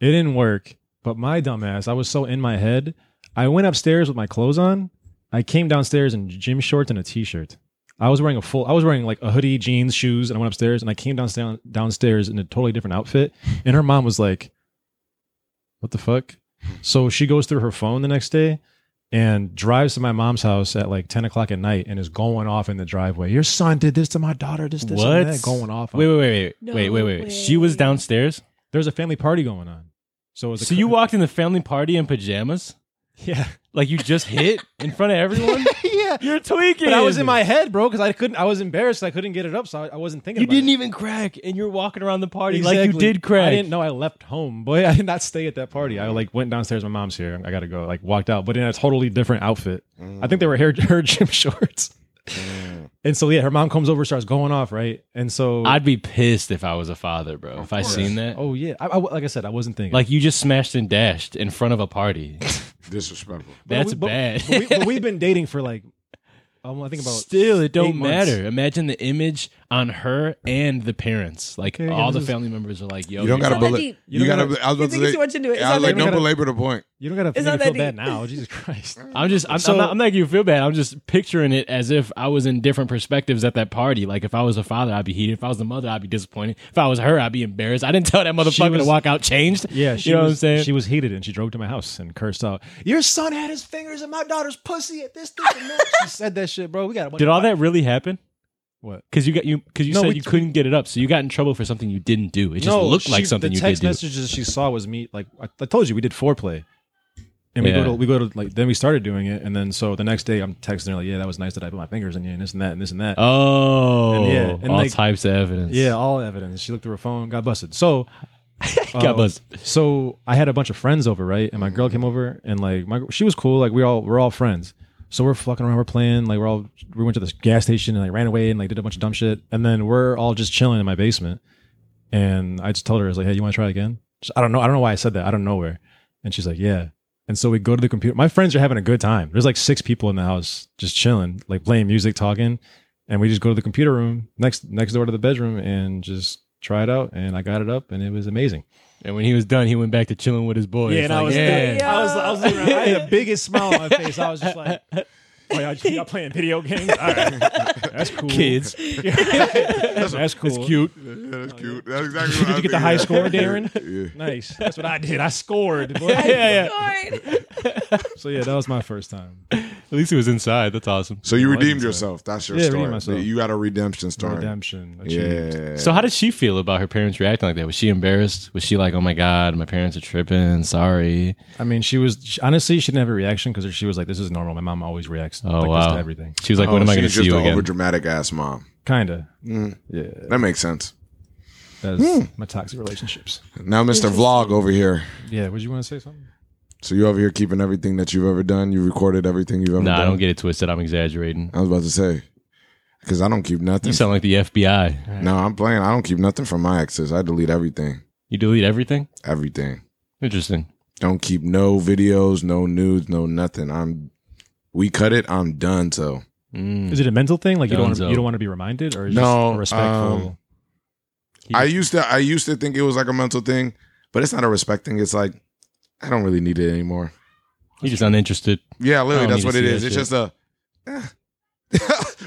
E: it didn't work but my dumbass i was so in my head i went upstairs with my clothes on i came downstairs in gym shorts and a t-shirt i was wearing a full i was wearing like a hoodie jeans shoes and i went upstairs and i came downstairs downstairs in a totally different outfit and her mom was like what the fuck so she goes through her phone the next day and drives to my mom's house at like 10 o'clock at night and is going off in the driveway your son did this to my daughter this this
A: What?
E: and that going off on
A: wait, wait, wait, wait,
B: No
A: wait, wait, wait. She was
B: way.
A: downstairs,
E: there's a family party going on. So it was a
A: so you walked in the family party in pajamas,
E: yeah
A: like you just hit in front of everyone.
E: yeah.
A: You're tweaking.
E: But I was in my head, bro, because I couldn't. I was embarrassed. I couldn't get it up, so I, I wasn't thinking.
A: You
E: about
A: didn't
E: it.
A: even crack, and you're walking around the party like you
E: Exactly.
A: did crack.
E: I didn't know. I left home, boy. I did not stay at that party. I like went downstairs. My mom's here. I gotta go. Like walked out, but in a totally different outfit.
C: Mm.
E: I think they were her, her gym shorts. And so yeah, her mom comes over, starts going off, right? And so
A: I'd be pissed if I was a father, bro. If I seen that,
E: oh yeah, I, I- like I said, I wasn't thinking.
A: like you just smashed and dashed in front of a party.
C: disrespectful.
E: But
A: That's
E: we- but-
A: bad.
E: But, we, but we've been dating for like, um, I think about
A: Still, it
E: eight
A: don't
E: months.
A: matter. Imagine the image. on her and the parents. Like
E: Okay,
A: all
E: this
A: the
E: is-
A: family members are like, "Yo,
C: You don't gotta
B: Not
C: believe-
B: deep.
E: You
C: You,
E: don't
C: gotta.
E: gotta-
C: I was about
B: You're
C: to
B: thinking
C: say.
B: too much into it. It's
C: I
B: not
C: was like,
B: that
E: you
C: don't
E: gotta-
C: belabor the point.
E: You don't gotta
B: It's
E: you
B: not
E: gotta feel
B: that
E: bad
B: deep.
E: now. Jesus Christ.
A: I'm just, I'm, I'm,
F: So-
A: not, I'm not making you feel bad. I'm just picturing it as if I was in different perspectives at that party. Like if I was a father, I'd be heated. If I was the mother, I'd be disappointed. If I was her, I'd be embarrassed. I didn't tell that motherfucker
E: was-
A: to walk out changed.
E: Yeah, she
A: you know
E: was,
A: what I'm saying.
E: She was heated and she drove to my house and cursed out. Your son had his fingers in my daughter's pussy at this thing. and that." she said that shit, bro. We got a bunch
A: Did
E: of-
A: all that really happen?
E: What?
A: Because you got you because you
E: No,
A: said
E: we-
A: you couldn't get it up, so you got in trouble for something you didn't do. It just looked like
E: she-
A: something
E: the
A: you
E: text
A: did
E: messages she saw was me. Like I, I told you, we did foreplay, and we
A: Yeah.
E: go to we go to like then we started doing it, and then so the next day I'm texting her like, yeah, that was nice that I put my fingers in you and this and that and this and that.
A: do. Oh,
E: And yeah, and
A: all
E: like-
A: types of evidence.
E: yeah, all evidence. She looked through her phone, got busted. So um,
A: got
E: uh,
A: buzzed.
E: So I had a bunch of friends over, right? And my girl came over, and like my she was cool. Like we all we're all friends. So we're fucking around, we're playing. Like we're all we went to this gas station and like ran away and like did a bunch of dumb shit. And then we're all just chilling in my basement. And I just told her I was like, hey, you want to try again? She's- I don't know. I don't know why I said that. I don't know where. And she's like, yeah. And so we go to the computer. My friends are having a good time. There's like six people in the house just chilling, like playing music, talking. And we just go to the computer room next next door to the bedroom and just try it out. And I got it up and it was amazing.
A: And when he was done, he went back to chilling with his boys.
E: Yeah, and I
A: Like,
E: was
A: yeah.
B: I was- I was
E: I had the biggest smile on my face. I was just like, "Wait, y'all playing video games? All right, that's cool.
A: kids.
E: that's cool.
A: It's cute.
C: Yeah, that's cute. That's exactly. what I
E: Oh, Did you
C: was
E: get the high score,
C: thinking.
E: Darren? Nice. That's what I did. I scored. boy.
B: Lord.
E: So yeah, that was my first time.
A: At least he was inside. That's awesome.
C: So you
E: Well, I
C: redeemed
E: didn't say-
C: yourself. That's your
E: Yeah, I
C: story.
E: redeemed myself.
C: You got a redemption story.
E: Redemption. achieved.
C: Yeah.
A: So how did she feel about her parents reacting like that? Was she embarrassed? Was she like, "Oh my god, my parents are tripping. Sorry."
E: I mean, she was she, honestly she didn't have a reaction because she was like, "This is normal." My mom always reacts
A: Oh,
E: like this
A: wow.
E: to everything.
A: She was like,
C: Oh,
A: "When am I going to
C: she's
A: see
C: just
A: you
C: an
A: again?"
C: overdramatic ass mom.
E: Kinda.
C: Mm.
E: Yeah.
C: That makes sense.
E: That's
C: Hmm.
E: my toxic relationships.
C: Now, Mr. Vlog over here.
E: Yeah. Would you want to say something?
C: So you over here keeping everything that you've ever done? You recorded everything you've ever
A: Nah, I
C: done?
A: don't get it twisted. I'm exaggerating.
C: I was about to say because I don't keep nothing.
A: You sound like the FBI.
C: no, I'm playing. I don't keep nothing from my exes. I delete everything.
A: You delete everything.
C: Everything.
A: Interesting.
C: Don't keep no videos, no nudes, no nothing. I'm. We cut it. I'm done. So
A: Mm.
E: Is it a mental thing? Like you don't wanna,
A: Dunzo.
E: you don't want to be reminded, or is
C: No,
E: just a
C: um,
E: respectful?
C: I used to. I used to think it was like a mental thing, but it's not a respect thing. It's like I don't really need it anymore.
A: You're just uninterested.
C: Yeah, literally,
A: I don't
C: that's
A: need
C: what
A: to
C: it
A: see that
C: is. It's
A: shit.
C: just a. eh.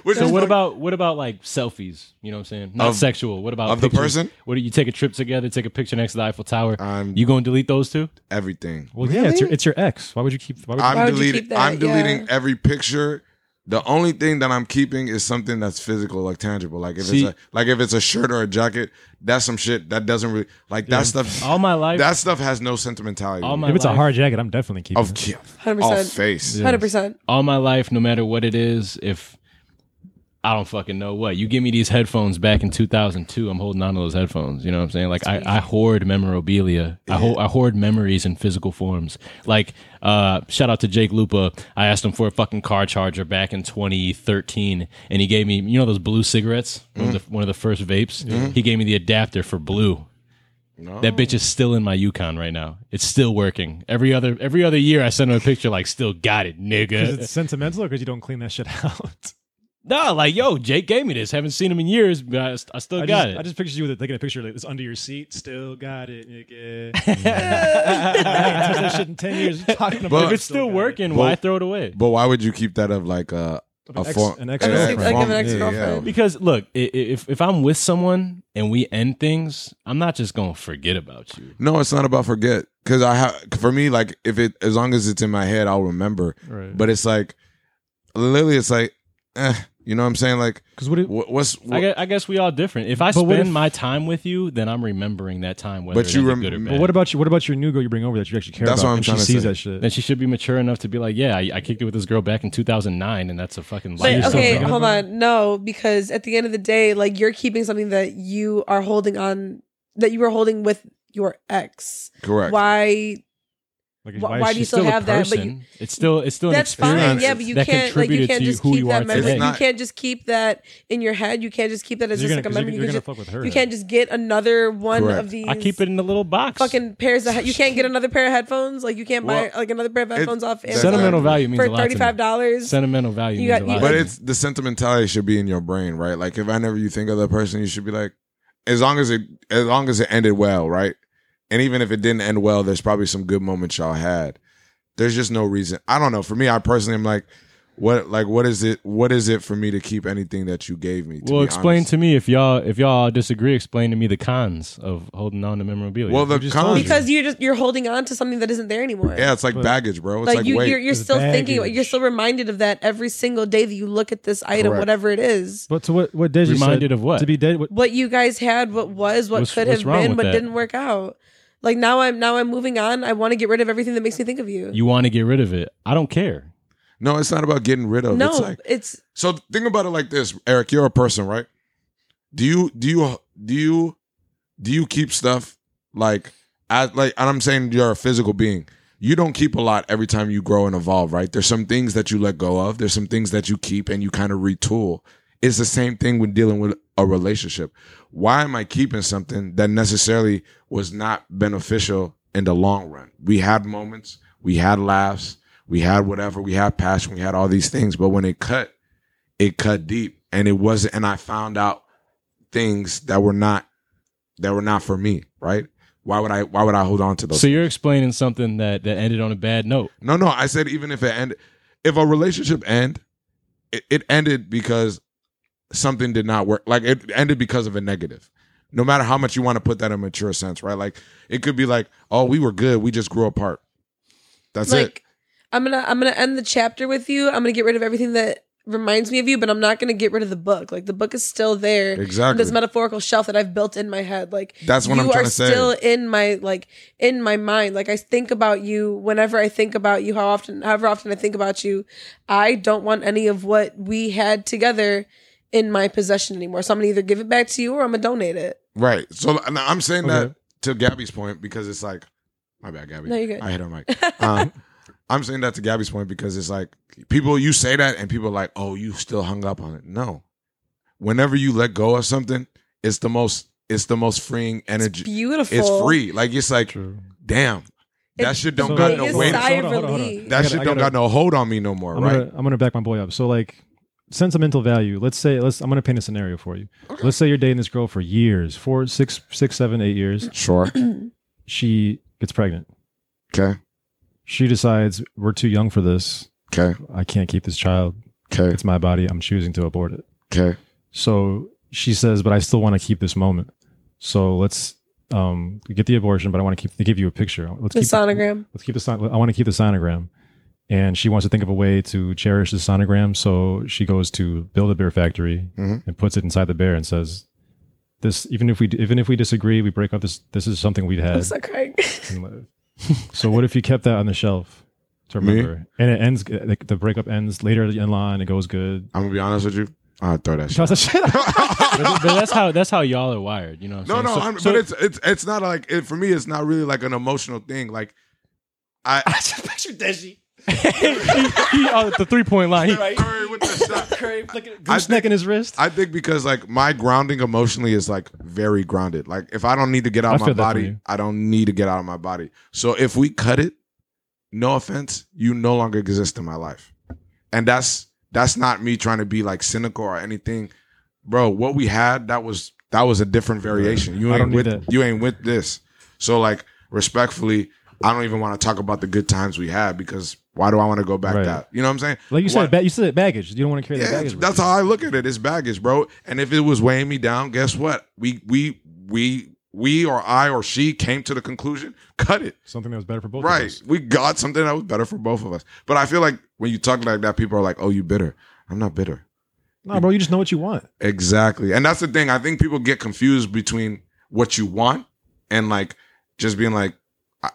C: Which
A: So
C: is
A: what
C: like-
A: about what about like selfies? You know what I'm saying? Not
C: Of-
A: sexual. What about
C: of the
A: pictures?
C: person?
A: What do you take a trip together? Take a picture next to the Eiffel Tower.
C: I'm
A: you gonna delete those too?
C: everything.
E: Well, yeah, it's your it's your ex. Why would you keep? Why would you
C: I'm
B: would you keep
C: deleting.
B: that?
C: I'm deleting
B: Yeah.
C: every picture. The only thing that I'm keeping is something that's physical, like tangible. Like if
A: See-
C: it's a, like if it's a shirt or a jacket, that's some shit that doesn't really like that stuff.
A: All my life.
C: that stuff has no sentimentality.
A: all my
E: If it's a
A: life-
E: hard jacket, I'm definitely keeping.
C: of
E: it.
C: ki-
B: 100%.
C: of face.
B: Hundred percent.
A: all my life, no matter what it is, if I don't fucking know what, you give me these headphones back in 2002, I'm holding on to those headphones. You know what I'm saying? Like, I, I hoard memorabilia. I, ho- I hoard memories in physical forms. Like, uh, shout out to Jake Lupa. I asked him for a fucking car charger back in 2013, and he gave me, you know, those blue cigarettes, one, of the, one of the first vapes? He gave me the adapter for blue. That bitch is still in my Yukon right now. It's still working. Every other every other year, I send him a picture like, "Still got it, nigga."
E: Is it sentimental or because you don't clean that shit out?
A: No, like yo, Jake gave me this. Haven't seen him in years, but I, I still
E: I
A: got
E: just,
A: it.
E: I just pictured you with it, taking a picture like this under your seat. Still got it, nigga. I ain't touched that shit in ten years. You talking about?
C: But-
A: if it's still,
E: got it.
A: working, why throw it away?
C: But why would you keep that of like a
E: Of
C: a
E: an ex-
C: form
E: an ex-
C: a
E: Like- like
B: of
C: form-
B: an
C: yeah,
B: ex-girlfriend.
C: yeah.
A: Because look, i- i- if if I'm with someone and we end things, I'm not just gonna forget about you.
C: No, it's not about forget. Because I have for me, like if it as long as it's in my head, I'll remember.
E: Right.
C: But it's like literally, it's like, eh, you know what I'm saying? Like,
E: Because what? It,
C: wha- what's
A: I guess, I guess we all different. If I
E: But what
A: spend
E: if-
A: my time with you, then I'm remembering that time, whether
C: But
A: but
C: you
A: you
C: rem-
A: good or
C: but
A: bad.
E: but what about you? What about your new girl you bring over that you actually care
C: That's
E: about?
C: what I'm
E: and she
C: trying to
E: sees
C: say.
E: that shit.
A: then she should be mature enough to be like, yeah, I, I kicked it with this girl back in 2009, and that's a fucking.
B: But
A: life.
E: you're still
B: okay,
E: thinking
B: hold
E: about
B: on. No, because at the end of the day, like you're keeping something that you are holding on that you were holding with your ex.
C: correct?
B: Why
E: Like,
B: Wh- why do you
A: she's
B: still
A: a
B: have that, but you-
A: person. it's still it's still
B: That's
A: an experience
B: fine. Yeah, but you
A: that
B: can't like you
A: contributed
B: can't
A: to
B: just
A: who
B: keep
A: you are
B: that
A: today.
B: memory.
C: It's not-
B: you can't just keep that in your head. You can't just keep that as
E: You're
B: just like
E: gonna-
B: a
E: 'cause
B: memory.
E: you're
B: You
E: gonna
B: can just-
E: fuck with her
B: You
E: head.
B: can't just get another one
C: Correct.
B: of these.
A: I keep it in a little box.
B: fucking pairs of. he- You can't get another pair of headphones. Like you can't buy
C: Well,
B: like another pair of headphones off Amazon
A: sentimental value means
B: for
A: a lot. to me.
B: thirty five dollars.
A: Sentimental value
B: You
A: means
B: got-
A: a
B: you-
A: lot.
C: But
A: to me.
C: it's the sentimentality should be in your brain, right? Like if whenever you think of the person, you should be like, as long as it as long as it ended well, right? And even if it didn't end well, there's probably some good moments y'all had. There's just no reason. I don't know. For me, I personally am like, what like what is it what is it for me to keep anything that you gave me? To
A: well,
C: be
A: explain
C: honest?
A: to me if y'all if y'all disagree. Explain to me the cons of holding on to memorabilia.
C: Well the
E: just
C: con
E: told you.
B: because you're just you're holding on to something that isn't there anymore.
C: Yeah, it's like
E: But-
C: baggage, bro. It's
B: Like,
C: like,
B: you,
C: wait.
B: you're, you're
E: it's
B: still thinking,
E: baggage.
B: you're still reminded of that every single day that you look at this item,
C: Correct.
B: whatever it is.
E: But to what what Deji
A: Reminded
E: said,
A: of what?
E: to be dead. What,
B: What you guys had, what was, what
A: What's-
B: could
A: what's
B: have
A: wrong
B: been,
A: with
B: what
A: that?
B: didn't work out. Like now I'm now I'm moving on. I want to get rid of everything that makes me think of you.
A: you want to get rid of it. I don't care.
C: no, it's not about getting rid of.
B: no,
C: It's like
B: it's
C: So think about it like this, Eric. You're a person, right? Do you do you do you do you keep stuff like as like and I'm saying you're a physical being. You don't keep a lot every time you grow and evolve, right? There's some things that you let go of. There's some things that you keep and you kind of retool. It's the same thing when dealing with a relationship. Why am I keeping something that necessarily was not beneficial in the long run? We had moments, we had laughs, we had whatever, we had passion, we had all these things, but when it cut, it cut deep and it wasn't and i found out things that were not that were not for me right why would i why would i hold on to those
A: So you're explaining something that that ended on a bad note.
C: no no i said even if it ended if a relationship end it, it ended because something did not work like it ended because of a negative no matter how much you want to put that in a mature sense right like it could be like oh we were good we just grew apart that's
B: like I'm gonna I'm gonna end the chapter with you. I'm gonna get rid of everything that reminds me of you, but I'm not gonna get rid of the book. Like the book is still there.
C: it
B: on
C: exactly
B: This metaphorical shelf that I've built in my head. Like
C: that's what
B: you
C: i'm trying
B: are
C: to say
B: still in my like in my mind. Like I think about you whenever I think about you, how often however often I think about you, I don't want any of what we had together in my possession anymore. So I'm gonna either give it back to you or I'm gonna donate it.
C: Right. So and I'm saying
E: Okay.
C: that to Gabby's point because it's like, my bad, Gabby.
B: No, you're good.
C: I hit her mic. Um, I'm saying that to Gabby's point because it's like people you say that and people are like, oh, you still hung up on it. No, whenever you let go of something, it's the most it's the most freeing energy. It's,
B: Beautiful.
C: free. Like it's like,
E: True.
C: damn, that
B: It's
C: shit don't
E: So
C: got
E: like,
C: no
B: biggest
E: wait.
C: weight.
B: sigh of
E: Hold on, hold on, hold on.
B: relief.
C: That
E: I gotta-
C: shit
E: I
C: don't
E: gotta-
C: got no hold on me no more.
E: I'm
C: right.
E: gonna I'm gonna back my boy up. So like sentimental value. Let's say let's I'm gonna paint a scenario for you. Let's say you're dating this girl for years, four, six, six, seven, eight years.
C: Sure.
E: She gets pregnant.
C: Okay.
E: She decides we're too young for this.
C: Okay.
E: I can't keep this child.
C: Okay.
E: It's my body. I'm choosing to abort it.
C: Okay.
E: So she says, but I still want to keep this moment. So let's um, get the abortion, but I want to keep to give you a picture. Let's
B: The
E: keep
B: sonogram.
E: let's keep the son- I want to keep the sonogram. And she wants to think of a way to cherish the sonogram. So she goes to build a bear factory
C: Mhm.
E: and puts it inside the bear and says, "This even if we even if we disagree, we break up. This this is something we've
B: I'm
E: had."
B: so crying.
E: and live." so what if you kept that on the shelf to
C: Me?
E: remember? And it ends. Like the breakup ends later in line. It goes good.
C: I'm gonna be honest with you. I throw that shit.
E: Toss that shit out.
A: But, but that's how that's how y'all are wired. You know. What I'm
C: No,
A: saying?
C: no,
A: So-
C: I'm,
A: so-
C: but it's it's it's not like it, for me. It's not really like an emotional thing. Like I
F: just picture Deji
A: he, he- oh, the three point line. He,
F: right,
C: Curry with the shot.
F: Curry, looking at
C: I
E: Gooseneck
C: think,
E: in his wrist.
C: I think because like my grounding emotionally is like very grounded. Like if I don't need to get
E: I
C: out of my
E: feel that for
C: body,
E: you.
C: I don't need to get out of my body. So if we cut it, no offense, you no longer exist in my life, and that's that's not me trying to be like cynical or anything, bro. What we had that was that was a different variation. You ain't
E: I don't need
C: with
E: that.
C: you ain't with this. So like respectfully, I don't even want to talk about the good times we had because why do I want to go back
E: Right.
C: that? You know what I'm saying?
E: like you
C: Why-
E: said, ba- you said baggage. You don't want to carry that
C: yeah,
E: baggage. with
C: that's
E: you.
C: how I look at it. It's baggage, bro. And if it was weighing me down, guess what? We we we we or I or she came to the conclusion, cut it.
E: Something that was better for both. Of
C: Right.
E: us.
C: We got something that was better for both of us. But I feel like when you talk like that, people are like, "Oh, you bitter." I'm not bitter.
E: No, bro. You just know what you want.
C: Exactly. And that's the thing. I think people get confused between what you want and like just being like, I,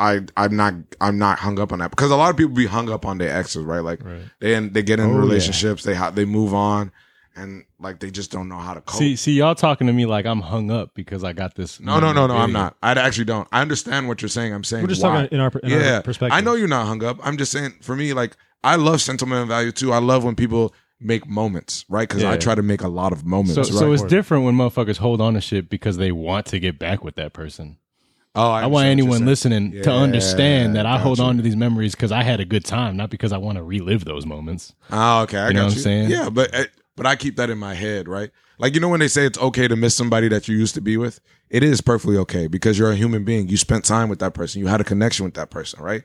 C: I I'm not I'm not hung up on that because a lot of people be hung up on their exes, right? Like
E: Right.
C: they and they get in
E: Oh, yeah.
C: relationships, they ha- they move on, and like they just don't know how to cope.
A: See, see, y'all talking to me like I'm hung up because I got this.
C: no, no, no, no. I'm
A: video.
C: not. I actually don't. I understand what you're saying. I'm saying
E: We're just
C: why.
E: talking in our, in
C: yeah,
E: our perspective.
C: I know you're not hung up. I'm just saying, for me, like I love sentiment and value too. I love when people make moments, right? Because I
A: Yeah.
C: try to make a lot of moments.
A: So,
C: right?
A: so it's different when motherfuckers hold on to shit because they want to get back with that person.
C: oh,
A: I want
C: understand what
A: anyone
C: you're
A: listening to
C: Yeah,
A: understand that I hold
C: gotcha.
A: on to these memories because I had a good time, not because I want to relive those moments.
C: saying. Oh, okay. I
A: You
C: got
A: know what I'm
C: you.
A: saying?
C: Yeah, but I- but I keep that in my head, right? Like you know when they say it's okay to miss somebody that you used to be with, it is perfectly okay because you're a human being. You spent time with that person. You had a connection with that person, right?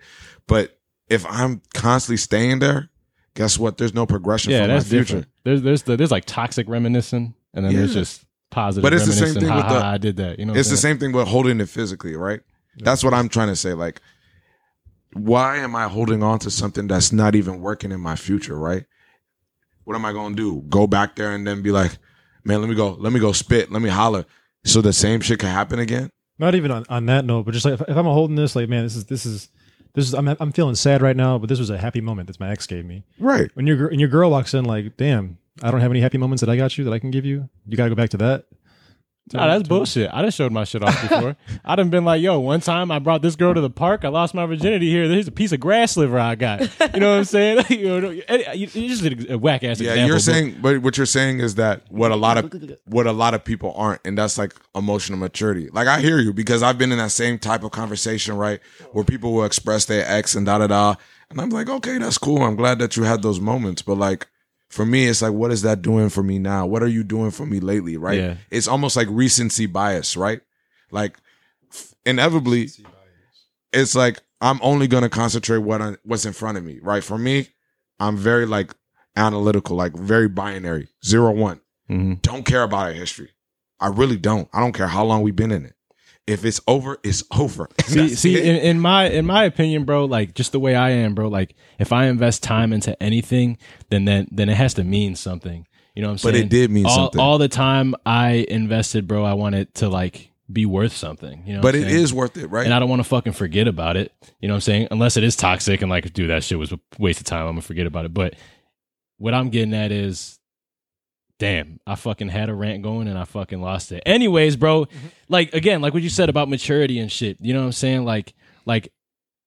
C: But if I'm constantly staying there, guess what? There's no progression
A: Yeah,
C: for
A: that's
C: my future.
A: different. There's there's the, there's like toxic reminiscing, and then there's
C: Yeah.
A: just positive.
C: But it's the same
A: reminiscing.
C: thing
A: Ha
C: with
A: ha,
C: the-
A: I did that. You know,
C: it's the same thing with holding it physically, right? That's what I'm trying to say. Like, why am I holding on to something that's not even working in my future, right? What am I gonna do? Go back there and then be like, man, let me go, let me go spit, let me holler. So the same shit can happen again.
E: not even on, on that note, but just like if, if I'm holding this, like man, this is this is this is I'm I'm feeling sad right now, but this was a happy moment that my ex gave me.
C: Right.
E: When your gir- and your girl walks in, like damn, I don't have any happy moments that I got you that I can give you. You gotta go back to that.
A: Nah, that's bullshit. I done showed my shit off before. I done been like, yo, one time I brought this girl to the park. I lost my virginity here. There's a piece of grass liver I got. You know what I'm saying? you know, you- you- you just did a whack ass
C: Yeah,
A: example.
C: you're
A: but-
C: saying but what you're saying is that what a lot of what a lot of people aren't, and that's like emotional maturity. Like I hear you because I've been in that same type of conversation, right? Where people will express their ex and da da da. And I'm like, okay, that's cool. I'm glad that you had those moments. But like for me, it's like, what is that doing for me now? What are you doing for me lately? Right?
A: Yeah.
C: It's almost like recency bias, right? Like f- inevitably, it's like I'm only gonna concentrate what I, what's in front of me, right? For me, I'm very like analytical, like very binary, zero one.
A: Mhm.
C: Don't care about our history. I really don't. I don't care how long we've been in it. If it's over, it's over.
A: See,
C: That's
A: see,
C: it.
A: in, in my in my opinion, bro, like just the way I am, bro, like if I invest time into anything, then then then it has to mean something. You know what I'm saying?
C: But it did mean
A: all,
C: something.
A: All the time I invested, bro, I want it to like be worth something. You know,
C: but
A: what
C: it
A: I'm saying?
C: is worth it, right?
A: and I don't want to fucking forget about it. You know what I'm saying? Unless it is toxic and like, dude, that shit was a waste of time. I'm gonna forget about it. But what I'm getting at is, damn, I fucking had a rant going and I fucking lost it. Anyways, bro,
C: Mm-hmm.
A: like again, like what you said about maturity and shit. You know what I'm saying? Like, like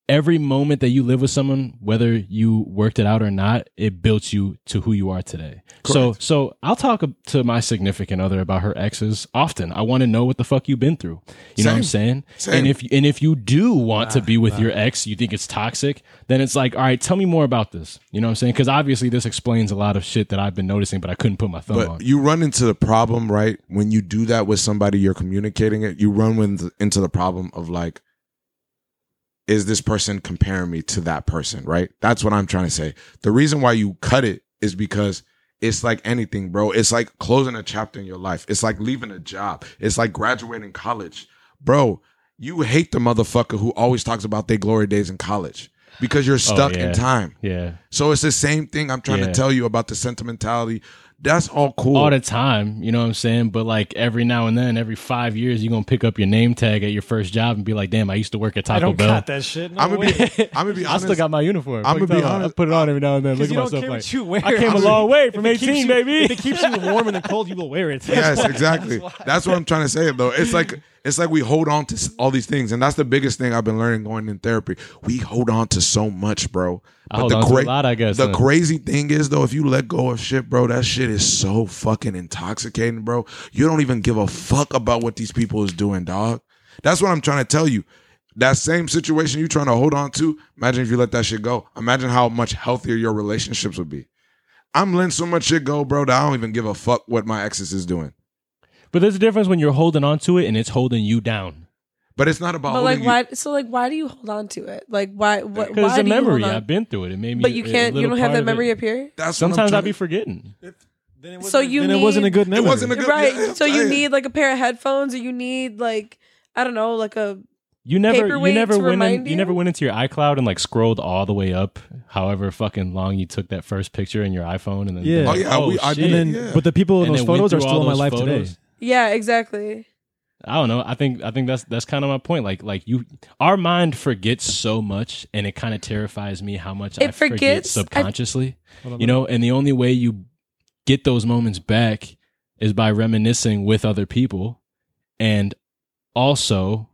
A: every moment that you live with someone, whether you worked it out or not, it built you to who you are today. So,
C: Correct.
A: so I'll talk to my significant other about her exes often. I want to know what the fuck you've been through. You know what I'm saying?
C: Same.
A: And if and if you do want to be with your ex, you think it's toxic, then it's like, all right, tell me more about this. You know what I'm saying? Because obviously this explains a lot of shit that I've been noticing, but I couldn't put my thumb on.
C: but you run into the problem, right? When you do that with somebody, you're communicating it. You run with, into the problem of like, is this person comparing me to that person, right? That's what I'm trying to say. The reason why you cut it is because it's like anything, bro. It's like closing a chapter in your life. It's like leaving a job. It's like graduating college. Bro, you hate the motherfucker who always talks about their glory days in college because you're stuck
A: Oh, yeah.
C: in time.
A: yeah.
C: So it's the same thing I'm trying
A: Yeah.
C: to tell you about the sentimentality. That's all cool.
A: All the time, you know what I'm saying? But like every now and then, every five years, you're gonna pick up your name tag at your first job and be like, damn, I used to work at Taco
F: I don't
A: Bell.
F: got that shit. No
C: I'm gonna
F: way.
C: be. I'm gonna be
A: I
C: honest.
A: still got my uniform.
C: I'ma
A: Fuck
C: be
A: you talking about?
C: honest.
A: I put it on every now and then. Look
F: Because you don't
A: at
F: care
A: myself
F: what
A: like
F: you wear.
A: I came a
F: I'm-
A: long way from
F: if it keeps
A: 18,
F: you-
A: baby.
F: If it keeps you warm in the cold, you will wear it.
C: yes, exactly. That's, what I'm trying to say though. It's like it's like we hold on to s- all these things, and that's the biggest thing I've been learning going in therapy. We hold on to so much, bro.
A: I hold on to a lot, I guess,
C: the
A: huh?
C: crazy thing is though, if you let go of shit, bro, that shit is so fucking intoxicating, bro. You don't even give a fuck about what these people is doing, dog. That's what I'm trying to tell you. That same situation you trying to hold on to, imagine if you let that shit go. Imagine how much healthier your relationships would be. I'm letting so much shit go, bro, that I don't even give a fuck what my exes is doing.
A: But there's a difference when you're holding on to it and it's holding you down.
C: But it's not about
B: But like,
C: holding
B: why? So like, why do you hold on to it? Like, why? What?
A: Because it's
B: Why
A: a
B: do you hold
A: memory.
B: on?
A: I've been through it. It made me.
B: But you
A: a- a
B: can't. You
A: little
B: don't have
A: part
B: that
A: of
B: memory
A: it.
B: up here.
C: you. That's what I'm
A: Sometimes I'll
C: trying
A: be
C: to-
A: forgetting.
B: So you
E: then
B: need.
E: it wasn't a good memory.
C: wasn't a good-
B: right.
C: yeah, I'm
B: so you
C: saying.
B: need like a pair of headphones, or you need like I don't know, like a
A: You never, you
B: Paperweight
A: never
B: to
A: went, in,
B: remind
A: you never
B: you?
A: went into your iCloud and like scrolled all the way up, however fucking long you took that first picture in your iPhone, and then
E: Yeah.
A: been
E: Oh,
A: like,
C: yeah, we- I
A: shit."
E: and then,
C: Yeah.
E: but the people in
A: And
E: those
A: then went
E: photos are
A: through all
E: still in my
A: those
E: life
A: photos.
E: today.
B: yeah, exactly.
A: I don't know. I think I think that's that's kind of my point. Like like you, our mind forgets so much, and it kind of terrifies me how much I
B: It
A: forget
B: forgets- I-
A: subconsciously. you know, and the only way you get those moments back is by reminiscing with other people and also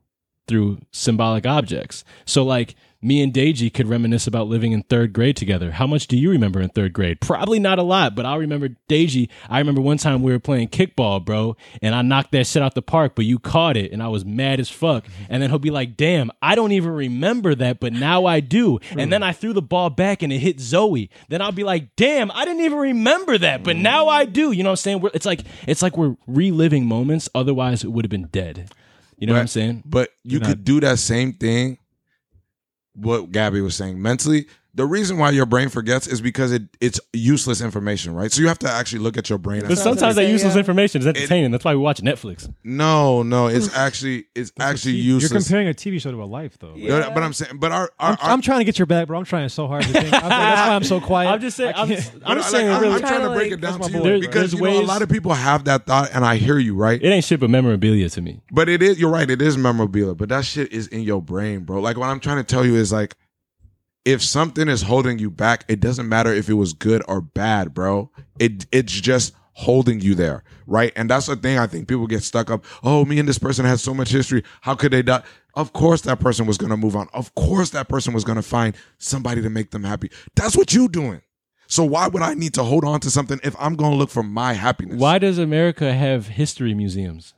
A: through symbolic objects. So like me and Deji could reminisce about living in third grade together. How much do you remember in third grade? Probably not a lot, but I remember Deji. I remember one time we were playing kickball, bro, and I knocked that shit out the park, but you caught it and I was mad as fuck. And then he'll be like, damn, I don't even remember that, but now I do. And then I threw the ball back and it hit Zoe. Then I'll be like, damn, I didn't even remember that, but now I do. You know what I'm saying? We're, it's like it's like we're reliving moments, otherwise it would have been dead. You know what I'm saying?
C: But you
A: You're
C: could do that same thing. What Gabby was saying mentally, the reason why your brain forgets is because it it's useless information, right? So you have to actually look at your brain.
A: But
B: That's what I was
A: sometimes that
B: gonna say,
A: useless
B: yeah.
A: information is entertaining. That's why we watch Netflix.
C: No, no, it's actually it's actually
E: You're
C: useless.
E: comparing a TV show to a life, though.
C: No, no, But I'm saying, but our, our,
E: I'm,
C: our
E: I'm trying to get your back, bro. I'm trying so hard. To think. I'm, that's why I'm so quiet.
A: I'm just saying.
E: I
A: I'm,
E: can't-
A: just,
C: but
A: I'm just saying.
C: Like,
A: it really,
C: I'm, I'm trying to
B: Kinda
C: break
B: like-
C: it down
E: That's
C: to
E: my
C: you
E: boy. There-
C: because
A: there's
C: you know, a
A: ways-
C: lot of people have that thought, and I hear you, right?
A: it ain't shit but memorabilia to me.
C: But it is. You're right. It is memorabilia. But that shit is in your brain, bro. Like what I'm trying to tell you is like, if something is holding you back, it doesn't matter if it was good or bad, bro. It it's just holding you there, right? And that's the thing I think people get stuck up. Oh, me and this person had so much history. How could they die? Of course that person was gonna move on. Of course that person was gonna find somebody to make them happy. That's what you doing. So why would I need to hold on to something if I'm gonna look for my happiness?
A: Why does America have history museums?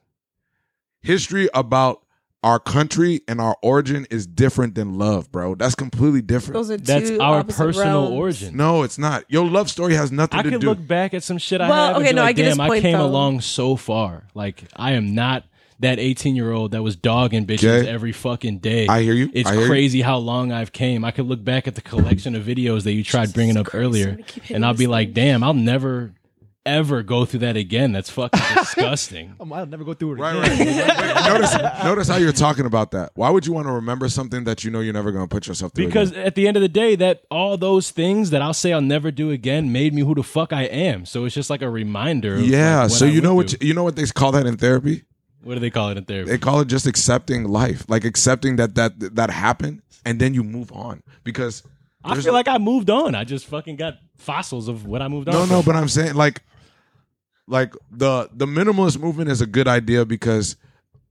C: history about our country and our origin is different than love, bro. That's completely different.
B: Those are
A: That's
B: two
A: our
B: opposite
A: personal
B: realms.
A: origin.
C: No, it's not. Your love story has nothing
A: I
C: to
A: could
C: do.
A: look back at some shit I
B: Well,
A: have. and
B: okay,
A: be
B: no,
A: like,
B: I get his
A: damn, I
B: point,
A: came
B: though.
A: along so far. Like I am not that 18 year old that was dogging bitches
C: Okay.
A: every fucking day.
C: I hear you.
A: It's
C: I hear you.
A: crazy how long I've came. I could look back at the collection of videos that you tried bringing up earlier,
B: somebody keep hitting
A: and I'll
B: this
A: be like,
B: thing.
A: damn, I'll never ever go through that again. That's fucking disgusting.
E: I'm- I'll never go through it.
C: Right,
E: again.
C: right. Wait, notice, notice how you're talking about that. Why would you want to remember something that you know you're never going to put yourself through?
A: Because
C: again?
A: at the end of the day, that all those things that I'll say I'll never do again made me who the fuck I am. So it's just like a reminder. Of
C: yeah.
A: like, what
C: so
A: I
C: you
A: would
C: know what
A: do.
C: you, you know what they call that in therapy?
A: what do they call it in therapy?
C: They call it just accepting life, like accepting that that that happened, and then you move on. Because
A: I
C: there's-
A: feel like I moved on. I just fucking got fossils of what I moved on.
C: No,
A: from.
C: no, but I'm saying like like the the minimalist movement is a good idea because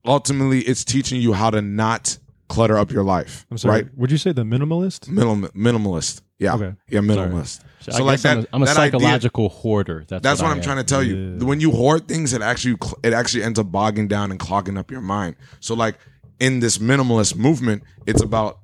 C: ultimately it's teaching you how to not clutter up your life.
E: I'm sorry.
C: Right?
E: Would you say the minimalist?
C: Minim- minimalist. Yeah.
E: Okay.
C: Yeah, minimalist.
A: So, I
C: So like
A: guess I'm
C: that
A: a- I'm a
C: that idea-
A: psychological hoarder. That's,
C: that's what,
A: I
C: I'm
A: am.
C: trying to tell you.
E: Yeah.
C: When you hoard things, it actually cl- it actually ends up bogging down and clogging up your mind. So like in this minimalist movement, it's about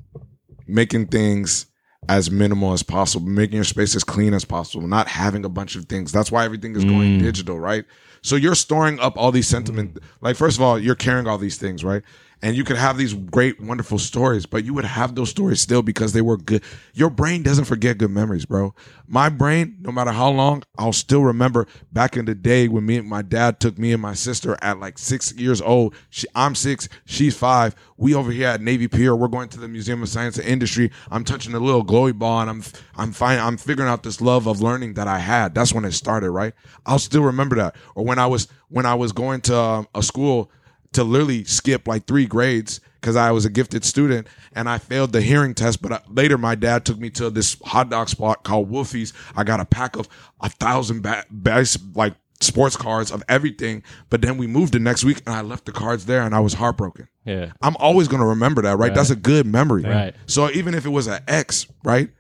C: making things as minimal as possible, making your space as clean as possible, not having a bunch of things. That's why everything is going digital, right? So you're storing up all these sentiment. Like first of all, you're carrying all these things, right? And you could have these great, wonderful stories, but you would have those stories still because they were good. Your brain doesn't forget good memories, bro. My brain, no matter how long, I'll still remember back in the day when me and my dad took me and my sister at like six years old. She, I'm six, she's five. We over here at Navy Pier. We're going to the Museum of Science and Industry. I'm touching a little glowy ball, and I'm I'm fine. I'm figuring out this love of learning that I had. That's when it started, right? I'll still remember that. Or when I was when I was going to um, a school to literally skip like three grades because I was a gifted student and I failed the hearing test. But uh later, my dad took me to this hot dog spot called Wolfie's. I got a pack of a thousand ba- bas- like sports cards of everything. But then we moved the next week and I left the cards there and I was heartbroken.
A: Yeah.
C: I'm always going to remember that, right? That's a good memory.
A: Right.
C: So even if it was an ex, right?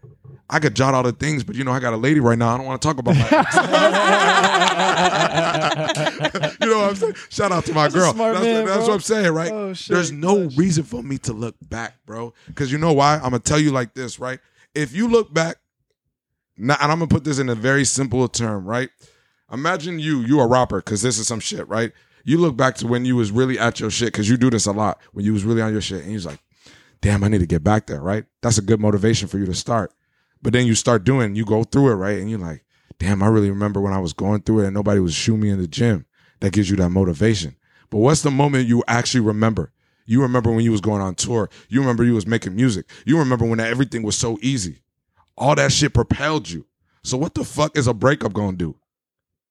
C: I could jot all the things, but you know, I got a lady right now. I don't want to talk about my ex. you know what I'm saying? Shout out to my girl.
E: smart
C: that's
E: man,
C: that's
E: bro.
C: what I'm saying, right?
E: Oh, shit.
C: There's no reason for me to look back, bro. Because you know why? I'm going to tell you like this, right? If you look back, now, and I'm going to put this in a very simple term, right? Imagine you, you a rapper, because this is some shit, right? You look back to when you was really at your shit, because you do this a lot, when you was really on your shit, and you was like, damn, I need to get back there, right? That's a good motivation for you to start. But then you start doing, you go through it, right? And you're like, damn, I really remember when I was going through it and nobody was shooting me in the gym. That gives you that motivation. But what's the moment you actually remember? You remember when you was going on tour. You remember you was making music. You remember when everything was so easy. All that shit propelled you. So what the fuck is a breakup gonna do?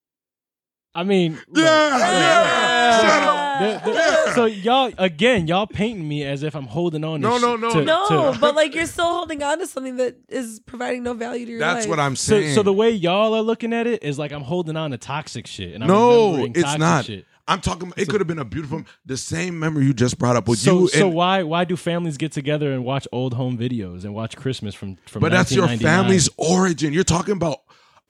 A: I mean,
C: Yeah, yeah.
A: look,
C: Shut up.
A: The- the- so y'all again, y'all painting me as if I'm holding on. to
C: No,
A: sh-
C: no, no,
A: to-
B: No,
A: to-
B: but like you're still holding on to something that is providing no value to your
C: That's
B: life.
C: what I'm
A: so,
C: saying.
A: so the way y'all are looking at it is like I'm holding on to toxic shit. And I'm
C: no,
A: remembering
C: it's
A: toxic
C: not.
A: Shit.
C: I'm talking. It could have been a beautiful, the same memory you just brought up with
A: So,
C: you.
A: so
C: and-
A: why why do families get together and watch old home videos and watch Christmas from from?
C: But that's your
A: 1999?
C: family's origin. You're talking about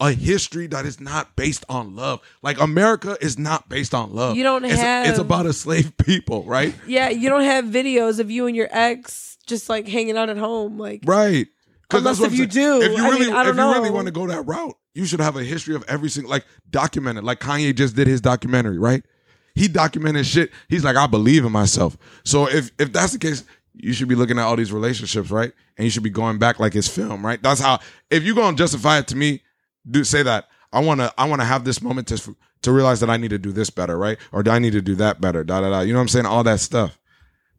C: a history that is not based on love. Like America is not based on love.
B: You don't
C: it's,
B: have-
C: It's about a slave people, right?
B: Yeah, you don't have videos of you and your ex just like hanging out at home. Like
C: Right. 'Cause
B: Unless
C: that's what
B: if
C: I'm
B: you
C: saying.
B: do,
C: if you
B: I
C: really,
B: mean, I
C: if
B: don't
C: you really
B: know.
C: want to go that route, you should have a history of every single, like documented. Like Kanye just did his documentary, right? He documented shit. He's like, I believe in myself. So if if that's the case, you should be looking at all these relationships, right? And you should be going back like it's film, right? That's how. If you're gonna justify it to me, do say that. I wanna I wanna have this moment to to realize that I need to do this better, right? Or do I need to do that better? Da da da. You know what I'm saying? All that stuff.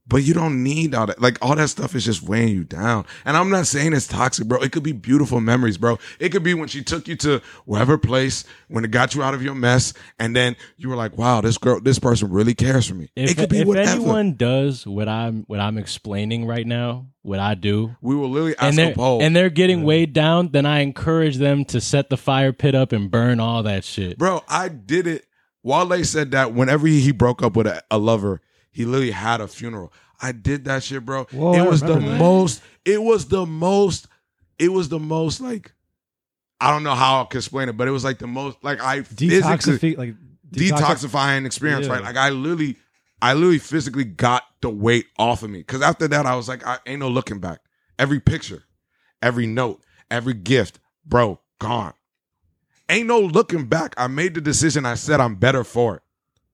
C: But you don't need all that. Like all that stuff is just weighing you down. And I'm not saying it's toxic, bro. It could be beautiful memories, bro. It could be when she took you to wherever place, when it got you out of your mess, and then you were like, "Wow, this girl, this person really cares for me."
A: If,
C: it could be
A: if
C: whatever.
A: anyone does what I'm what I'm explaining right now, what I do,
C: we will literally ask
A: and
C: a
A: they're
C: poll,
A: and they're getting weighed down, then I encourage them to set the fire pit up and burn all that shit.
C: bro. I did it. Wale said that whenever he he broke up with a, a lover, he literally had a funeral. I did that shit, bro.
E: Whoa,
C: it
E: I
C: was the
E: remember that.
C: most. It was the most. It was the most like. I don't know how I can explain it, but it was like the most like I physically
E: Detoxify, like detoxify.
C: detoxifying experience,
E: Yeah.
C: right? Like I literally, I literally physically got the weight off of me. Cause after that, I was like, I ain't no looking back. Every picture, every note, every gift, bro, gone. Ain't no looking back. I made the decision. I said I'm better for it.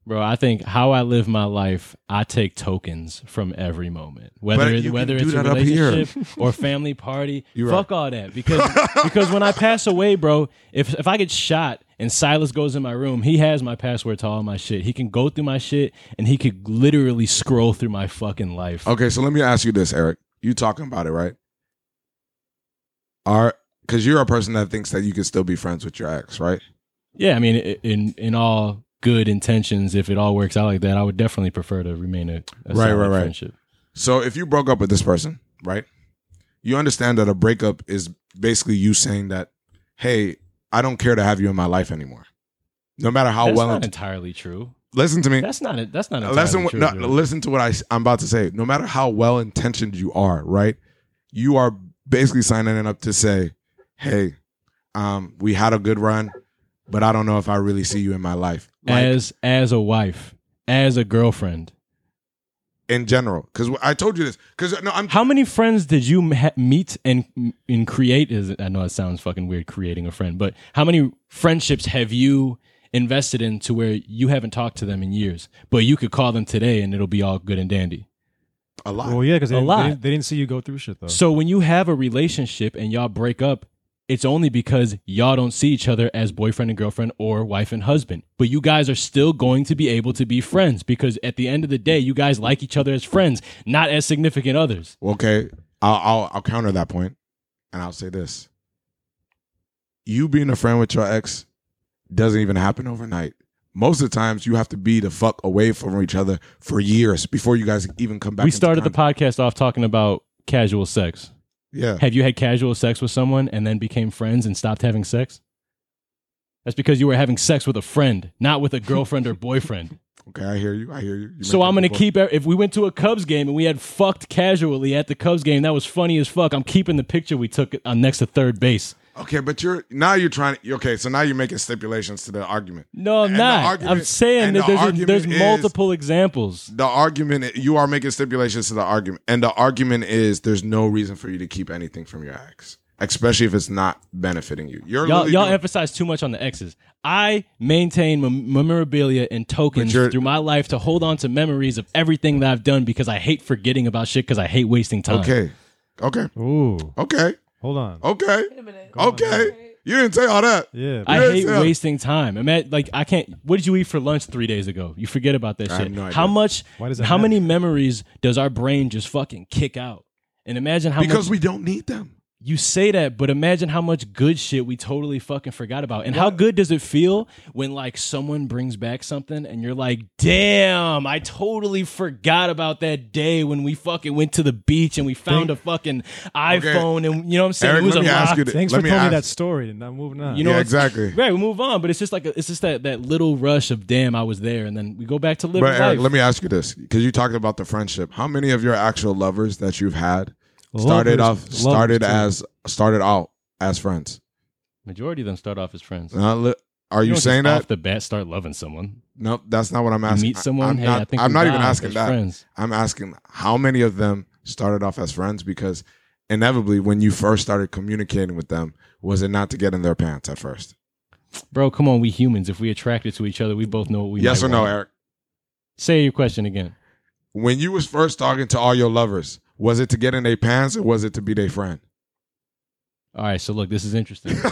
A: Bro, I think how I live my life, I take tokens from every moment.
C: But
A: Whether
C: you
A: it,
C: can
A: whether
C: do
A: it's a
C: that up here.
A: relationship or family party,
C: You're
A: fuck all that because because when I pass away, bro, if if I get shot and Silas goes in my room, he has my password to all my shit. He can go through my shit and he could literally scroll through my fucking life.
C: Okay, so let me ask you this, Eric. You talking about it, right? Are because you're a person that thinks that you can still be friends with your ex, right?
A: Yeah, I mean, i- in in all good intentions, if it all works out like that, I would definitely prefer to remain a, a
C: Right,
A: solid
C: right, right.
A: friendship.
C: So if you broke up with this person, right? You understand that a breakup is basically you saying that, "Hey, I don't care to have you in my life anymore." No matter how
A: that's
C: well.
A: not entirely true.
C: listen to me.
A: That's not it. That's not entirely
C: Listen,
A: true.
C: no,
A: dude.
C: listen to what I, am about to say. No matter how well intentioned you are, right? You are basically signing it up to say, "Hey, um, we had a good run, but I don't know if I really see you in my life." Like,
A: as as a wife, as a girlfriend.
C: in general, because I told you this. Because no, I'm
A: How many friends did you ha- meet and and create? Is I know it sounds fucking weird creating a friend, but how many friendships have you invested in to where you haven't talked to them in years, but you could call them today and it'll be all good and dandy?
C: a lot.
E: Well, yeah, because they,
A: A
E: didn't-
A: lot.
E: they, didn't- they didn't see you go through shit though.
A: So when you have a relationship and y'all break up, it's only because y'all don't see each other as boyfriend and girlfriend or wife and husband. But you guys are still going to be able to be friends because at the end of the day, you guys like each other as friends, not as significant others.
C: Okay, I'll, I'll I'll counter that point, and I'll say this: you being a friend with your ex doesn't even happen overnight. Most of the times, you have to be the fuck away from each other for years before you guys even come back.
A: we
C: into
A: started the
C: contact.
A: podcast off talking about casual sex.
C: Yeah,
A: Have you had casual sex with someone and then became friends and stopped having sex? That's because you were having sex with a friend, not with a girlfriend or boyfriend.
C: okay, I hear you. I hear you. You
A: So
C: make
A: I'm
C: that
A: gonna
C: point.
A: keep. e, If we went to a Cubs game and we had fucked casually at the Cubs game, that was funny as fuck. I'm keeping the picture we took on next to third base.
C: Okay, but you're now you're trying. to Okay, so now you're making stipulations to the argument.
A: No, I'm
C: And the
A: not. I'm
C: argument-
A: saying
C: and
A: that
C: the
A: there's a,
C: argument
A: there's
C: is-
A: multiple examples.
C: The argument you are making stipulations to the argument, and the argument is there's no reason for you to keep anything from your ex, especially if it's not benefiting you. You're
A: Y'all,
C: literally
A: y'all
C: doing-
A: emphasize too much on the X's. I maintain mem- memorabilia and tokens
C: But you're-
A: through my life to hold on to memories of everything that I've done because I hate forgetting about shit because I hate wasting time.
C: okay, okay,
E: Ooh,
C: okay,
E: hold on.
C: okay.
B: Wait a minute.
C: Okay. You didn't say all that.
E: Yeah,
A: I
C: Yes,
A: hate
C: yeah.
A: wasting time. I'm at, like I can't. What did you eat for lunch three days ago? You forget about that
C: I
A: shit.
C: have no idea.
A: How much?
E: Why does that
A: how
E: matter?
A: many memories does our brain just fucking kick out? And imagine how
C: Because
A: much.
C: we don't need them.
A: you say that, but imagine how much good shit we totally fucking forgot about. And how good does it feel when like someone brings back something and you're like, damn, I totally forgot about that day when we fucking went to the beach and we found a fucking iPhone and you know what I'm saying?
C: Eric,
A: it was
C: let
A: a
C: me ask you
A: locked-
C: this.
E: Thanks
C: Let
E: for
C: me
E: telling me that
C: ask-
E: story and I'm moving on.
A: You know,
C: yeah,
A: it's-
C: exactly.
A: Right, we move on, but it's just like a, it's just that that little rush of damn, I was there, and then we go back to living
C: But
A: life.
C: Eric, let me ask you this, because you talked about the friendship. How many of your actual lovers that you've had started
E: Lovers-
C: off
E: lovers,
C: started
E: too.
C: as started out as friends?
A: Majority of them start off as friends.
C: Now, li- Uh, are you,
A: don't just
C: saying that?
A: off the bat start loving someone?
C: Nope, that's not what I'm
A: You
C: asking.
A: meet someone,
C: I'm
A: hey,
C: not,
A: I think
C: I'm
A: we
C: not even
A: vibe
C: asking
A: as
C: that.
A: Friends.
C: I'm asking how many of them started off as friends because inevitably when you first started communicating with them, was it not to get in their pants at first?
A: Bro, come on, we humans. If we attracted to each other, we both know what we.
C: yes
A: might
C: or no,
A: want.
C: Eric?
A: Say your question again.
C: When you was first talking to all your lovers, was it to get in their pants or was it to be their friend?
A: All right, so look, this is interesting.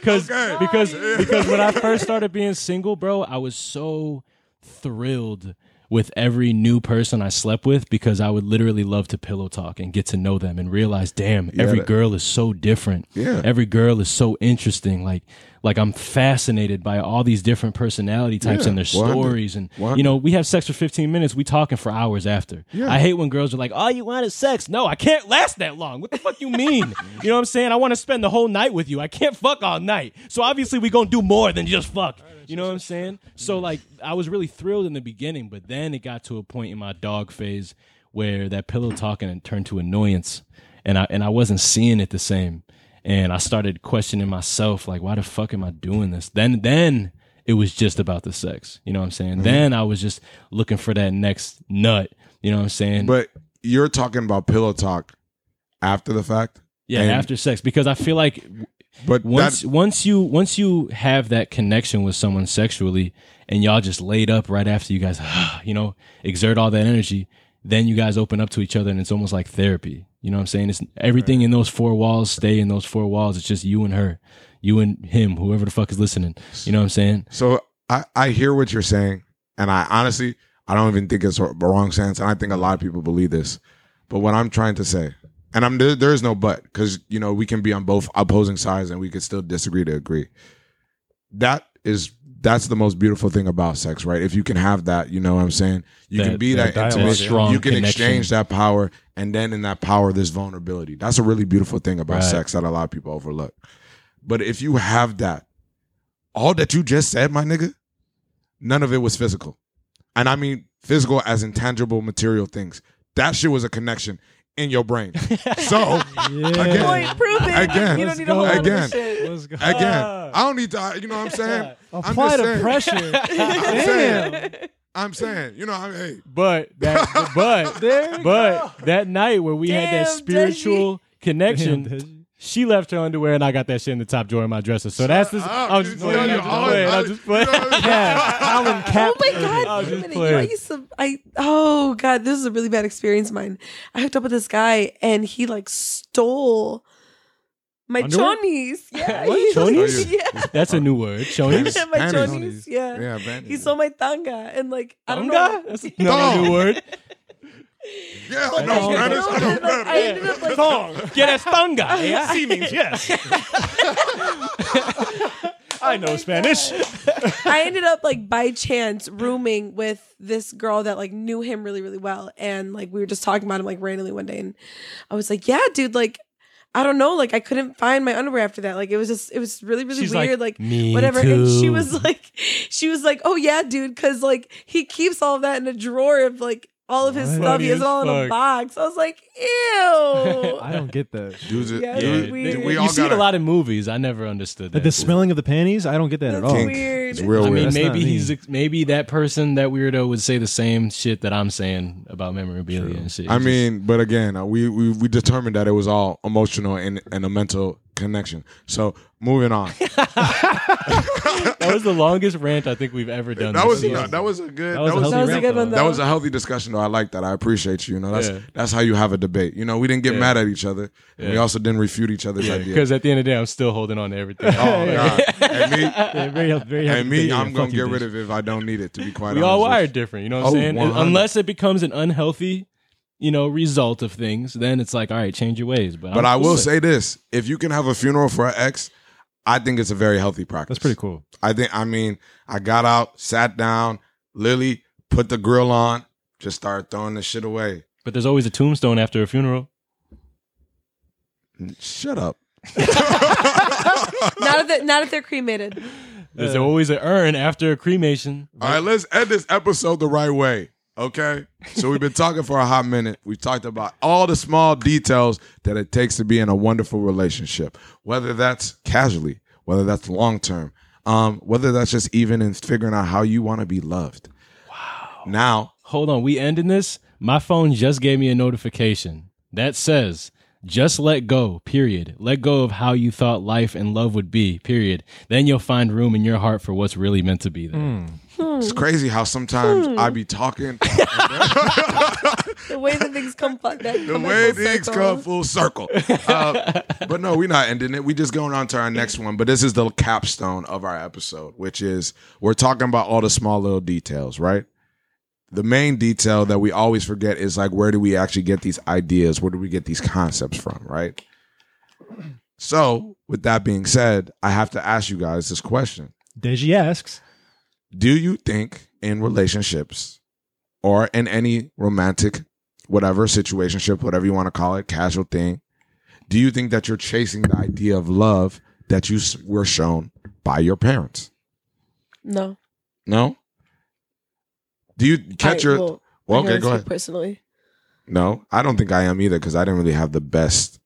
A: Cause,
C: Okay.
A: Because because when I first started being single, bro, I was so thrilled with every new person I slept with because I would literally love to pillow talk and get to know them and realize, damn, every
C: that-
A: girl is so different.
C: Yeah.
A: Every girl is so interesting. Like like I'm fascinated by all these different personality types
C: Yeah,
A: and their
C: 100.
A: stories and
C: Why-
A: you know, we have sex for 15 minutes. We talking for hours after. I hate when girls are like, "All you want is sex." No, I can't last that long. What the fuck you mean? you know what I'm saying? I want to spend the whole night with you. I can't fuck all night. So obviously we gonna do more than just fuck. You know what I'm saying? So like, I was really thrilled in the beginning, but then it got to a point in my dog phase where that pillow talking had turned to annoyance, and I and I wasn't seeing it the same. And I started questioning myself, like, why the fuck am I doing this? Then, then it was just about the sex. You know what I'm saying?
C: Mm-hmm.
A: Then I was just looking for that next nut. You know what I'm saying?
C: But you're talking about pillow talk after the fact.
A: yeah,
C: and-
A: after sex, because I feel like
C: But
A: once
C: that,
A: once you once you have that connection with someone sexually, and y'all just laid up right after you guys, you know, exert all that energy, then you guys open up to each other, and it's almost like therapy. You know what I'm saying? It's everything in those four walls stay in those four walls. It's just you and her, you and him, whoever the fuck is listening. You know what I'm saying?
C: so I, I hear what you're saying, and I honestly I don't even think it's the wrong sense, and I think a lot of people believe this. But what I'm trying to say, and I'm there, there is no but because you know we can be on both opposing sides and we can still disagree to agree. That is that's the most beautiful thing about sex, right? If you can have that, you know what I'm saying. You can
A: That-
C: be that,
E: that dialogue,
C: intimate,
E: yeah.
A: strong
C: you can
A: connection.
C: exchange that power, and then in that power, there's vulnerability. That's a really beautiful thing about
A: Right.
C: sex that a lot of people overlook. But if you have that, all that you just said, my nigga, none of it was physical. And I mean physical as intangible material things. That shit was a connection in your brain. So
E: Yeah.
B: Point proven.
C: Again.
B: You
C: Let's
B: don't need a
C: go.
B: whole lot of
C: Again.
B: this shit.
E: Let's go. Uh,
C: again, I don't need to, you know what I'm saying? I'm
E: Apply
C: just
E: the
C: saying.
E: pressure.
C: I'm
E: Damn.
C: saying, I'm saying, you know, I'm, hey,
A: But that, but
E: There we
A: but that night where we had that
B: Damn,
A: spiritual connection,
E: Damn, Deji.
A: she left her underwear and I got that shit in the top drawer of my dresser. So that's this.
C: up,
A: I'm just
C: dude.
A: playing. I'm
C: Yo,
A: just
C: yo,
A: playing.
C: all-
A: I'm just playing.
C: you know what I'm saying?
B: Oh
E: Colin Cap.
B: my
A: I
B: god!
A: was
B: wait a
A: just
B: minute. You know, I
A: playing.
B: used to. I oh god, this is a really bad experience of mine. I hooked up with this guy and he like stole my
E: Underwear?
B: chonies. Yeah,
A: What?
B: he-
A: Chonies?
B: Yeah,
A: That's a new word. Chonies.
B: my
C: Panties.
B: chonies. Yeah.
C: Yeah, man.
B: he stole my tanga and like I don't
A: Tonga?
B: know.
A: That's another new word.
C: yeah, I
A: That's
C: know, man. It's- I know,
B: And, then, like,
C: man.
B: I ended up like
A: Get us tonga. Yeah.
E: He means yes.
B: I know Spanish. I ended up like by chance rooming with this girl that like knew him really, really well. And like we were just talking about him like randomly one day. And I was like, yeah, dude, like I don't know. Like I couldn't find my underwear after that. Like it was just it was really, really
A: She's like,
B: weird. Like,
A: "Me
B: whatever. And she
A: too.
B: was like, she was like, oh yeah, dude, because like he keeps all of that in a drawer of like all of his
E: What?
B: stuff.
A: Funny
B: He has
A: as
B: it all in a
A: fuck.
B: box. I was like, ew.
E: I don't get that.
C: Dudes,
B: Yeah,
C: dudes-
B: it's
A: Yeah,
B: weird.
C: dude,
A: you
C: we all
A: see it
C: got
A: a lot in movies. I never understood that.
E: The smelling of the panties, I don't get that at
B: That's
E: all.
C: kink.
B: weird.
C: It's real
A: I mean,
C: weird.
E: That's not
A: maybe
E: me.
A: he's maybe that person, that weirdo, would say the same shit that I'm saying about memorabilia and shit.
C: I mean, but again, uh, we, we we determined that it was all emotional and, and a mental connection. So moving on.
A: that was the longest rant I think we've ever done.
C: that
A: this
C: was
A: season.
C: no, that was a good
A: That was a
B: That was a
A: rant,
B: good one
A: though.
B: though.
C: That was a healthy discussion, though. I like that. I appreciate you. You know, that's
A: Yeah.
C: that's how you have a debate. You know, we didn't get mad at each other, and we
A: Yeah.
C: also didn't refute each other's ideas.
A: Because at the end of the day, I'm still holding on to everything.
C: Oh God! and me,
E: Yeah, very, very happy
C: and me,
E: to
C: I'm
E: fuck
C: gonna
E: you,
C: get
E: bitch.
C: rid of it if I don't need it. To be quite
A: we
C: honest,
A: all
C: with you.
A: wired different. You know what I'm
C: Oh,
A: saying?
C: 100.
A: Unless it becomes an unhealthy you know, result of things, then it's like, all right, change your ways. But,
C: But
A: I'm
C: I will
A: cool.
C: say this: if you can have a funeral for an ex, I think it's a very healthy practice.
E: That's pretty cool.
C: I think. I mean, I got out, sat down, Lily put the grill on, just started throwing the shit away.
A: But there's always a tombstone after a funeral.
C: Shut up.
B: Not if they not if they're cremated.
A: There's always an urn after a cremation.
C: All right, let's end this episode the right way. Okay. So we've been talking for a hot minute. We've talked about all the small details that it takes to be in a wonderful relationship, whether that's casually, whether that's long term, um, whether that's just even in figuring out how you want to be loved. Wow. Now,
A: Hold on, we ending this? My phone just gave me a notification that says, just let go, period. Let go of how you thought life and love would be, period. Then you'll find room in your heart for what's really meant to be there.
C: it's crazy how sometimes I be talking
B: The way that things come fuck that.
C: the way things come full circle.
A: Oh.
C: Uh, but no, we're not ending it. We just going on to our next one. But this is the capstone of our episode, which is we're talking about all the small little details, right? The main detail that we always forget is like where do we actually get these ideas? Where do we get these concepts from, right? So, with that being said, I have to ask you guys this question.
E: Deji asks.
C: Do you think in relationships or in any romantic, whatever situationship, whatever you want to call it, casual thing, do you think that you're chasing the idea of love that you s- were shown by your parents?
B: No,
C: No. Do you catch
B: I-
C: your?
B: well, I
C: well, okay,
B: can only
C: go
B: speak
C: ahead.
B: Personally,
C: No, I don't think I am either because I didn't really have the best.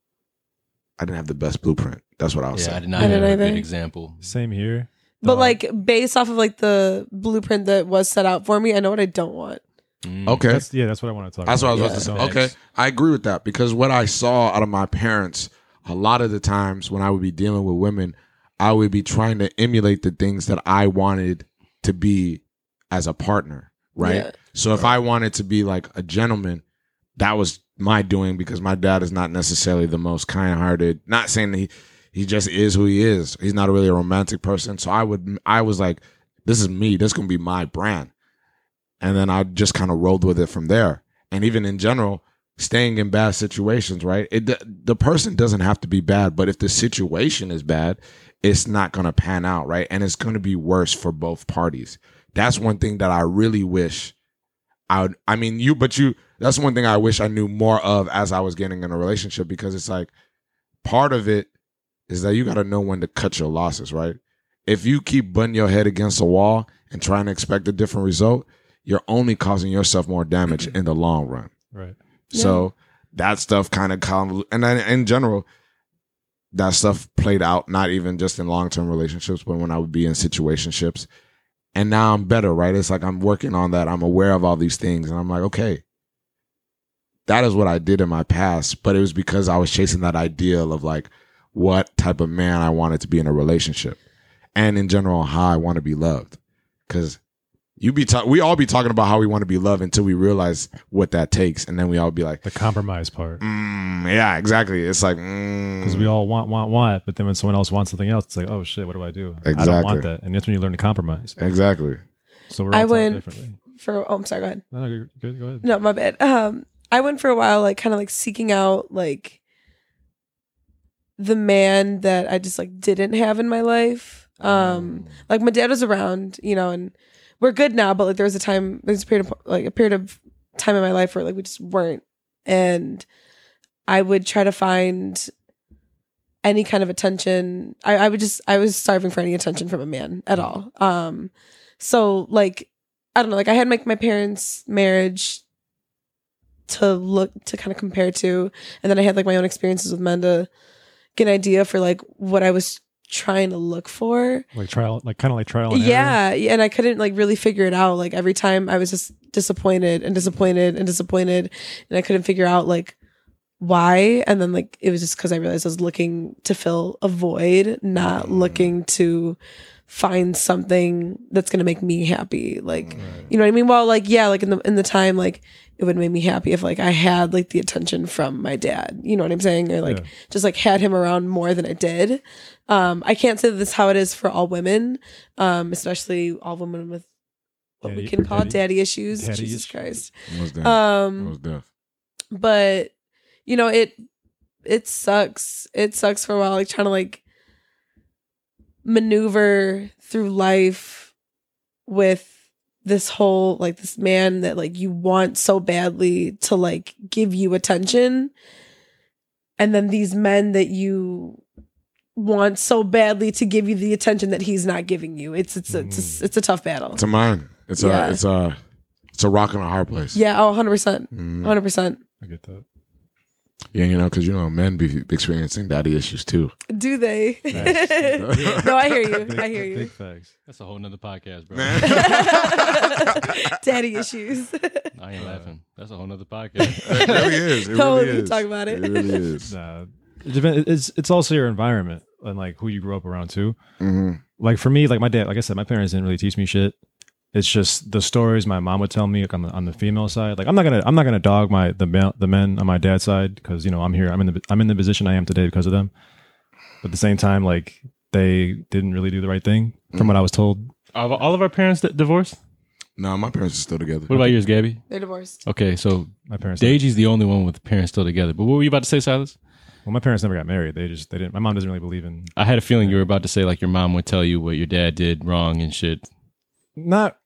C: I didn't have the best blueprint. That's what I'll
A: Yeah, I
C: say.
A: did not
B: I
A: have
B: don't
A: a good
B: either.
A: example.
E: Same here.
B: but
E: Dog.
B: like based off of like the blueprint that was set out for me, I know what I don't want.
A: Mm.
C: Okay,
E: That's, yeah, that's what I want to talk.
C: That's what I
E: about.
C: was
E: Yeah.
C: about to say. Okay, I agree with that because what I saw out of my parents, a lot of the times when I would be dealing with women, I would be trying to emulate the things that I wanted to be as a partner, right?
B: Yeah.
C: So if I wanted to be like a gentleman, that was my doing because my dad is not necessarily the most kind-hearted. Not saying that he he just is who he is. He's not really a romantic person. So I would I was like, this is me. This is gonna be my brand, and then I just kind of rolled with it from there. And even in general, staying in bad situations, right? It the, the person doesn't have to be bad, but if the situation is bad, it's not gonna pan out, right? And it's gonna be worse for both parties. That's one thing that I really wish. I would, I mean you but you that's one thing I wish I knew more of as I was getting in a relationship because it's like part of it is that you got to know when to cut your losses, right? If you keep butting your head against a wall and trying to expect a different result, you're only causing yourself more damage in the long run.
E: Right.
C: So that stuff kind of convol- and then in general, that stuff played out not even just in long term relationships, but when I would be in situationships. And now I'm better, right? It's like I'm working on that. I'm aware of all these things, and I'm like, okay, that is what I did in my past, but it was because I was chasing that ideal of like what type of man I wanted to be in a relationship, and in general how I want to be loved, because. You be ta- we all be talking about how we want to be loved until we realize what that takes, and then we all be like,
E: The compromise part.
C: mm, "Yeah, exactly." It's like, mm.
E: Because we all want, want, want, but then when someone else wants something else, it's like, oh shit, what do I do? I
C: Exactly.
E: don't want that, and that's when you learn to compromise.
C: Exactly.
E: So we're all
B: I
E: taught
B: went
E: differently.
B: for. Oh, I'm sorry. Go ahead.
E: No, no, you're good. Go ahead.
B: No, my bad. Um, I went for a while, like kind of like seeking out like the man that I just like didn't have in my life. Um, like my dad was around, you know, and we're good now, but like there was a time, there's a period of like a period of time in my life where like we just weren't, and I would try to find any kind of attention. I, I would just I was starving for any attention from a man at all. Um, so like I don't know, like I had like my parents' marriage to look to kind of compare to, and then I had like my own experiences with men to get an idea for like what I was trying to look for.
E: Like trial, like kind of like trial. And error.
B: Yeah, yeah, and I couldn't like really figure it out. Like every time I was just disappointed and disappointed and disappointed, and I couldn't figure out like why. And then like it was just because I realized I was looking to fill a void, not looking to find something that's gonna make me happy. Like you know what I mean? Well, like yeah, like in the in the time, like it would make me happy if like I had like the attention from my dad. You know what I'm saying? Or like
E: Yeah.
B: just like had him around more than I did. Um, I can't say that this is how it is for all women, um, especially all women with what we
E: Daddy-
B: can call
E: daddy-
B: daddy issues.
E: daddy
B: Jesus
E: issues.
B: Christ.
C: Most deaf.
B: Um,
C: Most deaf.
B: but you know it it sucks it sucks for a while like trying to like maneuver through life with this whole like this man that like you want so badly to like give you attention and then these men that you want so badly to give you the attention that he's not giving you it's it's a, it's, a, it's a tough battle
C: Mm. It's a mine. It's
B: Yeah.
C: a it's a it's a rock and a hard place.
B: yeah oh 100%
C: Mhm.
B: 100%
E: I get that.
C: Yeah, you know, because you know, men be be experiencing daddy issues too.
B: do they no i hear you i hear you
E: Big facts.
A: That's a whole nother podcast, bro.
B: daddy issues
A: I ain't laughing. That's a whole nother podcast.
C: It really is. It
B: Oh,
C: really
B: we
C: is.
B: talk about it.
C: It really is.
E: Nah, it depends- it's it's also your environment and like who you grew up around too.
C: hmm
E: Like for me, like my dad, like I said, my parents didn't really teach me shit. It's just the stories my mom would tell me, like on the, on the female side. Like I'm not gonna I'm not gonna dog my the male, the men on my dad's side because you know I'm here I'm in the I'm in the position I am today because of them. But at the same time, like they didn't really do the right thing
A: Mm.
E: from what I was told.
A: Are all of our parents that divorced?
C: No, my parents are still together.
A: What about yours, Gabby?
B: they're divorced
A: Okay, so
E: My parents,
A: Deji's the only one with parents still together. But what were you about to say, Silas?
E: well, my parents never got married. They just they didn't. My mom doesn't really believe in
A: I had a feeling you were about to say like your mom would tell you what your dad did wrong and shit.
E: not.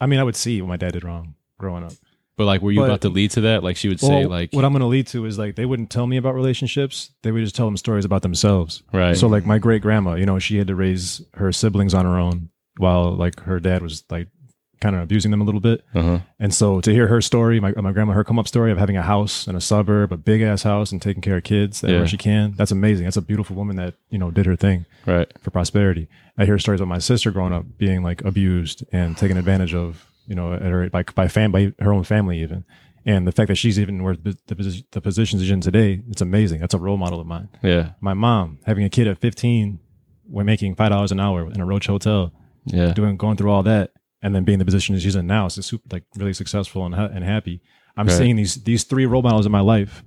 E: I mean, I would see what my dad did wrong growing up.
A: But like, were you
E: But-
A: about to lead to that? Like she would say
E: Well,
A: like,
E: what I'm going to lead to is like they wouldn't tell me about relationships. They would just tell them stories about themselves.
A: right?
E: So like my great grandma, you know, she had to raise her siblings on her own while like her dad was like kind of abusing them a little bit.
A: uh-huh.
E: And so to hear her story, my, my grandma, her come up story of having a house in a suburb, a big ass house and taking care of kids that
A: Yeah.
E: where she can. That's amazing. That's a beautiful woman that, you know, did her thing
A: right.
E: for prosperity. I hear stories of my sister growing up being like abused and taken advantage of, you know, at her by by fam by her own family even, and the fact that she's even where the the, posi- the position she's in today, it's amazing. That's a role model of mine.
A: Yeah,
E: My mom having a kid at 15, when making five dollars an hour in a roach hotel,
A: yeah.
E: doing going through all that, and then being in the position that she's in now, so super like really successful and ha- and happy. I'm
A: Right.
E: seeing these these three role models in my life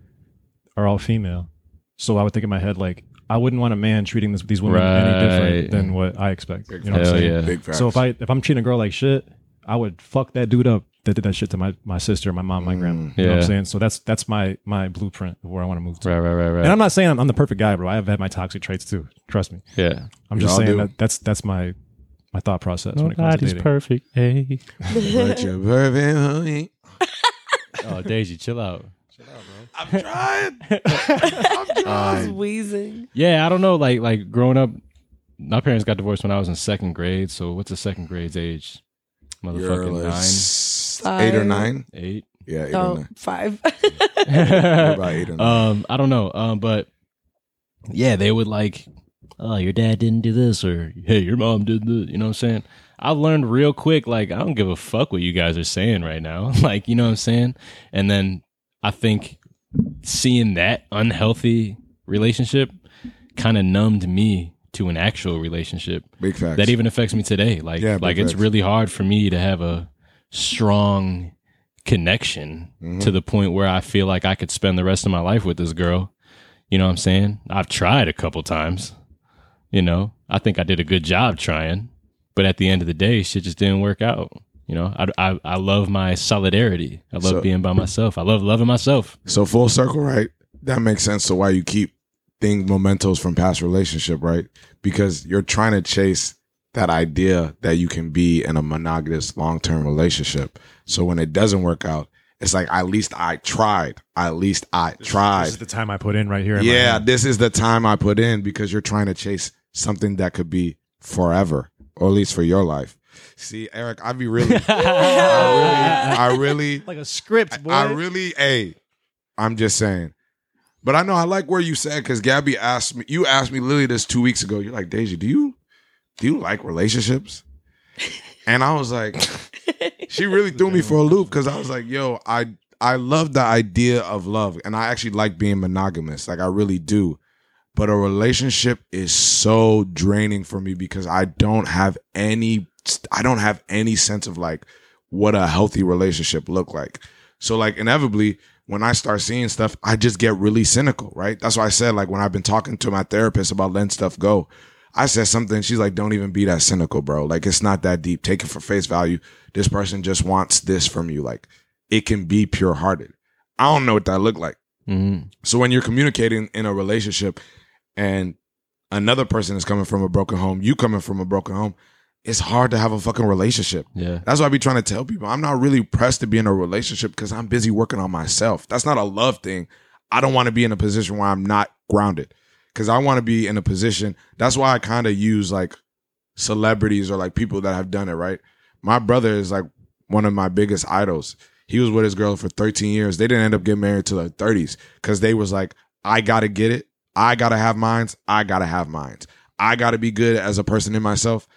E: are all female, so I would think in my head like. I wouldn't want a man treating this, these women any
A: Right.
E: different than what I expect. You know what I'm
A: Hell
E: saying?
A: yeah.
C: Big facts.
E: So if I if I'm treating a girl like shit, I would fuck that dude up that did that shit to my my sister, my mom, my grandma. You know what
A: Mm. Yeah.
E: I'm saying? So that's that's my my blueprint of where I want to move to.
A: Right, right, right, right.
E: And I'm not saying I'm, I'm the perfect guy, bro. I have had my toxic traits too. Trust me.
A: yeah.
E: I'm just
C: all
E: saying
C: do.
E: that that's that's my my thought process when it comes to dating.
A: perfect. Hey.
C: Mm. But you're perfect, honey.
A: Oh, Deji, chill out.
C: I'm trying.
B: i was wheezing
A: Yeah, I don't know. Like, like growing up, my parents got divorced when I was in second grade. So what's a second grade's age?
C: You're
A: Motherfucking
C: like
A: nine,
C: s-
B: Five.
C: eight or nine.
A: eight.
C: Yeah, eight or
B: oh
C: nine.
B: five
C: You're about eight or nine.
A: um, I don't know. Um, but yeah, they would like, oh, your dad didn't do this, or hey, your mom did this. You know what I'm saying? I learned real quick, like, I don't give a fuck what you guys are saying right now. like, you know what I'm saying? And then I think seeing that unhealthy relationship kind of numbed me to an actual relationship
C: Big facts.
A: that even affects me today. Like,
C: Yeah, big
A: like it's
C: facts.
A: really hard for me to have a strong connection
C: Mhm.
A: to the point where I feel like I could spend the rest of my life with this girl. You know what I'm saying? I've tried a couple times. You know, I think I did a good job trying, but at the end of the day, shit just didn't work out. You know, I, I, I love my solidarity. I love
C: So-
A: being by myself. I love loving myself.
C: So full circle, right? That makes sense. So why you keep things mementos from past relationship, right? Because you're trying to chase that idea that you can be in a monogamous long term relationship. So when it doesn't work out, it's like at least I tried. At least I
E: This
C: tried.
E: is the time I put in right here. in my
C: Yeah,
E: hand.
C: this is the time I put in because you're trying to chase something that could be forever, or at least for your life. See, Eric, I'd be really, I really, I really
E: like a script, boy.
C: I really, hey, I'm just saying. But I know I like where you said because Gabby asked me. You asked me literally this two weeks ago. You're like, Deja, do you do you like relationships? And I was like, she really threw me for a loop because I was like, yo, I I love the idea of love, and I actually like being monogamous. Like I really do. But a relationship is so draining for me because I don't have any I don't have any sense of like what a healthy relationship look like. So like inevitably, when I start seeing stuff, I just get really cynical, right? That's why I said like when I've been talking to my therapist about letting stuff go, I said something. She's like, "Don't even be that cynical, bro. Like it's not that deep. Take it for face value. This person just wants this from you. Like it can be pure hearted." I don't know what that looked like.
A: Mhm.
C: So when you're communicating in a relationship and another person is coming from a broken home, you coming from a broken home, it's hard to have a fucking relationship.
A: Yeah.
C: That's why I be trying to tell people I'm not really pressed to be in a relationship because I'm busy working on myself. That's not a love thing. I don't want to be in a position where I'm not grounded because I want to be in a position. That's why I kind of use like celebrities or like people that have done it, right? My brother is like one of my biggest idols. He was with his girl for 13 years. They didn't end up getting married till their 30s because they was like, I gotta get it. I gotta have mines. I gotta have mines. I gotta be good as a person in myself.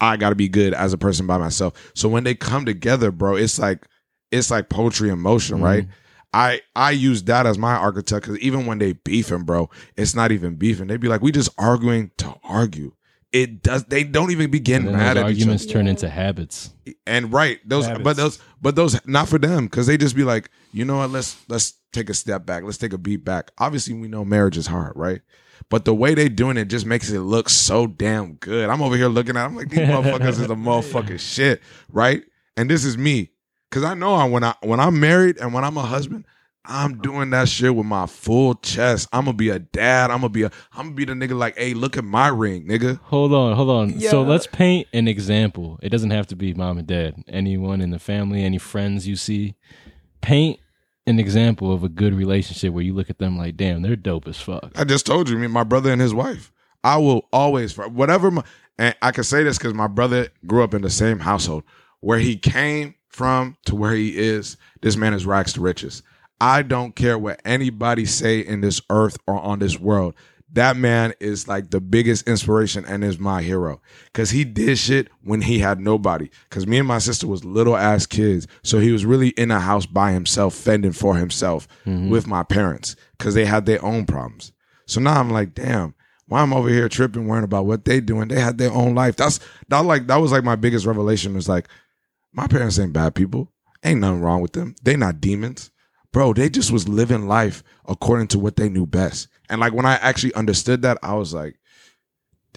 C: I gotta be good as a person by myself. So when they come together, bro, it's like it's like poetry in motion, right? I I use that as my architect because even when they beefing, bro, it's not even beefing. They be like, we just arguing to argue. It does. They don't even be getting
A: And then
C: mad
A: those
C: at each other
A: arguments turn into habits.
C: and right those but
E: Habits.
C: those but those not for them because they just be like you know what let's let's take a step back let's take a beat back obviously we know marriage is hard right but the way they doing it just makes it look so damn good i'm over here looking at i'm like these motherfuckers is the motherfucking shit right and this is me because i know I, when i when i'm married and when i'm a husband I'm doing that shit with my full chest. I'm gonna be a dad. I'm gonna be a. I'm gonna be the nigga like, hey, look at my ring, nigga.
A: Hold on, hold on. So
B: Yeah.
A: let's paint an example. It doesn't have to be mom and dad. Anyone in the family, any friends you see, paint an example of a good relationship where you look at them like, damn, they're dope as fuck.
C: I just told you, me, my brother and his wife. I will always, for whatever. My, and I can say this because my brother grew up in the same household where he came from to where he is. This man is rags to riches. I don't care what anybody say in this earth or on this world. That man is like the biggest inspiration and is my hero because he did shit when he had nobody. Because me and my sister was little ass kids, so he was really in a house by himself, fending for himself
A: Mm-hmm.
C: with my parents because they had their own problems. So now I'm like, damn, why I'm over here tripping, worrying about what they doing? They had their own life. That's that like that was like my biggest revelation was like, my parents ain't bad people. Ain't nothing wrong with them. They not demons. Bro, they just was living life according to what they knew best. And like when I actually understood that, I was like,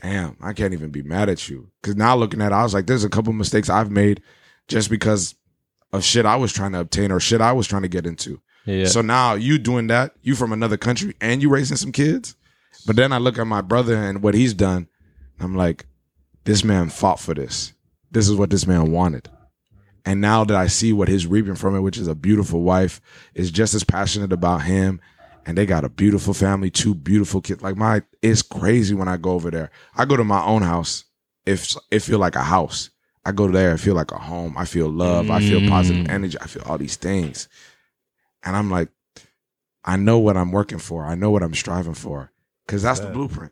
C: damn, I can't even be mad at you. Cause now looking at it, I was like, there's a couple mistakes I've made just because of shit I was trying to obtain or shit I was trying to get into.
A: Yeah.
C: So now you doing that, you from another country and you raising some kids. But then I look at my brother and what he's done. I'm like, this man fought for this. This is what this man wanted. And now that I see what he's reaping from it, which is a beautiful wife, is just as passionate about him. And they got a beautiful family, two beautiful kids. Like my, it's crazy when I go over there. I go to my own house. If it feel like a house, I go there. It feel like a home. I feel love. I feel positive
A: Mm.
C: energy. I feel all these things. And I'm like, I know what I'm working for. I know what I'm striving for. Cause that's the
E: Bet.
C: blueprint.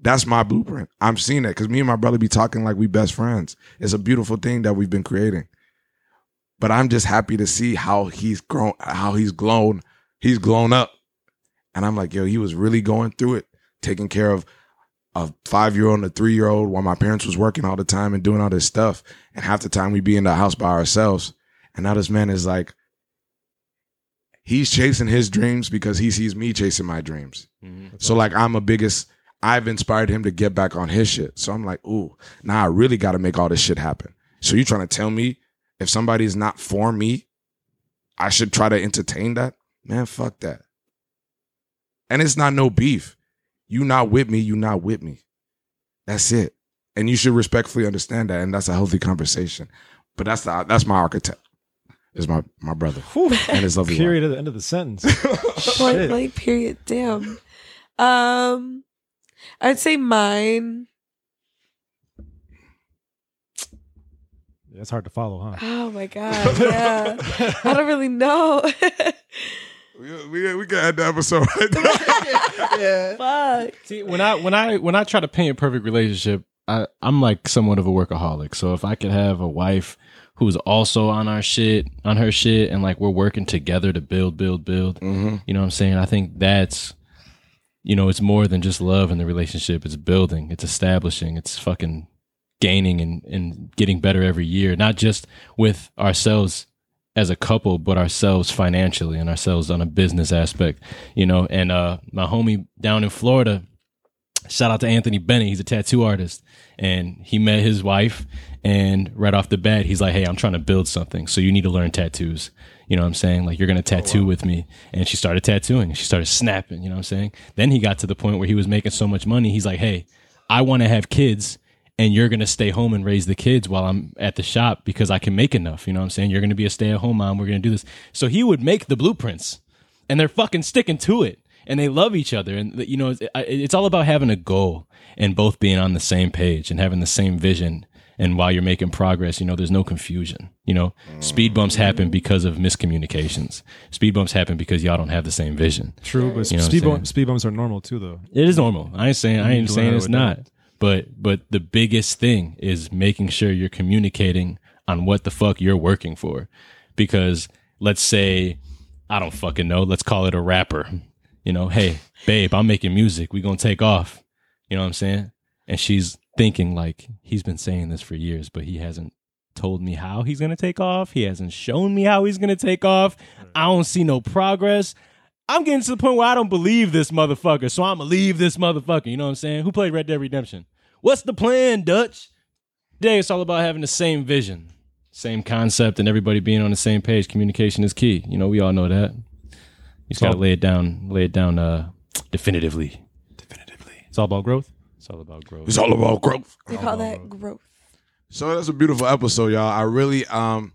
C: That's my blueprint. I'm seeing it. Cause me and my brother be talking like we best friends. It's a beautiful thing that we've been creating. But I'm just happy to see how he's grown, how he's grown, he's grown up. And I'm like, yo, he was really going through it, taking care of a five year old and a three year old while my parents was working all the time and doing all this stuff. And half the time we be in the house by ourselves. And now this man is like, he's chasing his dreams because he sees me chasing my dreams. So like I'm a biggest I've inspired him to get back on his shit. So I'm like, ooh, now I really gotta make all this shit happen. So you trying to tell me if somebody's not for me, I should try to entertain that? Man, fuck that. And it's not no beef. You not with me, you not with me. That's it. And you should respectfully understand that. And that's a healthy conversation. But that's the that's my architect. Is my my brother. And his lovely wife.
E: Period at the end of the sentence.
B: Point
E: Shit.
B: blank period. Damn. Um, I'd say mine.
E: Yeah, it's hard to follow, huh?
B: Oh my god. Yeah. I don't really know.
C: We, we, we can end the episode right there.
B: Fuck.
A: See, when I when I when I try to paint a perfect relationship, I, I'm like somewhat of a workaholic. So if I could have a wife who's also on our shit, on her shit, and like we're working together to build, build, build. You know what I'm saying? I think that's you know, it's more than just love in the relationship. It's building, it's establishing, it's fucking gaining and, and getting better every year, not just with ourselves as a couple, but ourselves financially and ourselves on a business aspect, you know. And uh, my homie down in Florida, shout out to Anthony Bennett, he's a tattoo artist, and he met his wife, And right off the bat, he's like, Hey, I'm trying to build something. So you need to learn tattoos. You know what I'm saying? Like, you're going to tattoo with me. And she started tattooing. She started snapping. You know what I'm saying? Then he got to the point where he was making so much money. He's like, Hey, I want to have kids and you're going to stay home and raise the kids while I'm at the shop because I can make enough. You know what I'm saying? You're going to be a stay at home mom. We're going to do this. So he would make the blueprints and they're fucking sticking to it and they love each other. And, you know, it's, I- it's all about having a goal and both being on the same page and having the same vision. And while you're making progress, you know, there's no confusion. You know, speed bumps happen because of miscommunications. Speed bumps happen because y'all don't have the same vision.
E: True, but
A: know what
E: speed,
A: I'm
E: bump,
A: saying?
E: speed bumps are normal too, though.
A: It is normal. I ain't saying I ain't
E: Glad
A: saying
E: I
A: it's
E: would
A: not. But but the biggest thing is making sure you're communicating on what the fuck you're working for. Because let's say I don't fucking know, let's call it a rapper. You know, hey, babe, I'm making music. We gonna take off. You know what I'm saying? And she's thinking like he's been saying this for years, but he hasn't told me how he's gonna take off. He hasn't shown me how he's gonna take off. I don't see no progress. I'm getting to the point where I don't believe this motherfucker, so I'm gonna leave this motherfucker. You know what I'm saying? Who played Red Dead Redemption? What's the plan, Dutch? Today it's all about having the same vision, same concept, and everybody being on the same page. Communication is key. You know, we all know that. You just gotta lay it down, lay it down uh, definitively.
E: It's all about growth.
A: It's all about growth.
C: It's all about growth.
B: They call that growth.
C: So that's a beautiful episode, y'all. I really, um,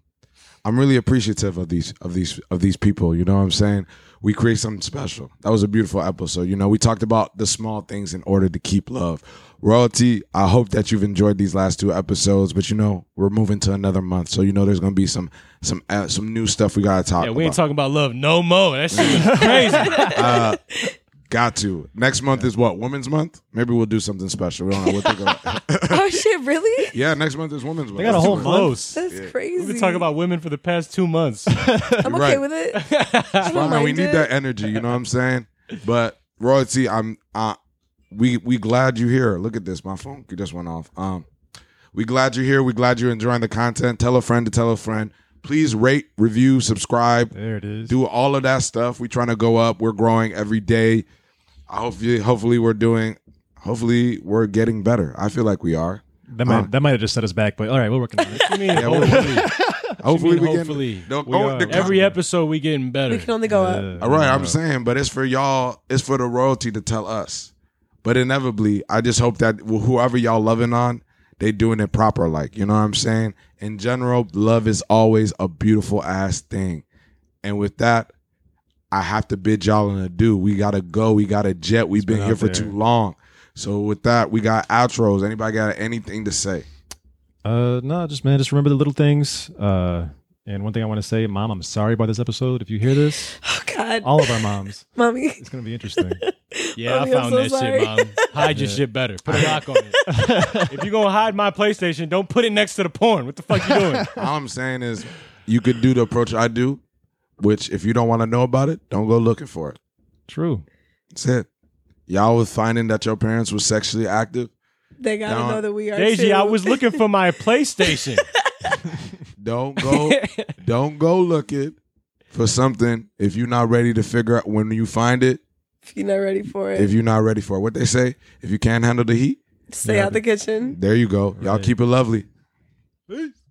C: I'm really appreciative of these of these of these people. You know what I'm saying? We create something special. That was a beautiful episode. You know, we talked about the small things in order to keep love. Royalty, I hope that you've enjoyed these last two episodes, but you know, we're moving to another month. So you know there's going to be some some uh, some new stuff we got to talk
A: Yeah,
C: about.
A: we ain't talking about love no more. That shit is crazy.
C: Uh, got to. Next month is what? Women's month? Maybe we'll do something special. We don't know what to go.
B: oh shit, really?
C: yeah, next month is women's month.
E: They got a whole month.
A: Close.
B: That's crazy.
A: We've been talking about women for the past two months.
B: I'm okay
C: right.
B: with it. I don't
C: I mean, we
B: mind
C: need
B: it.
C: that energy. You know what I'm saying? But royalty, I'm. Uh, we we glad you here. Look at this. My phone just went off. Um, we glad you're here. We glad you're enjoying the content. Tell a friend to tell a friend. Please rate, review, subscribe,
E: There it is.
C: do all of that stuff. We're trying to go up. We're growing every day. I hope you, hopefully we're doing. Hopefully we're getting better. I feel like we are.
E: That might that might have just set us back, but all right, we're working on it.
C: uh, Yeah, we're- hopefully
A: mean
C: we
A: hopefully?
C: get. Don't,
E: We
C: don't,
E: are.
C: the con-
A: Every episode we getting better.
B: We can only go up.
E: Uh,
C: All right, I'm saying, but it's for y'all. It's for the royalty to tell us. But inevitably, I just hope that wh- whoever y'all loving on, they doing it proper. Like you know what I'm saying. In general, love is always a beautiful ass thing. And with that, I have to bid y'all an adieu. We gotta go. We got to jet. We've been,
E: been
C: here
E: out
C: for
E: there.
C: too long. So with that, we got outros. Anybody got anything to say?
E: Uh, no, just man, just remember the little things. Uh, and one thing I want to say, mom, I'm sorry about this episode. If you hear this,
B: Oh god,
E: all of our moms,
B: mommy.
E: it's gonna be interesting.
A: Yeah, I
B: Mommy, I'm
A: found
B: so
A: that
B: sorry.
A: shit, mom. Hide your shit better. Put a lock on it. if you're gonna hide my PlayStation, don't put it next to the porn. What the fuck you doing?
C: All I'm saying is, you could do the approach I do, which if you don't want to know about it, don't go looking for it.
E: True.
C: That's it. Y'all was finding that your parents were sexually active.
B: They gotta
C: Don't-
B: know that we are.
A: Deji,
B: too.
A: I was looking for my PlayStation.
C: Don't go, don't go looking for something if you're not ready to figure out when you find it.
B: If you're not ready for it,
C: If you're not ready for it, what they say: if you can't handle the heat,
B: stay out the kitchen.
C: there you go. Y'all keep it lovely. Peace.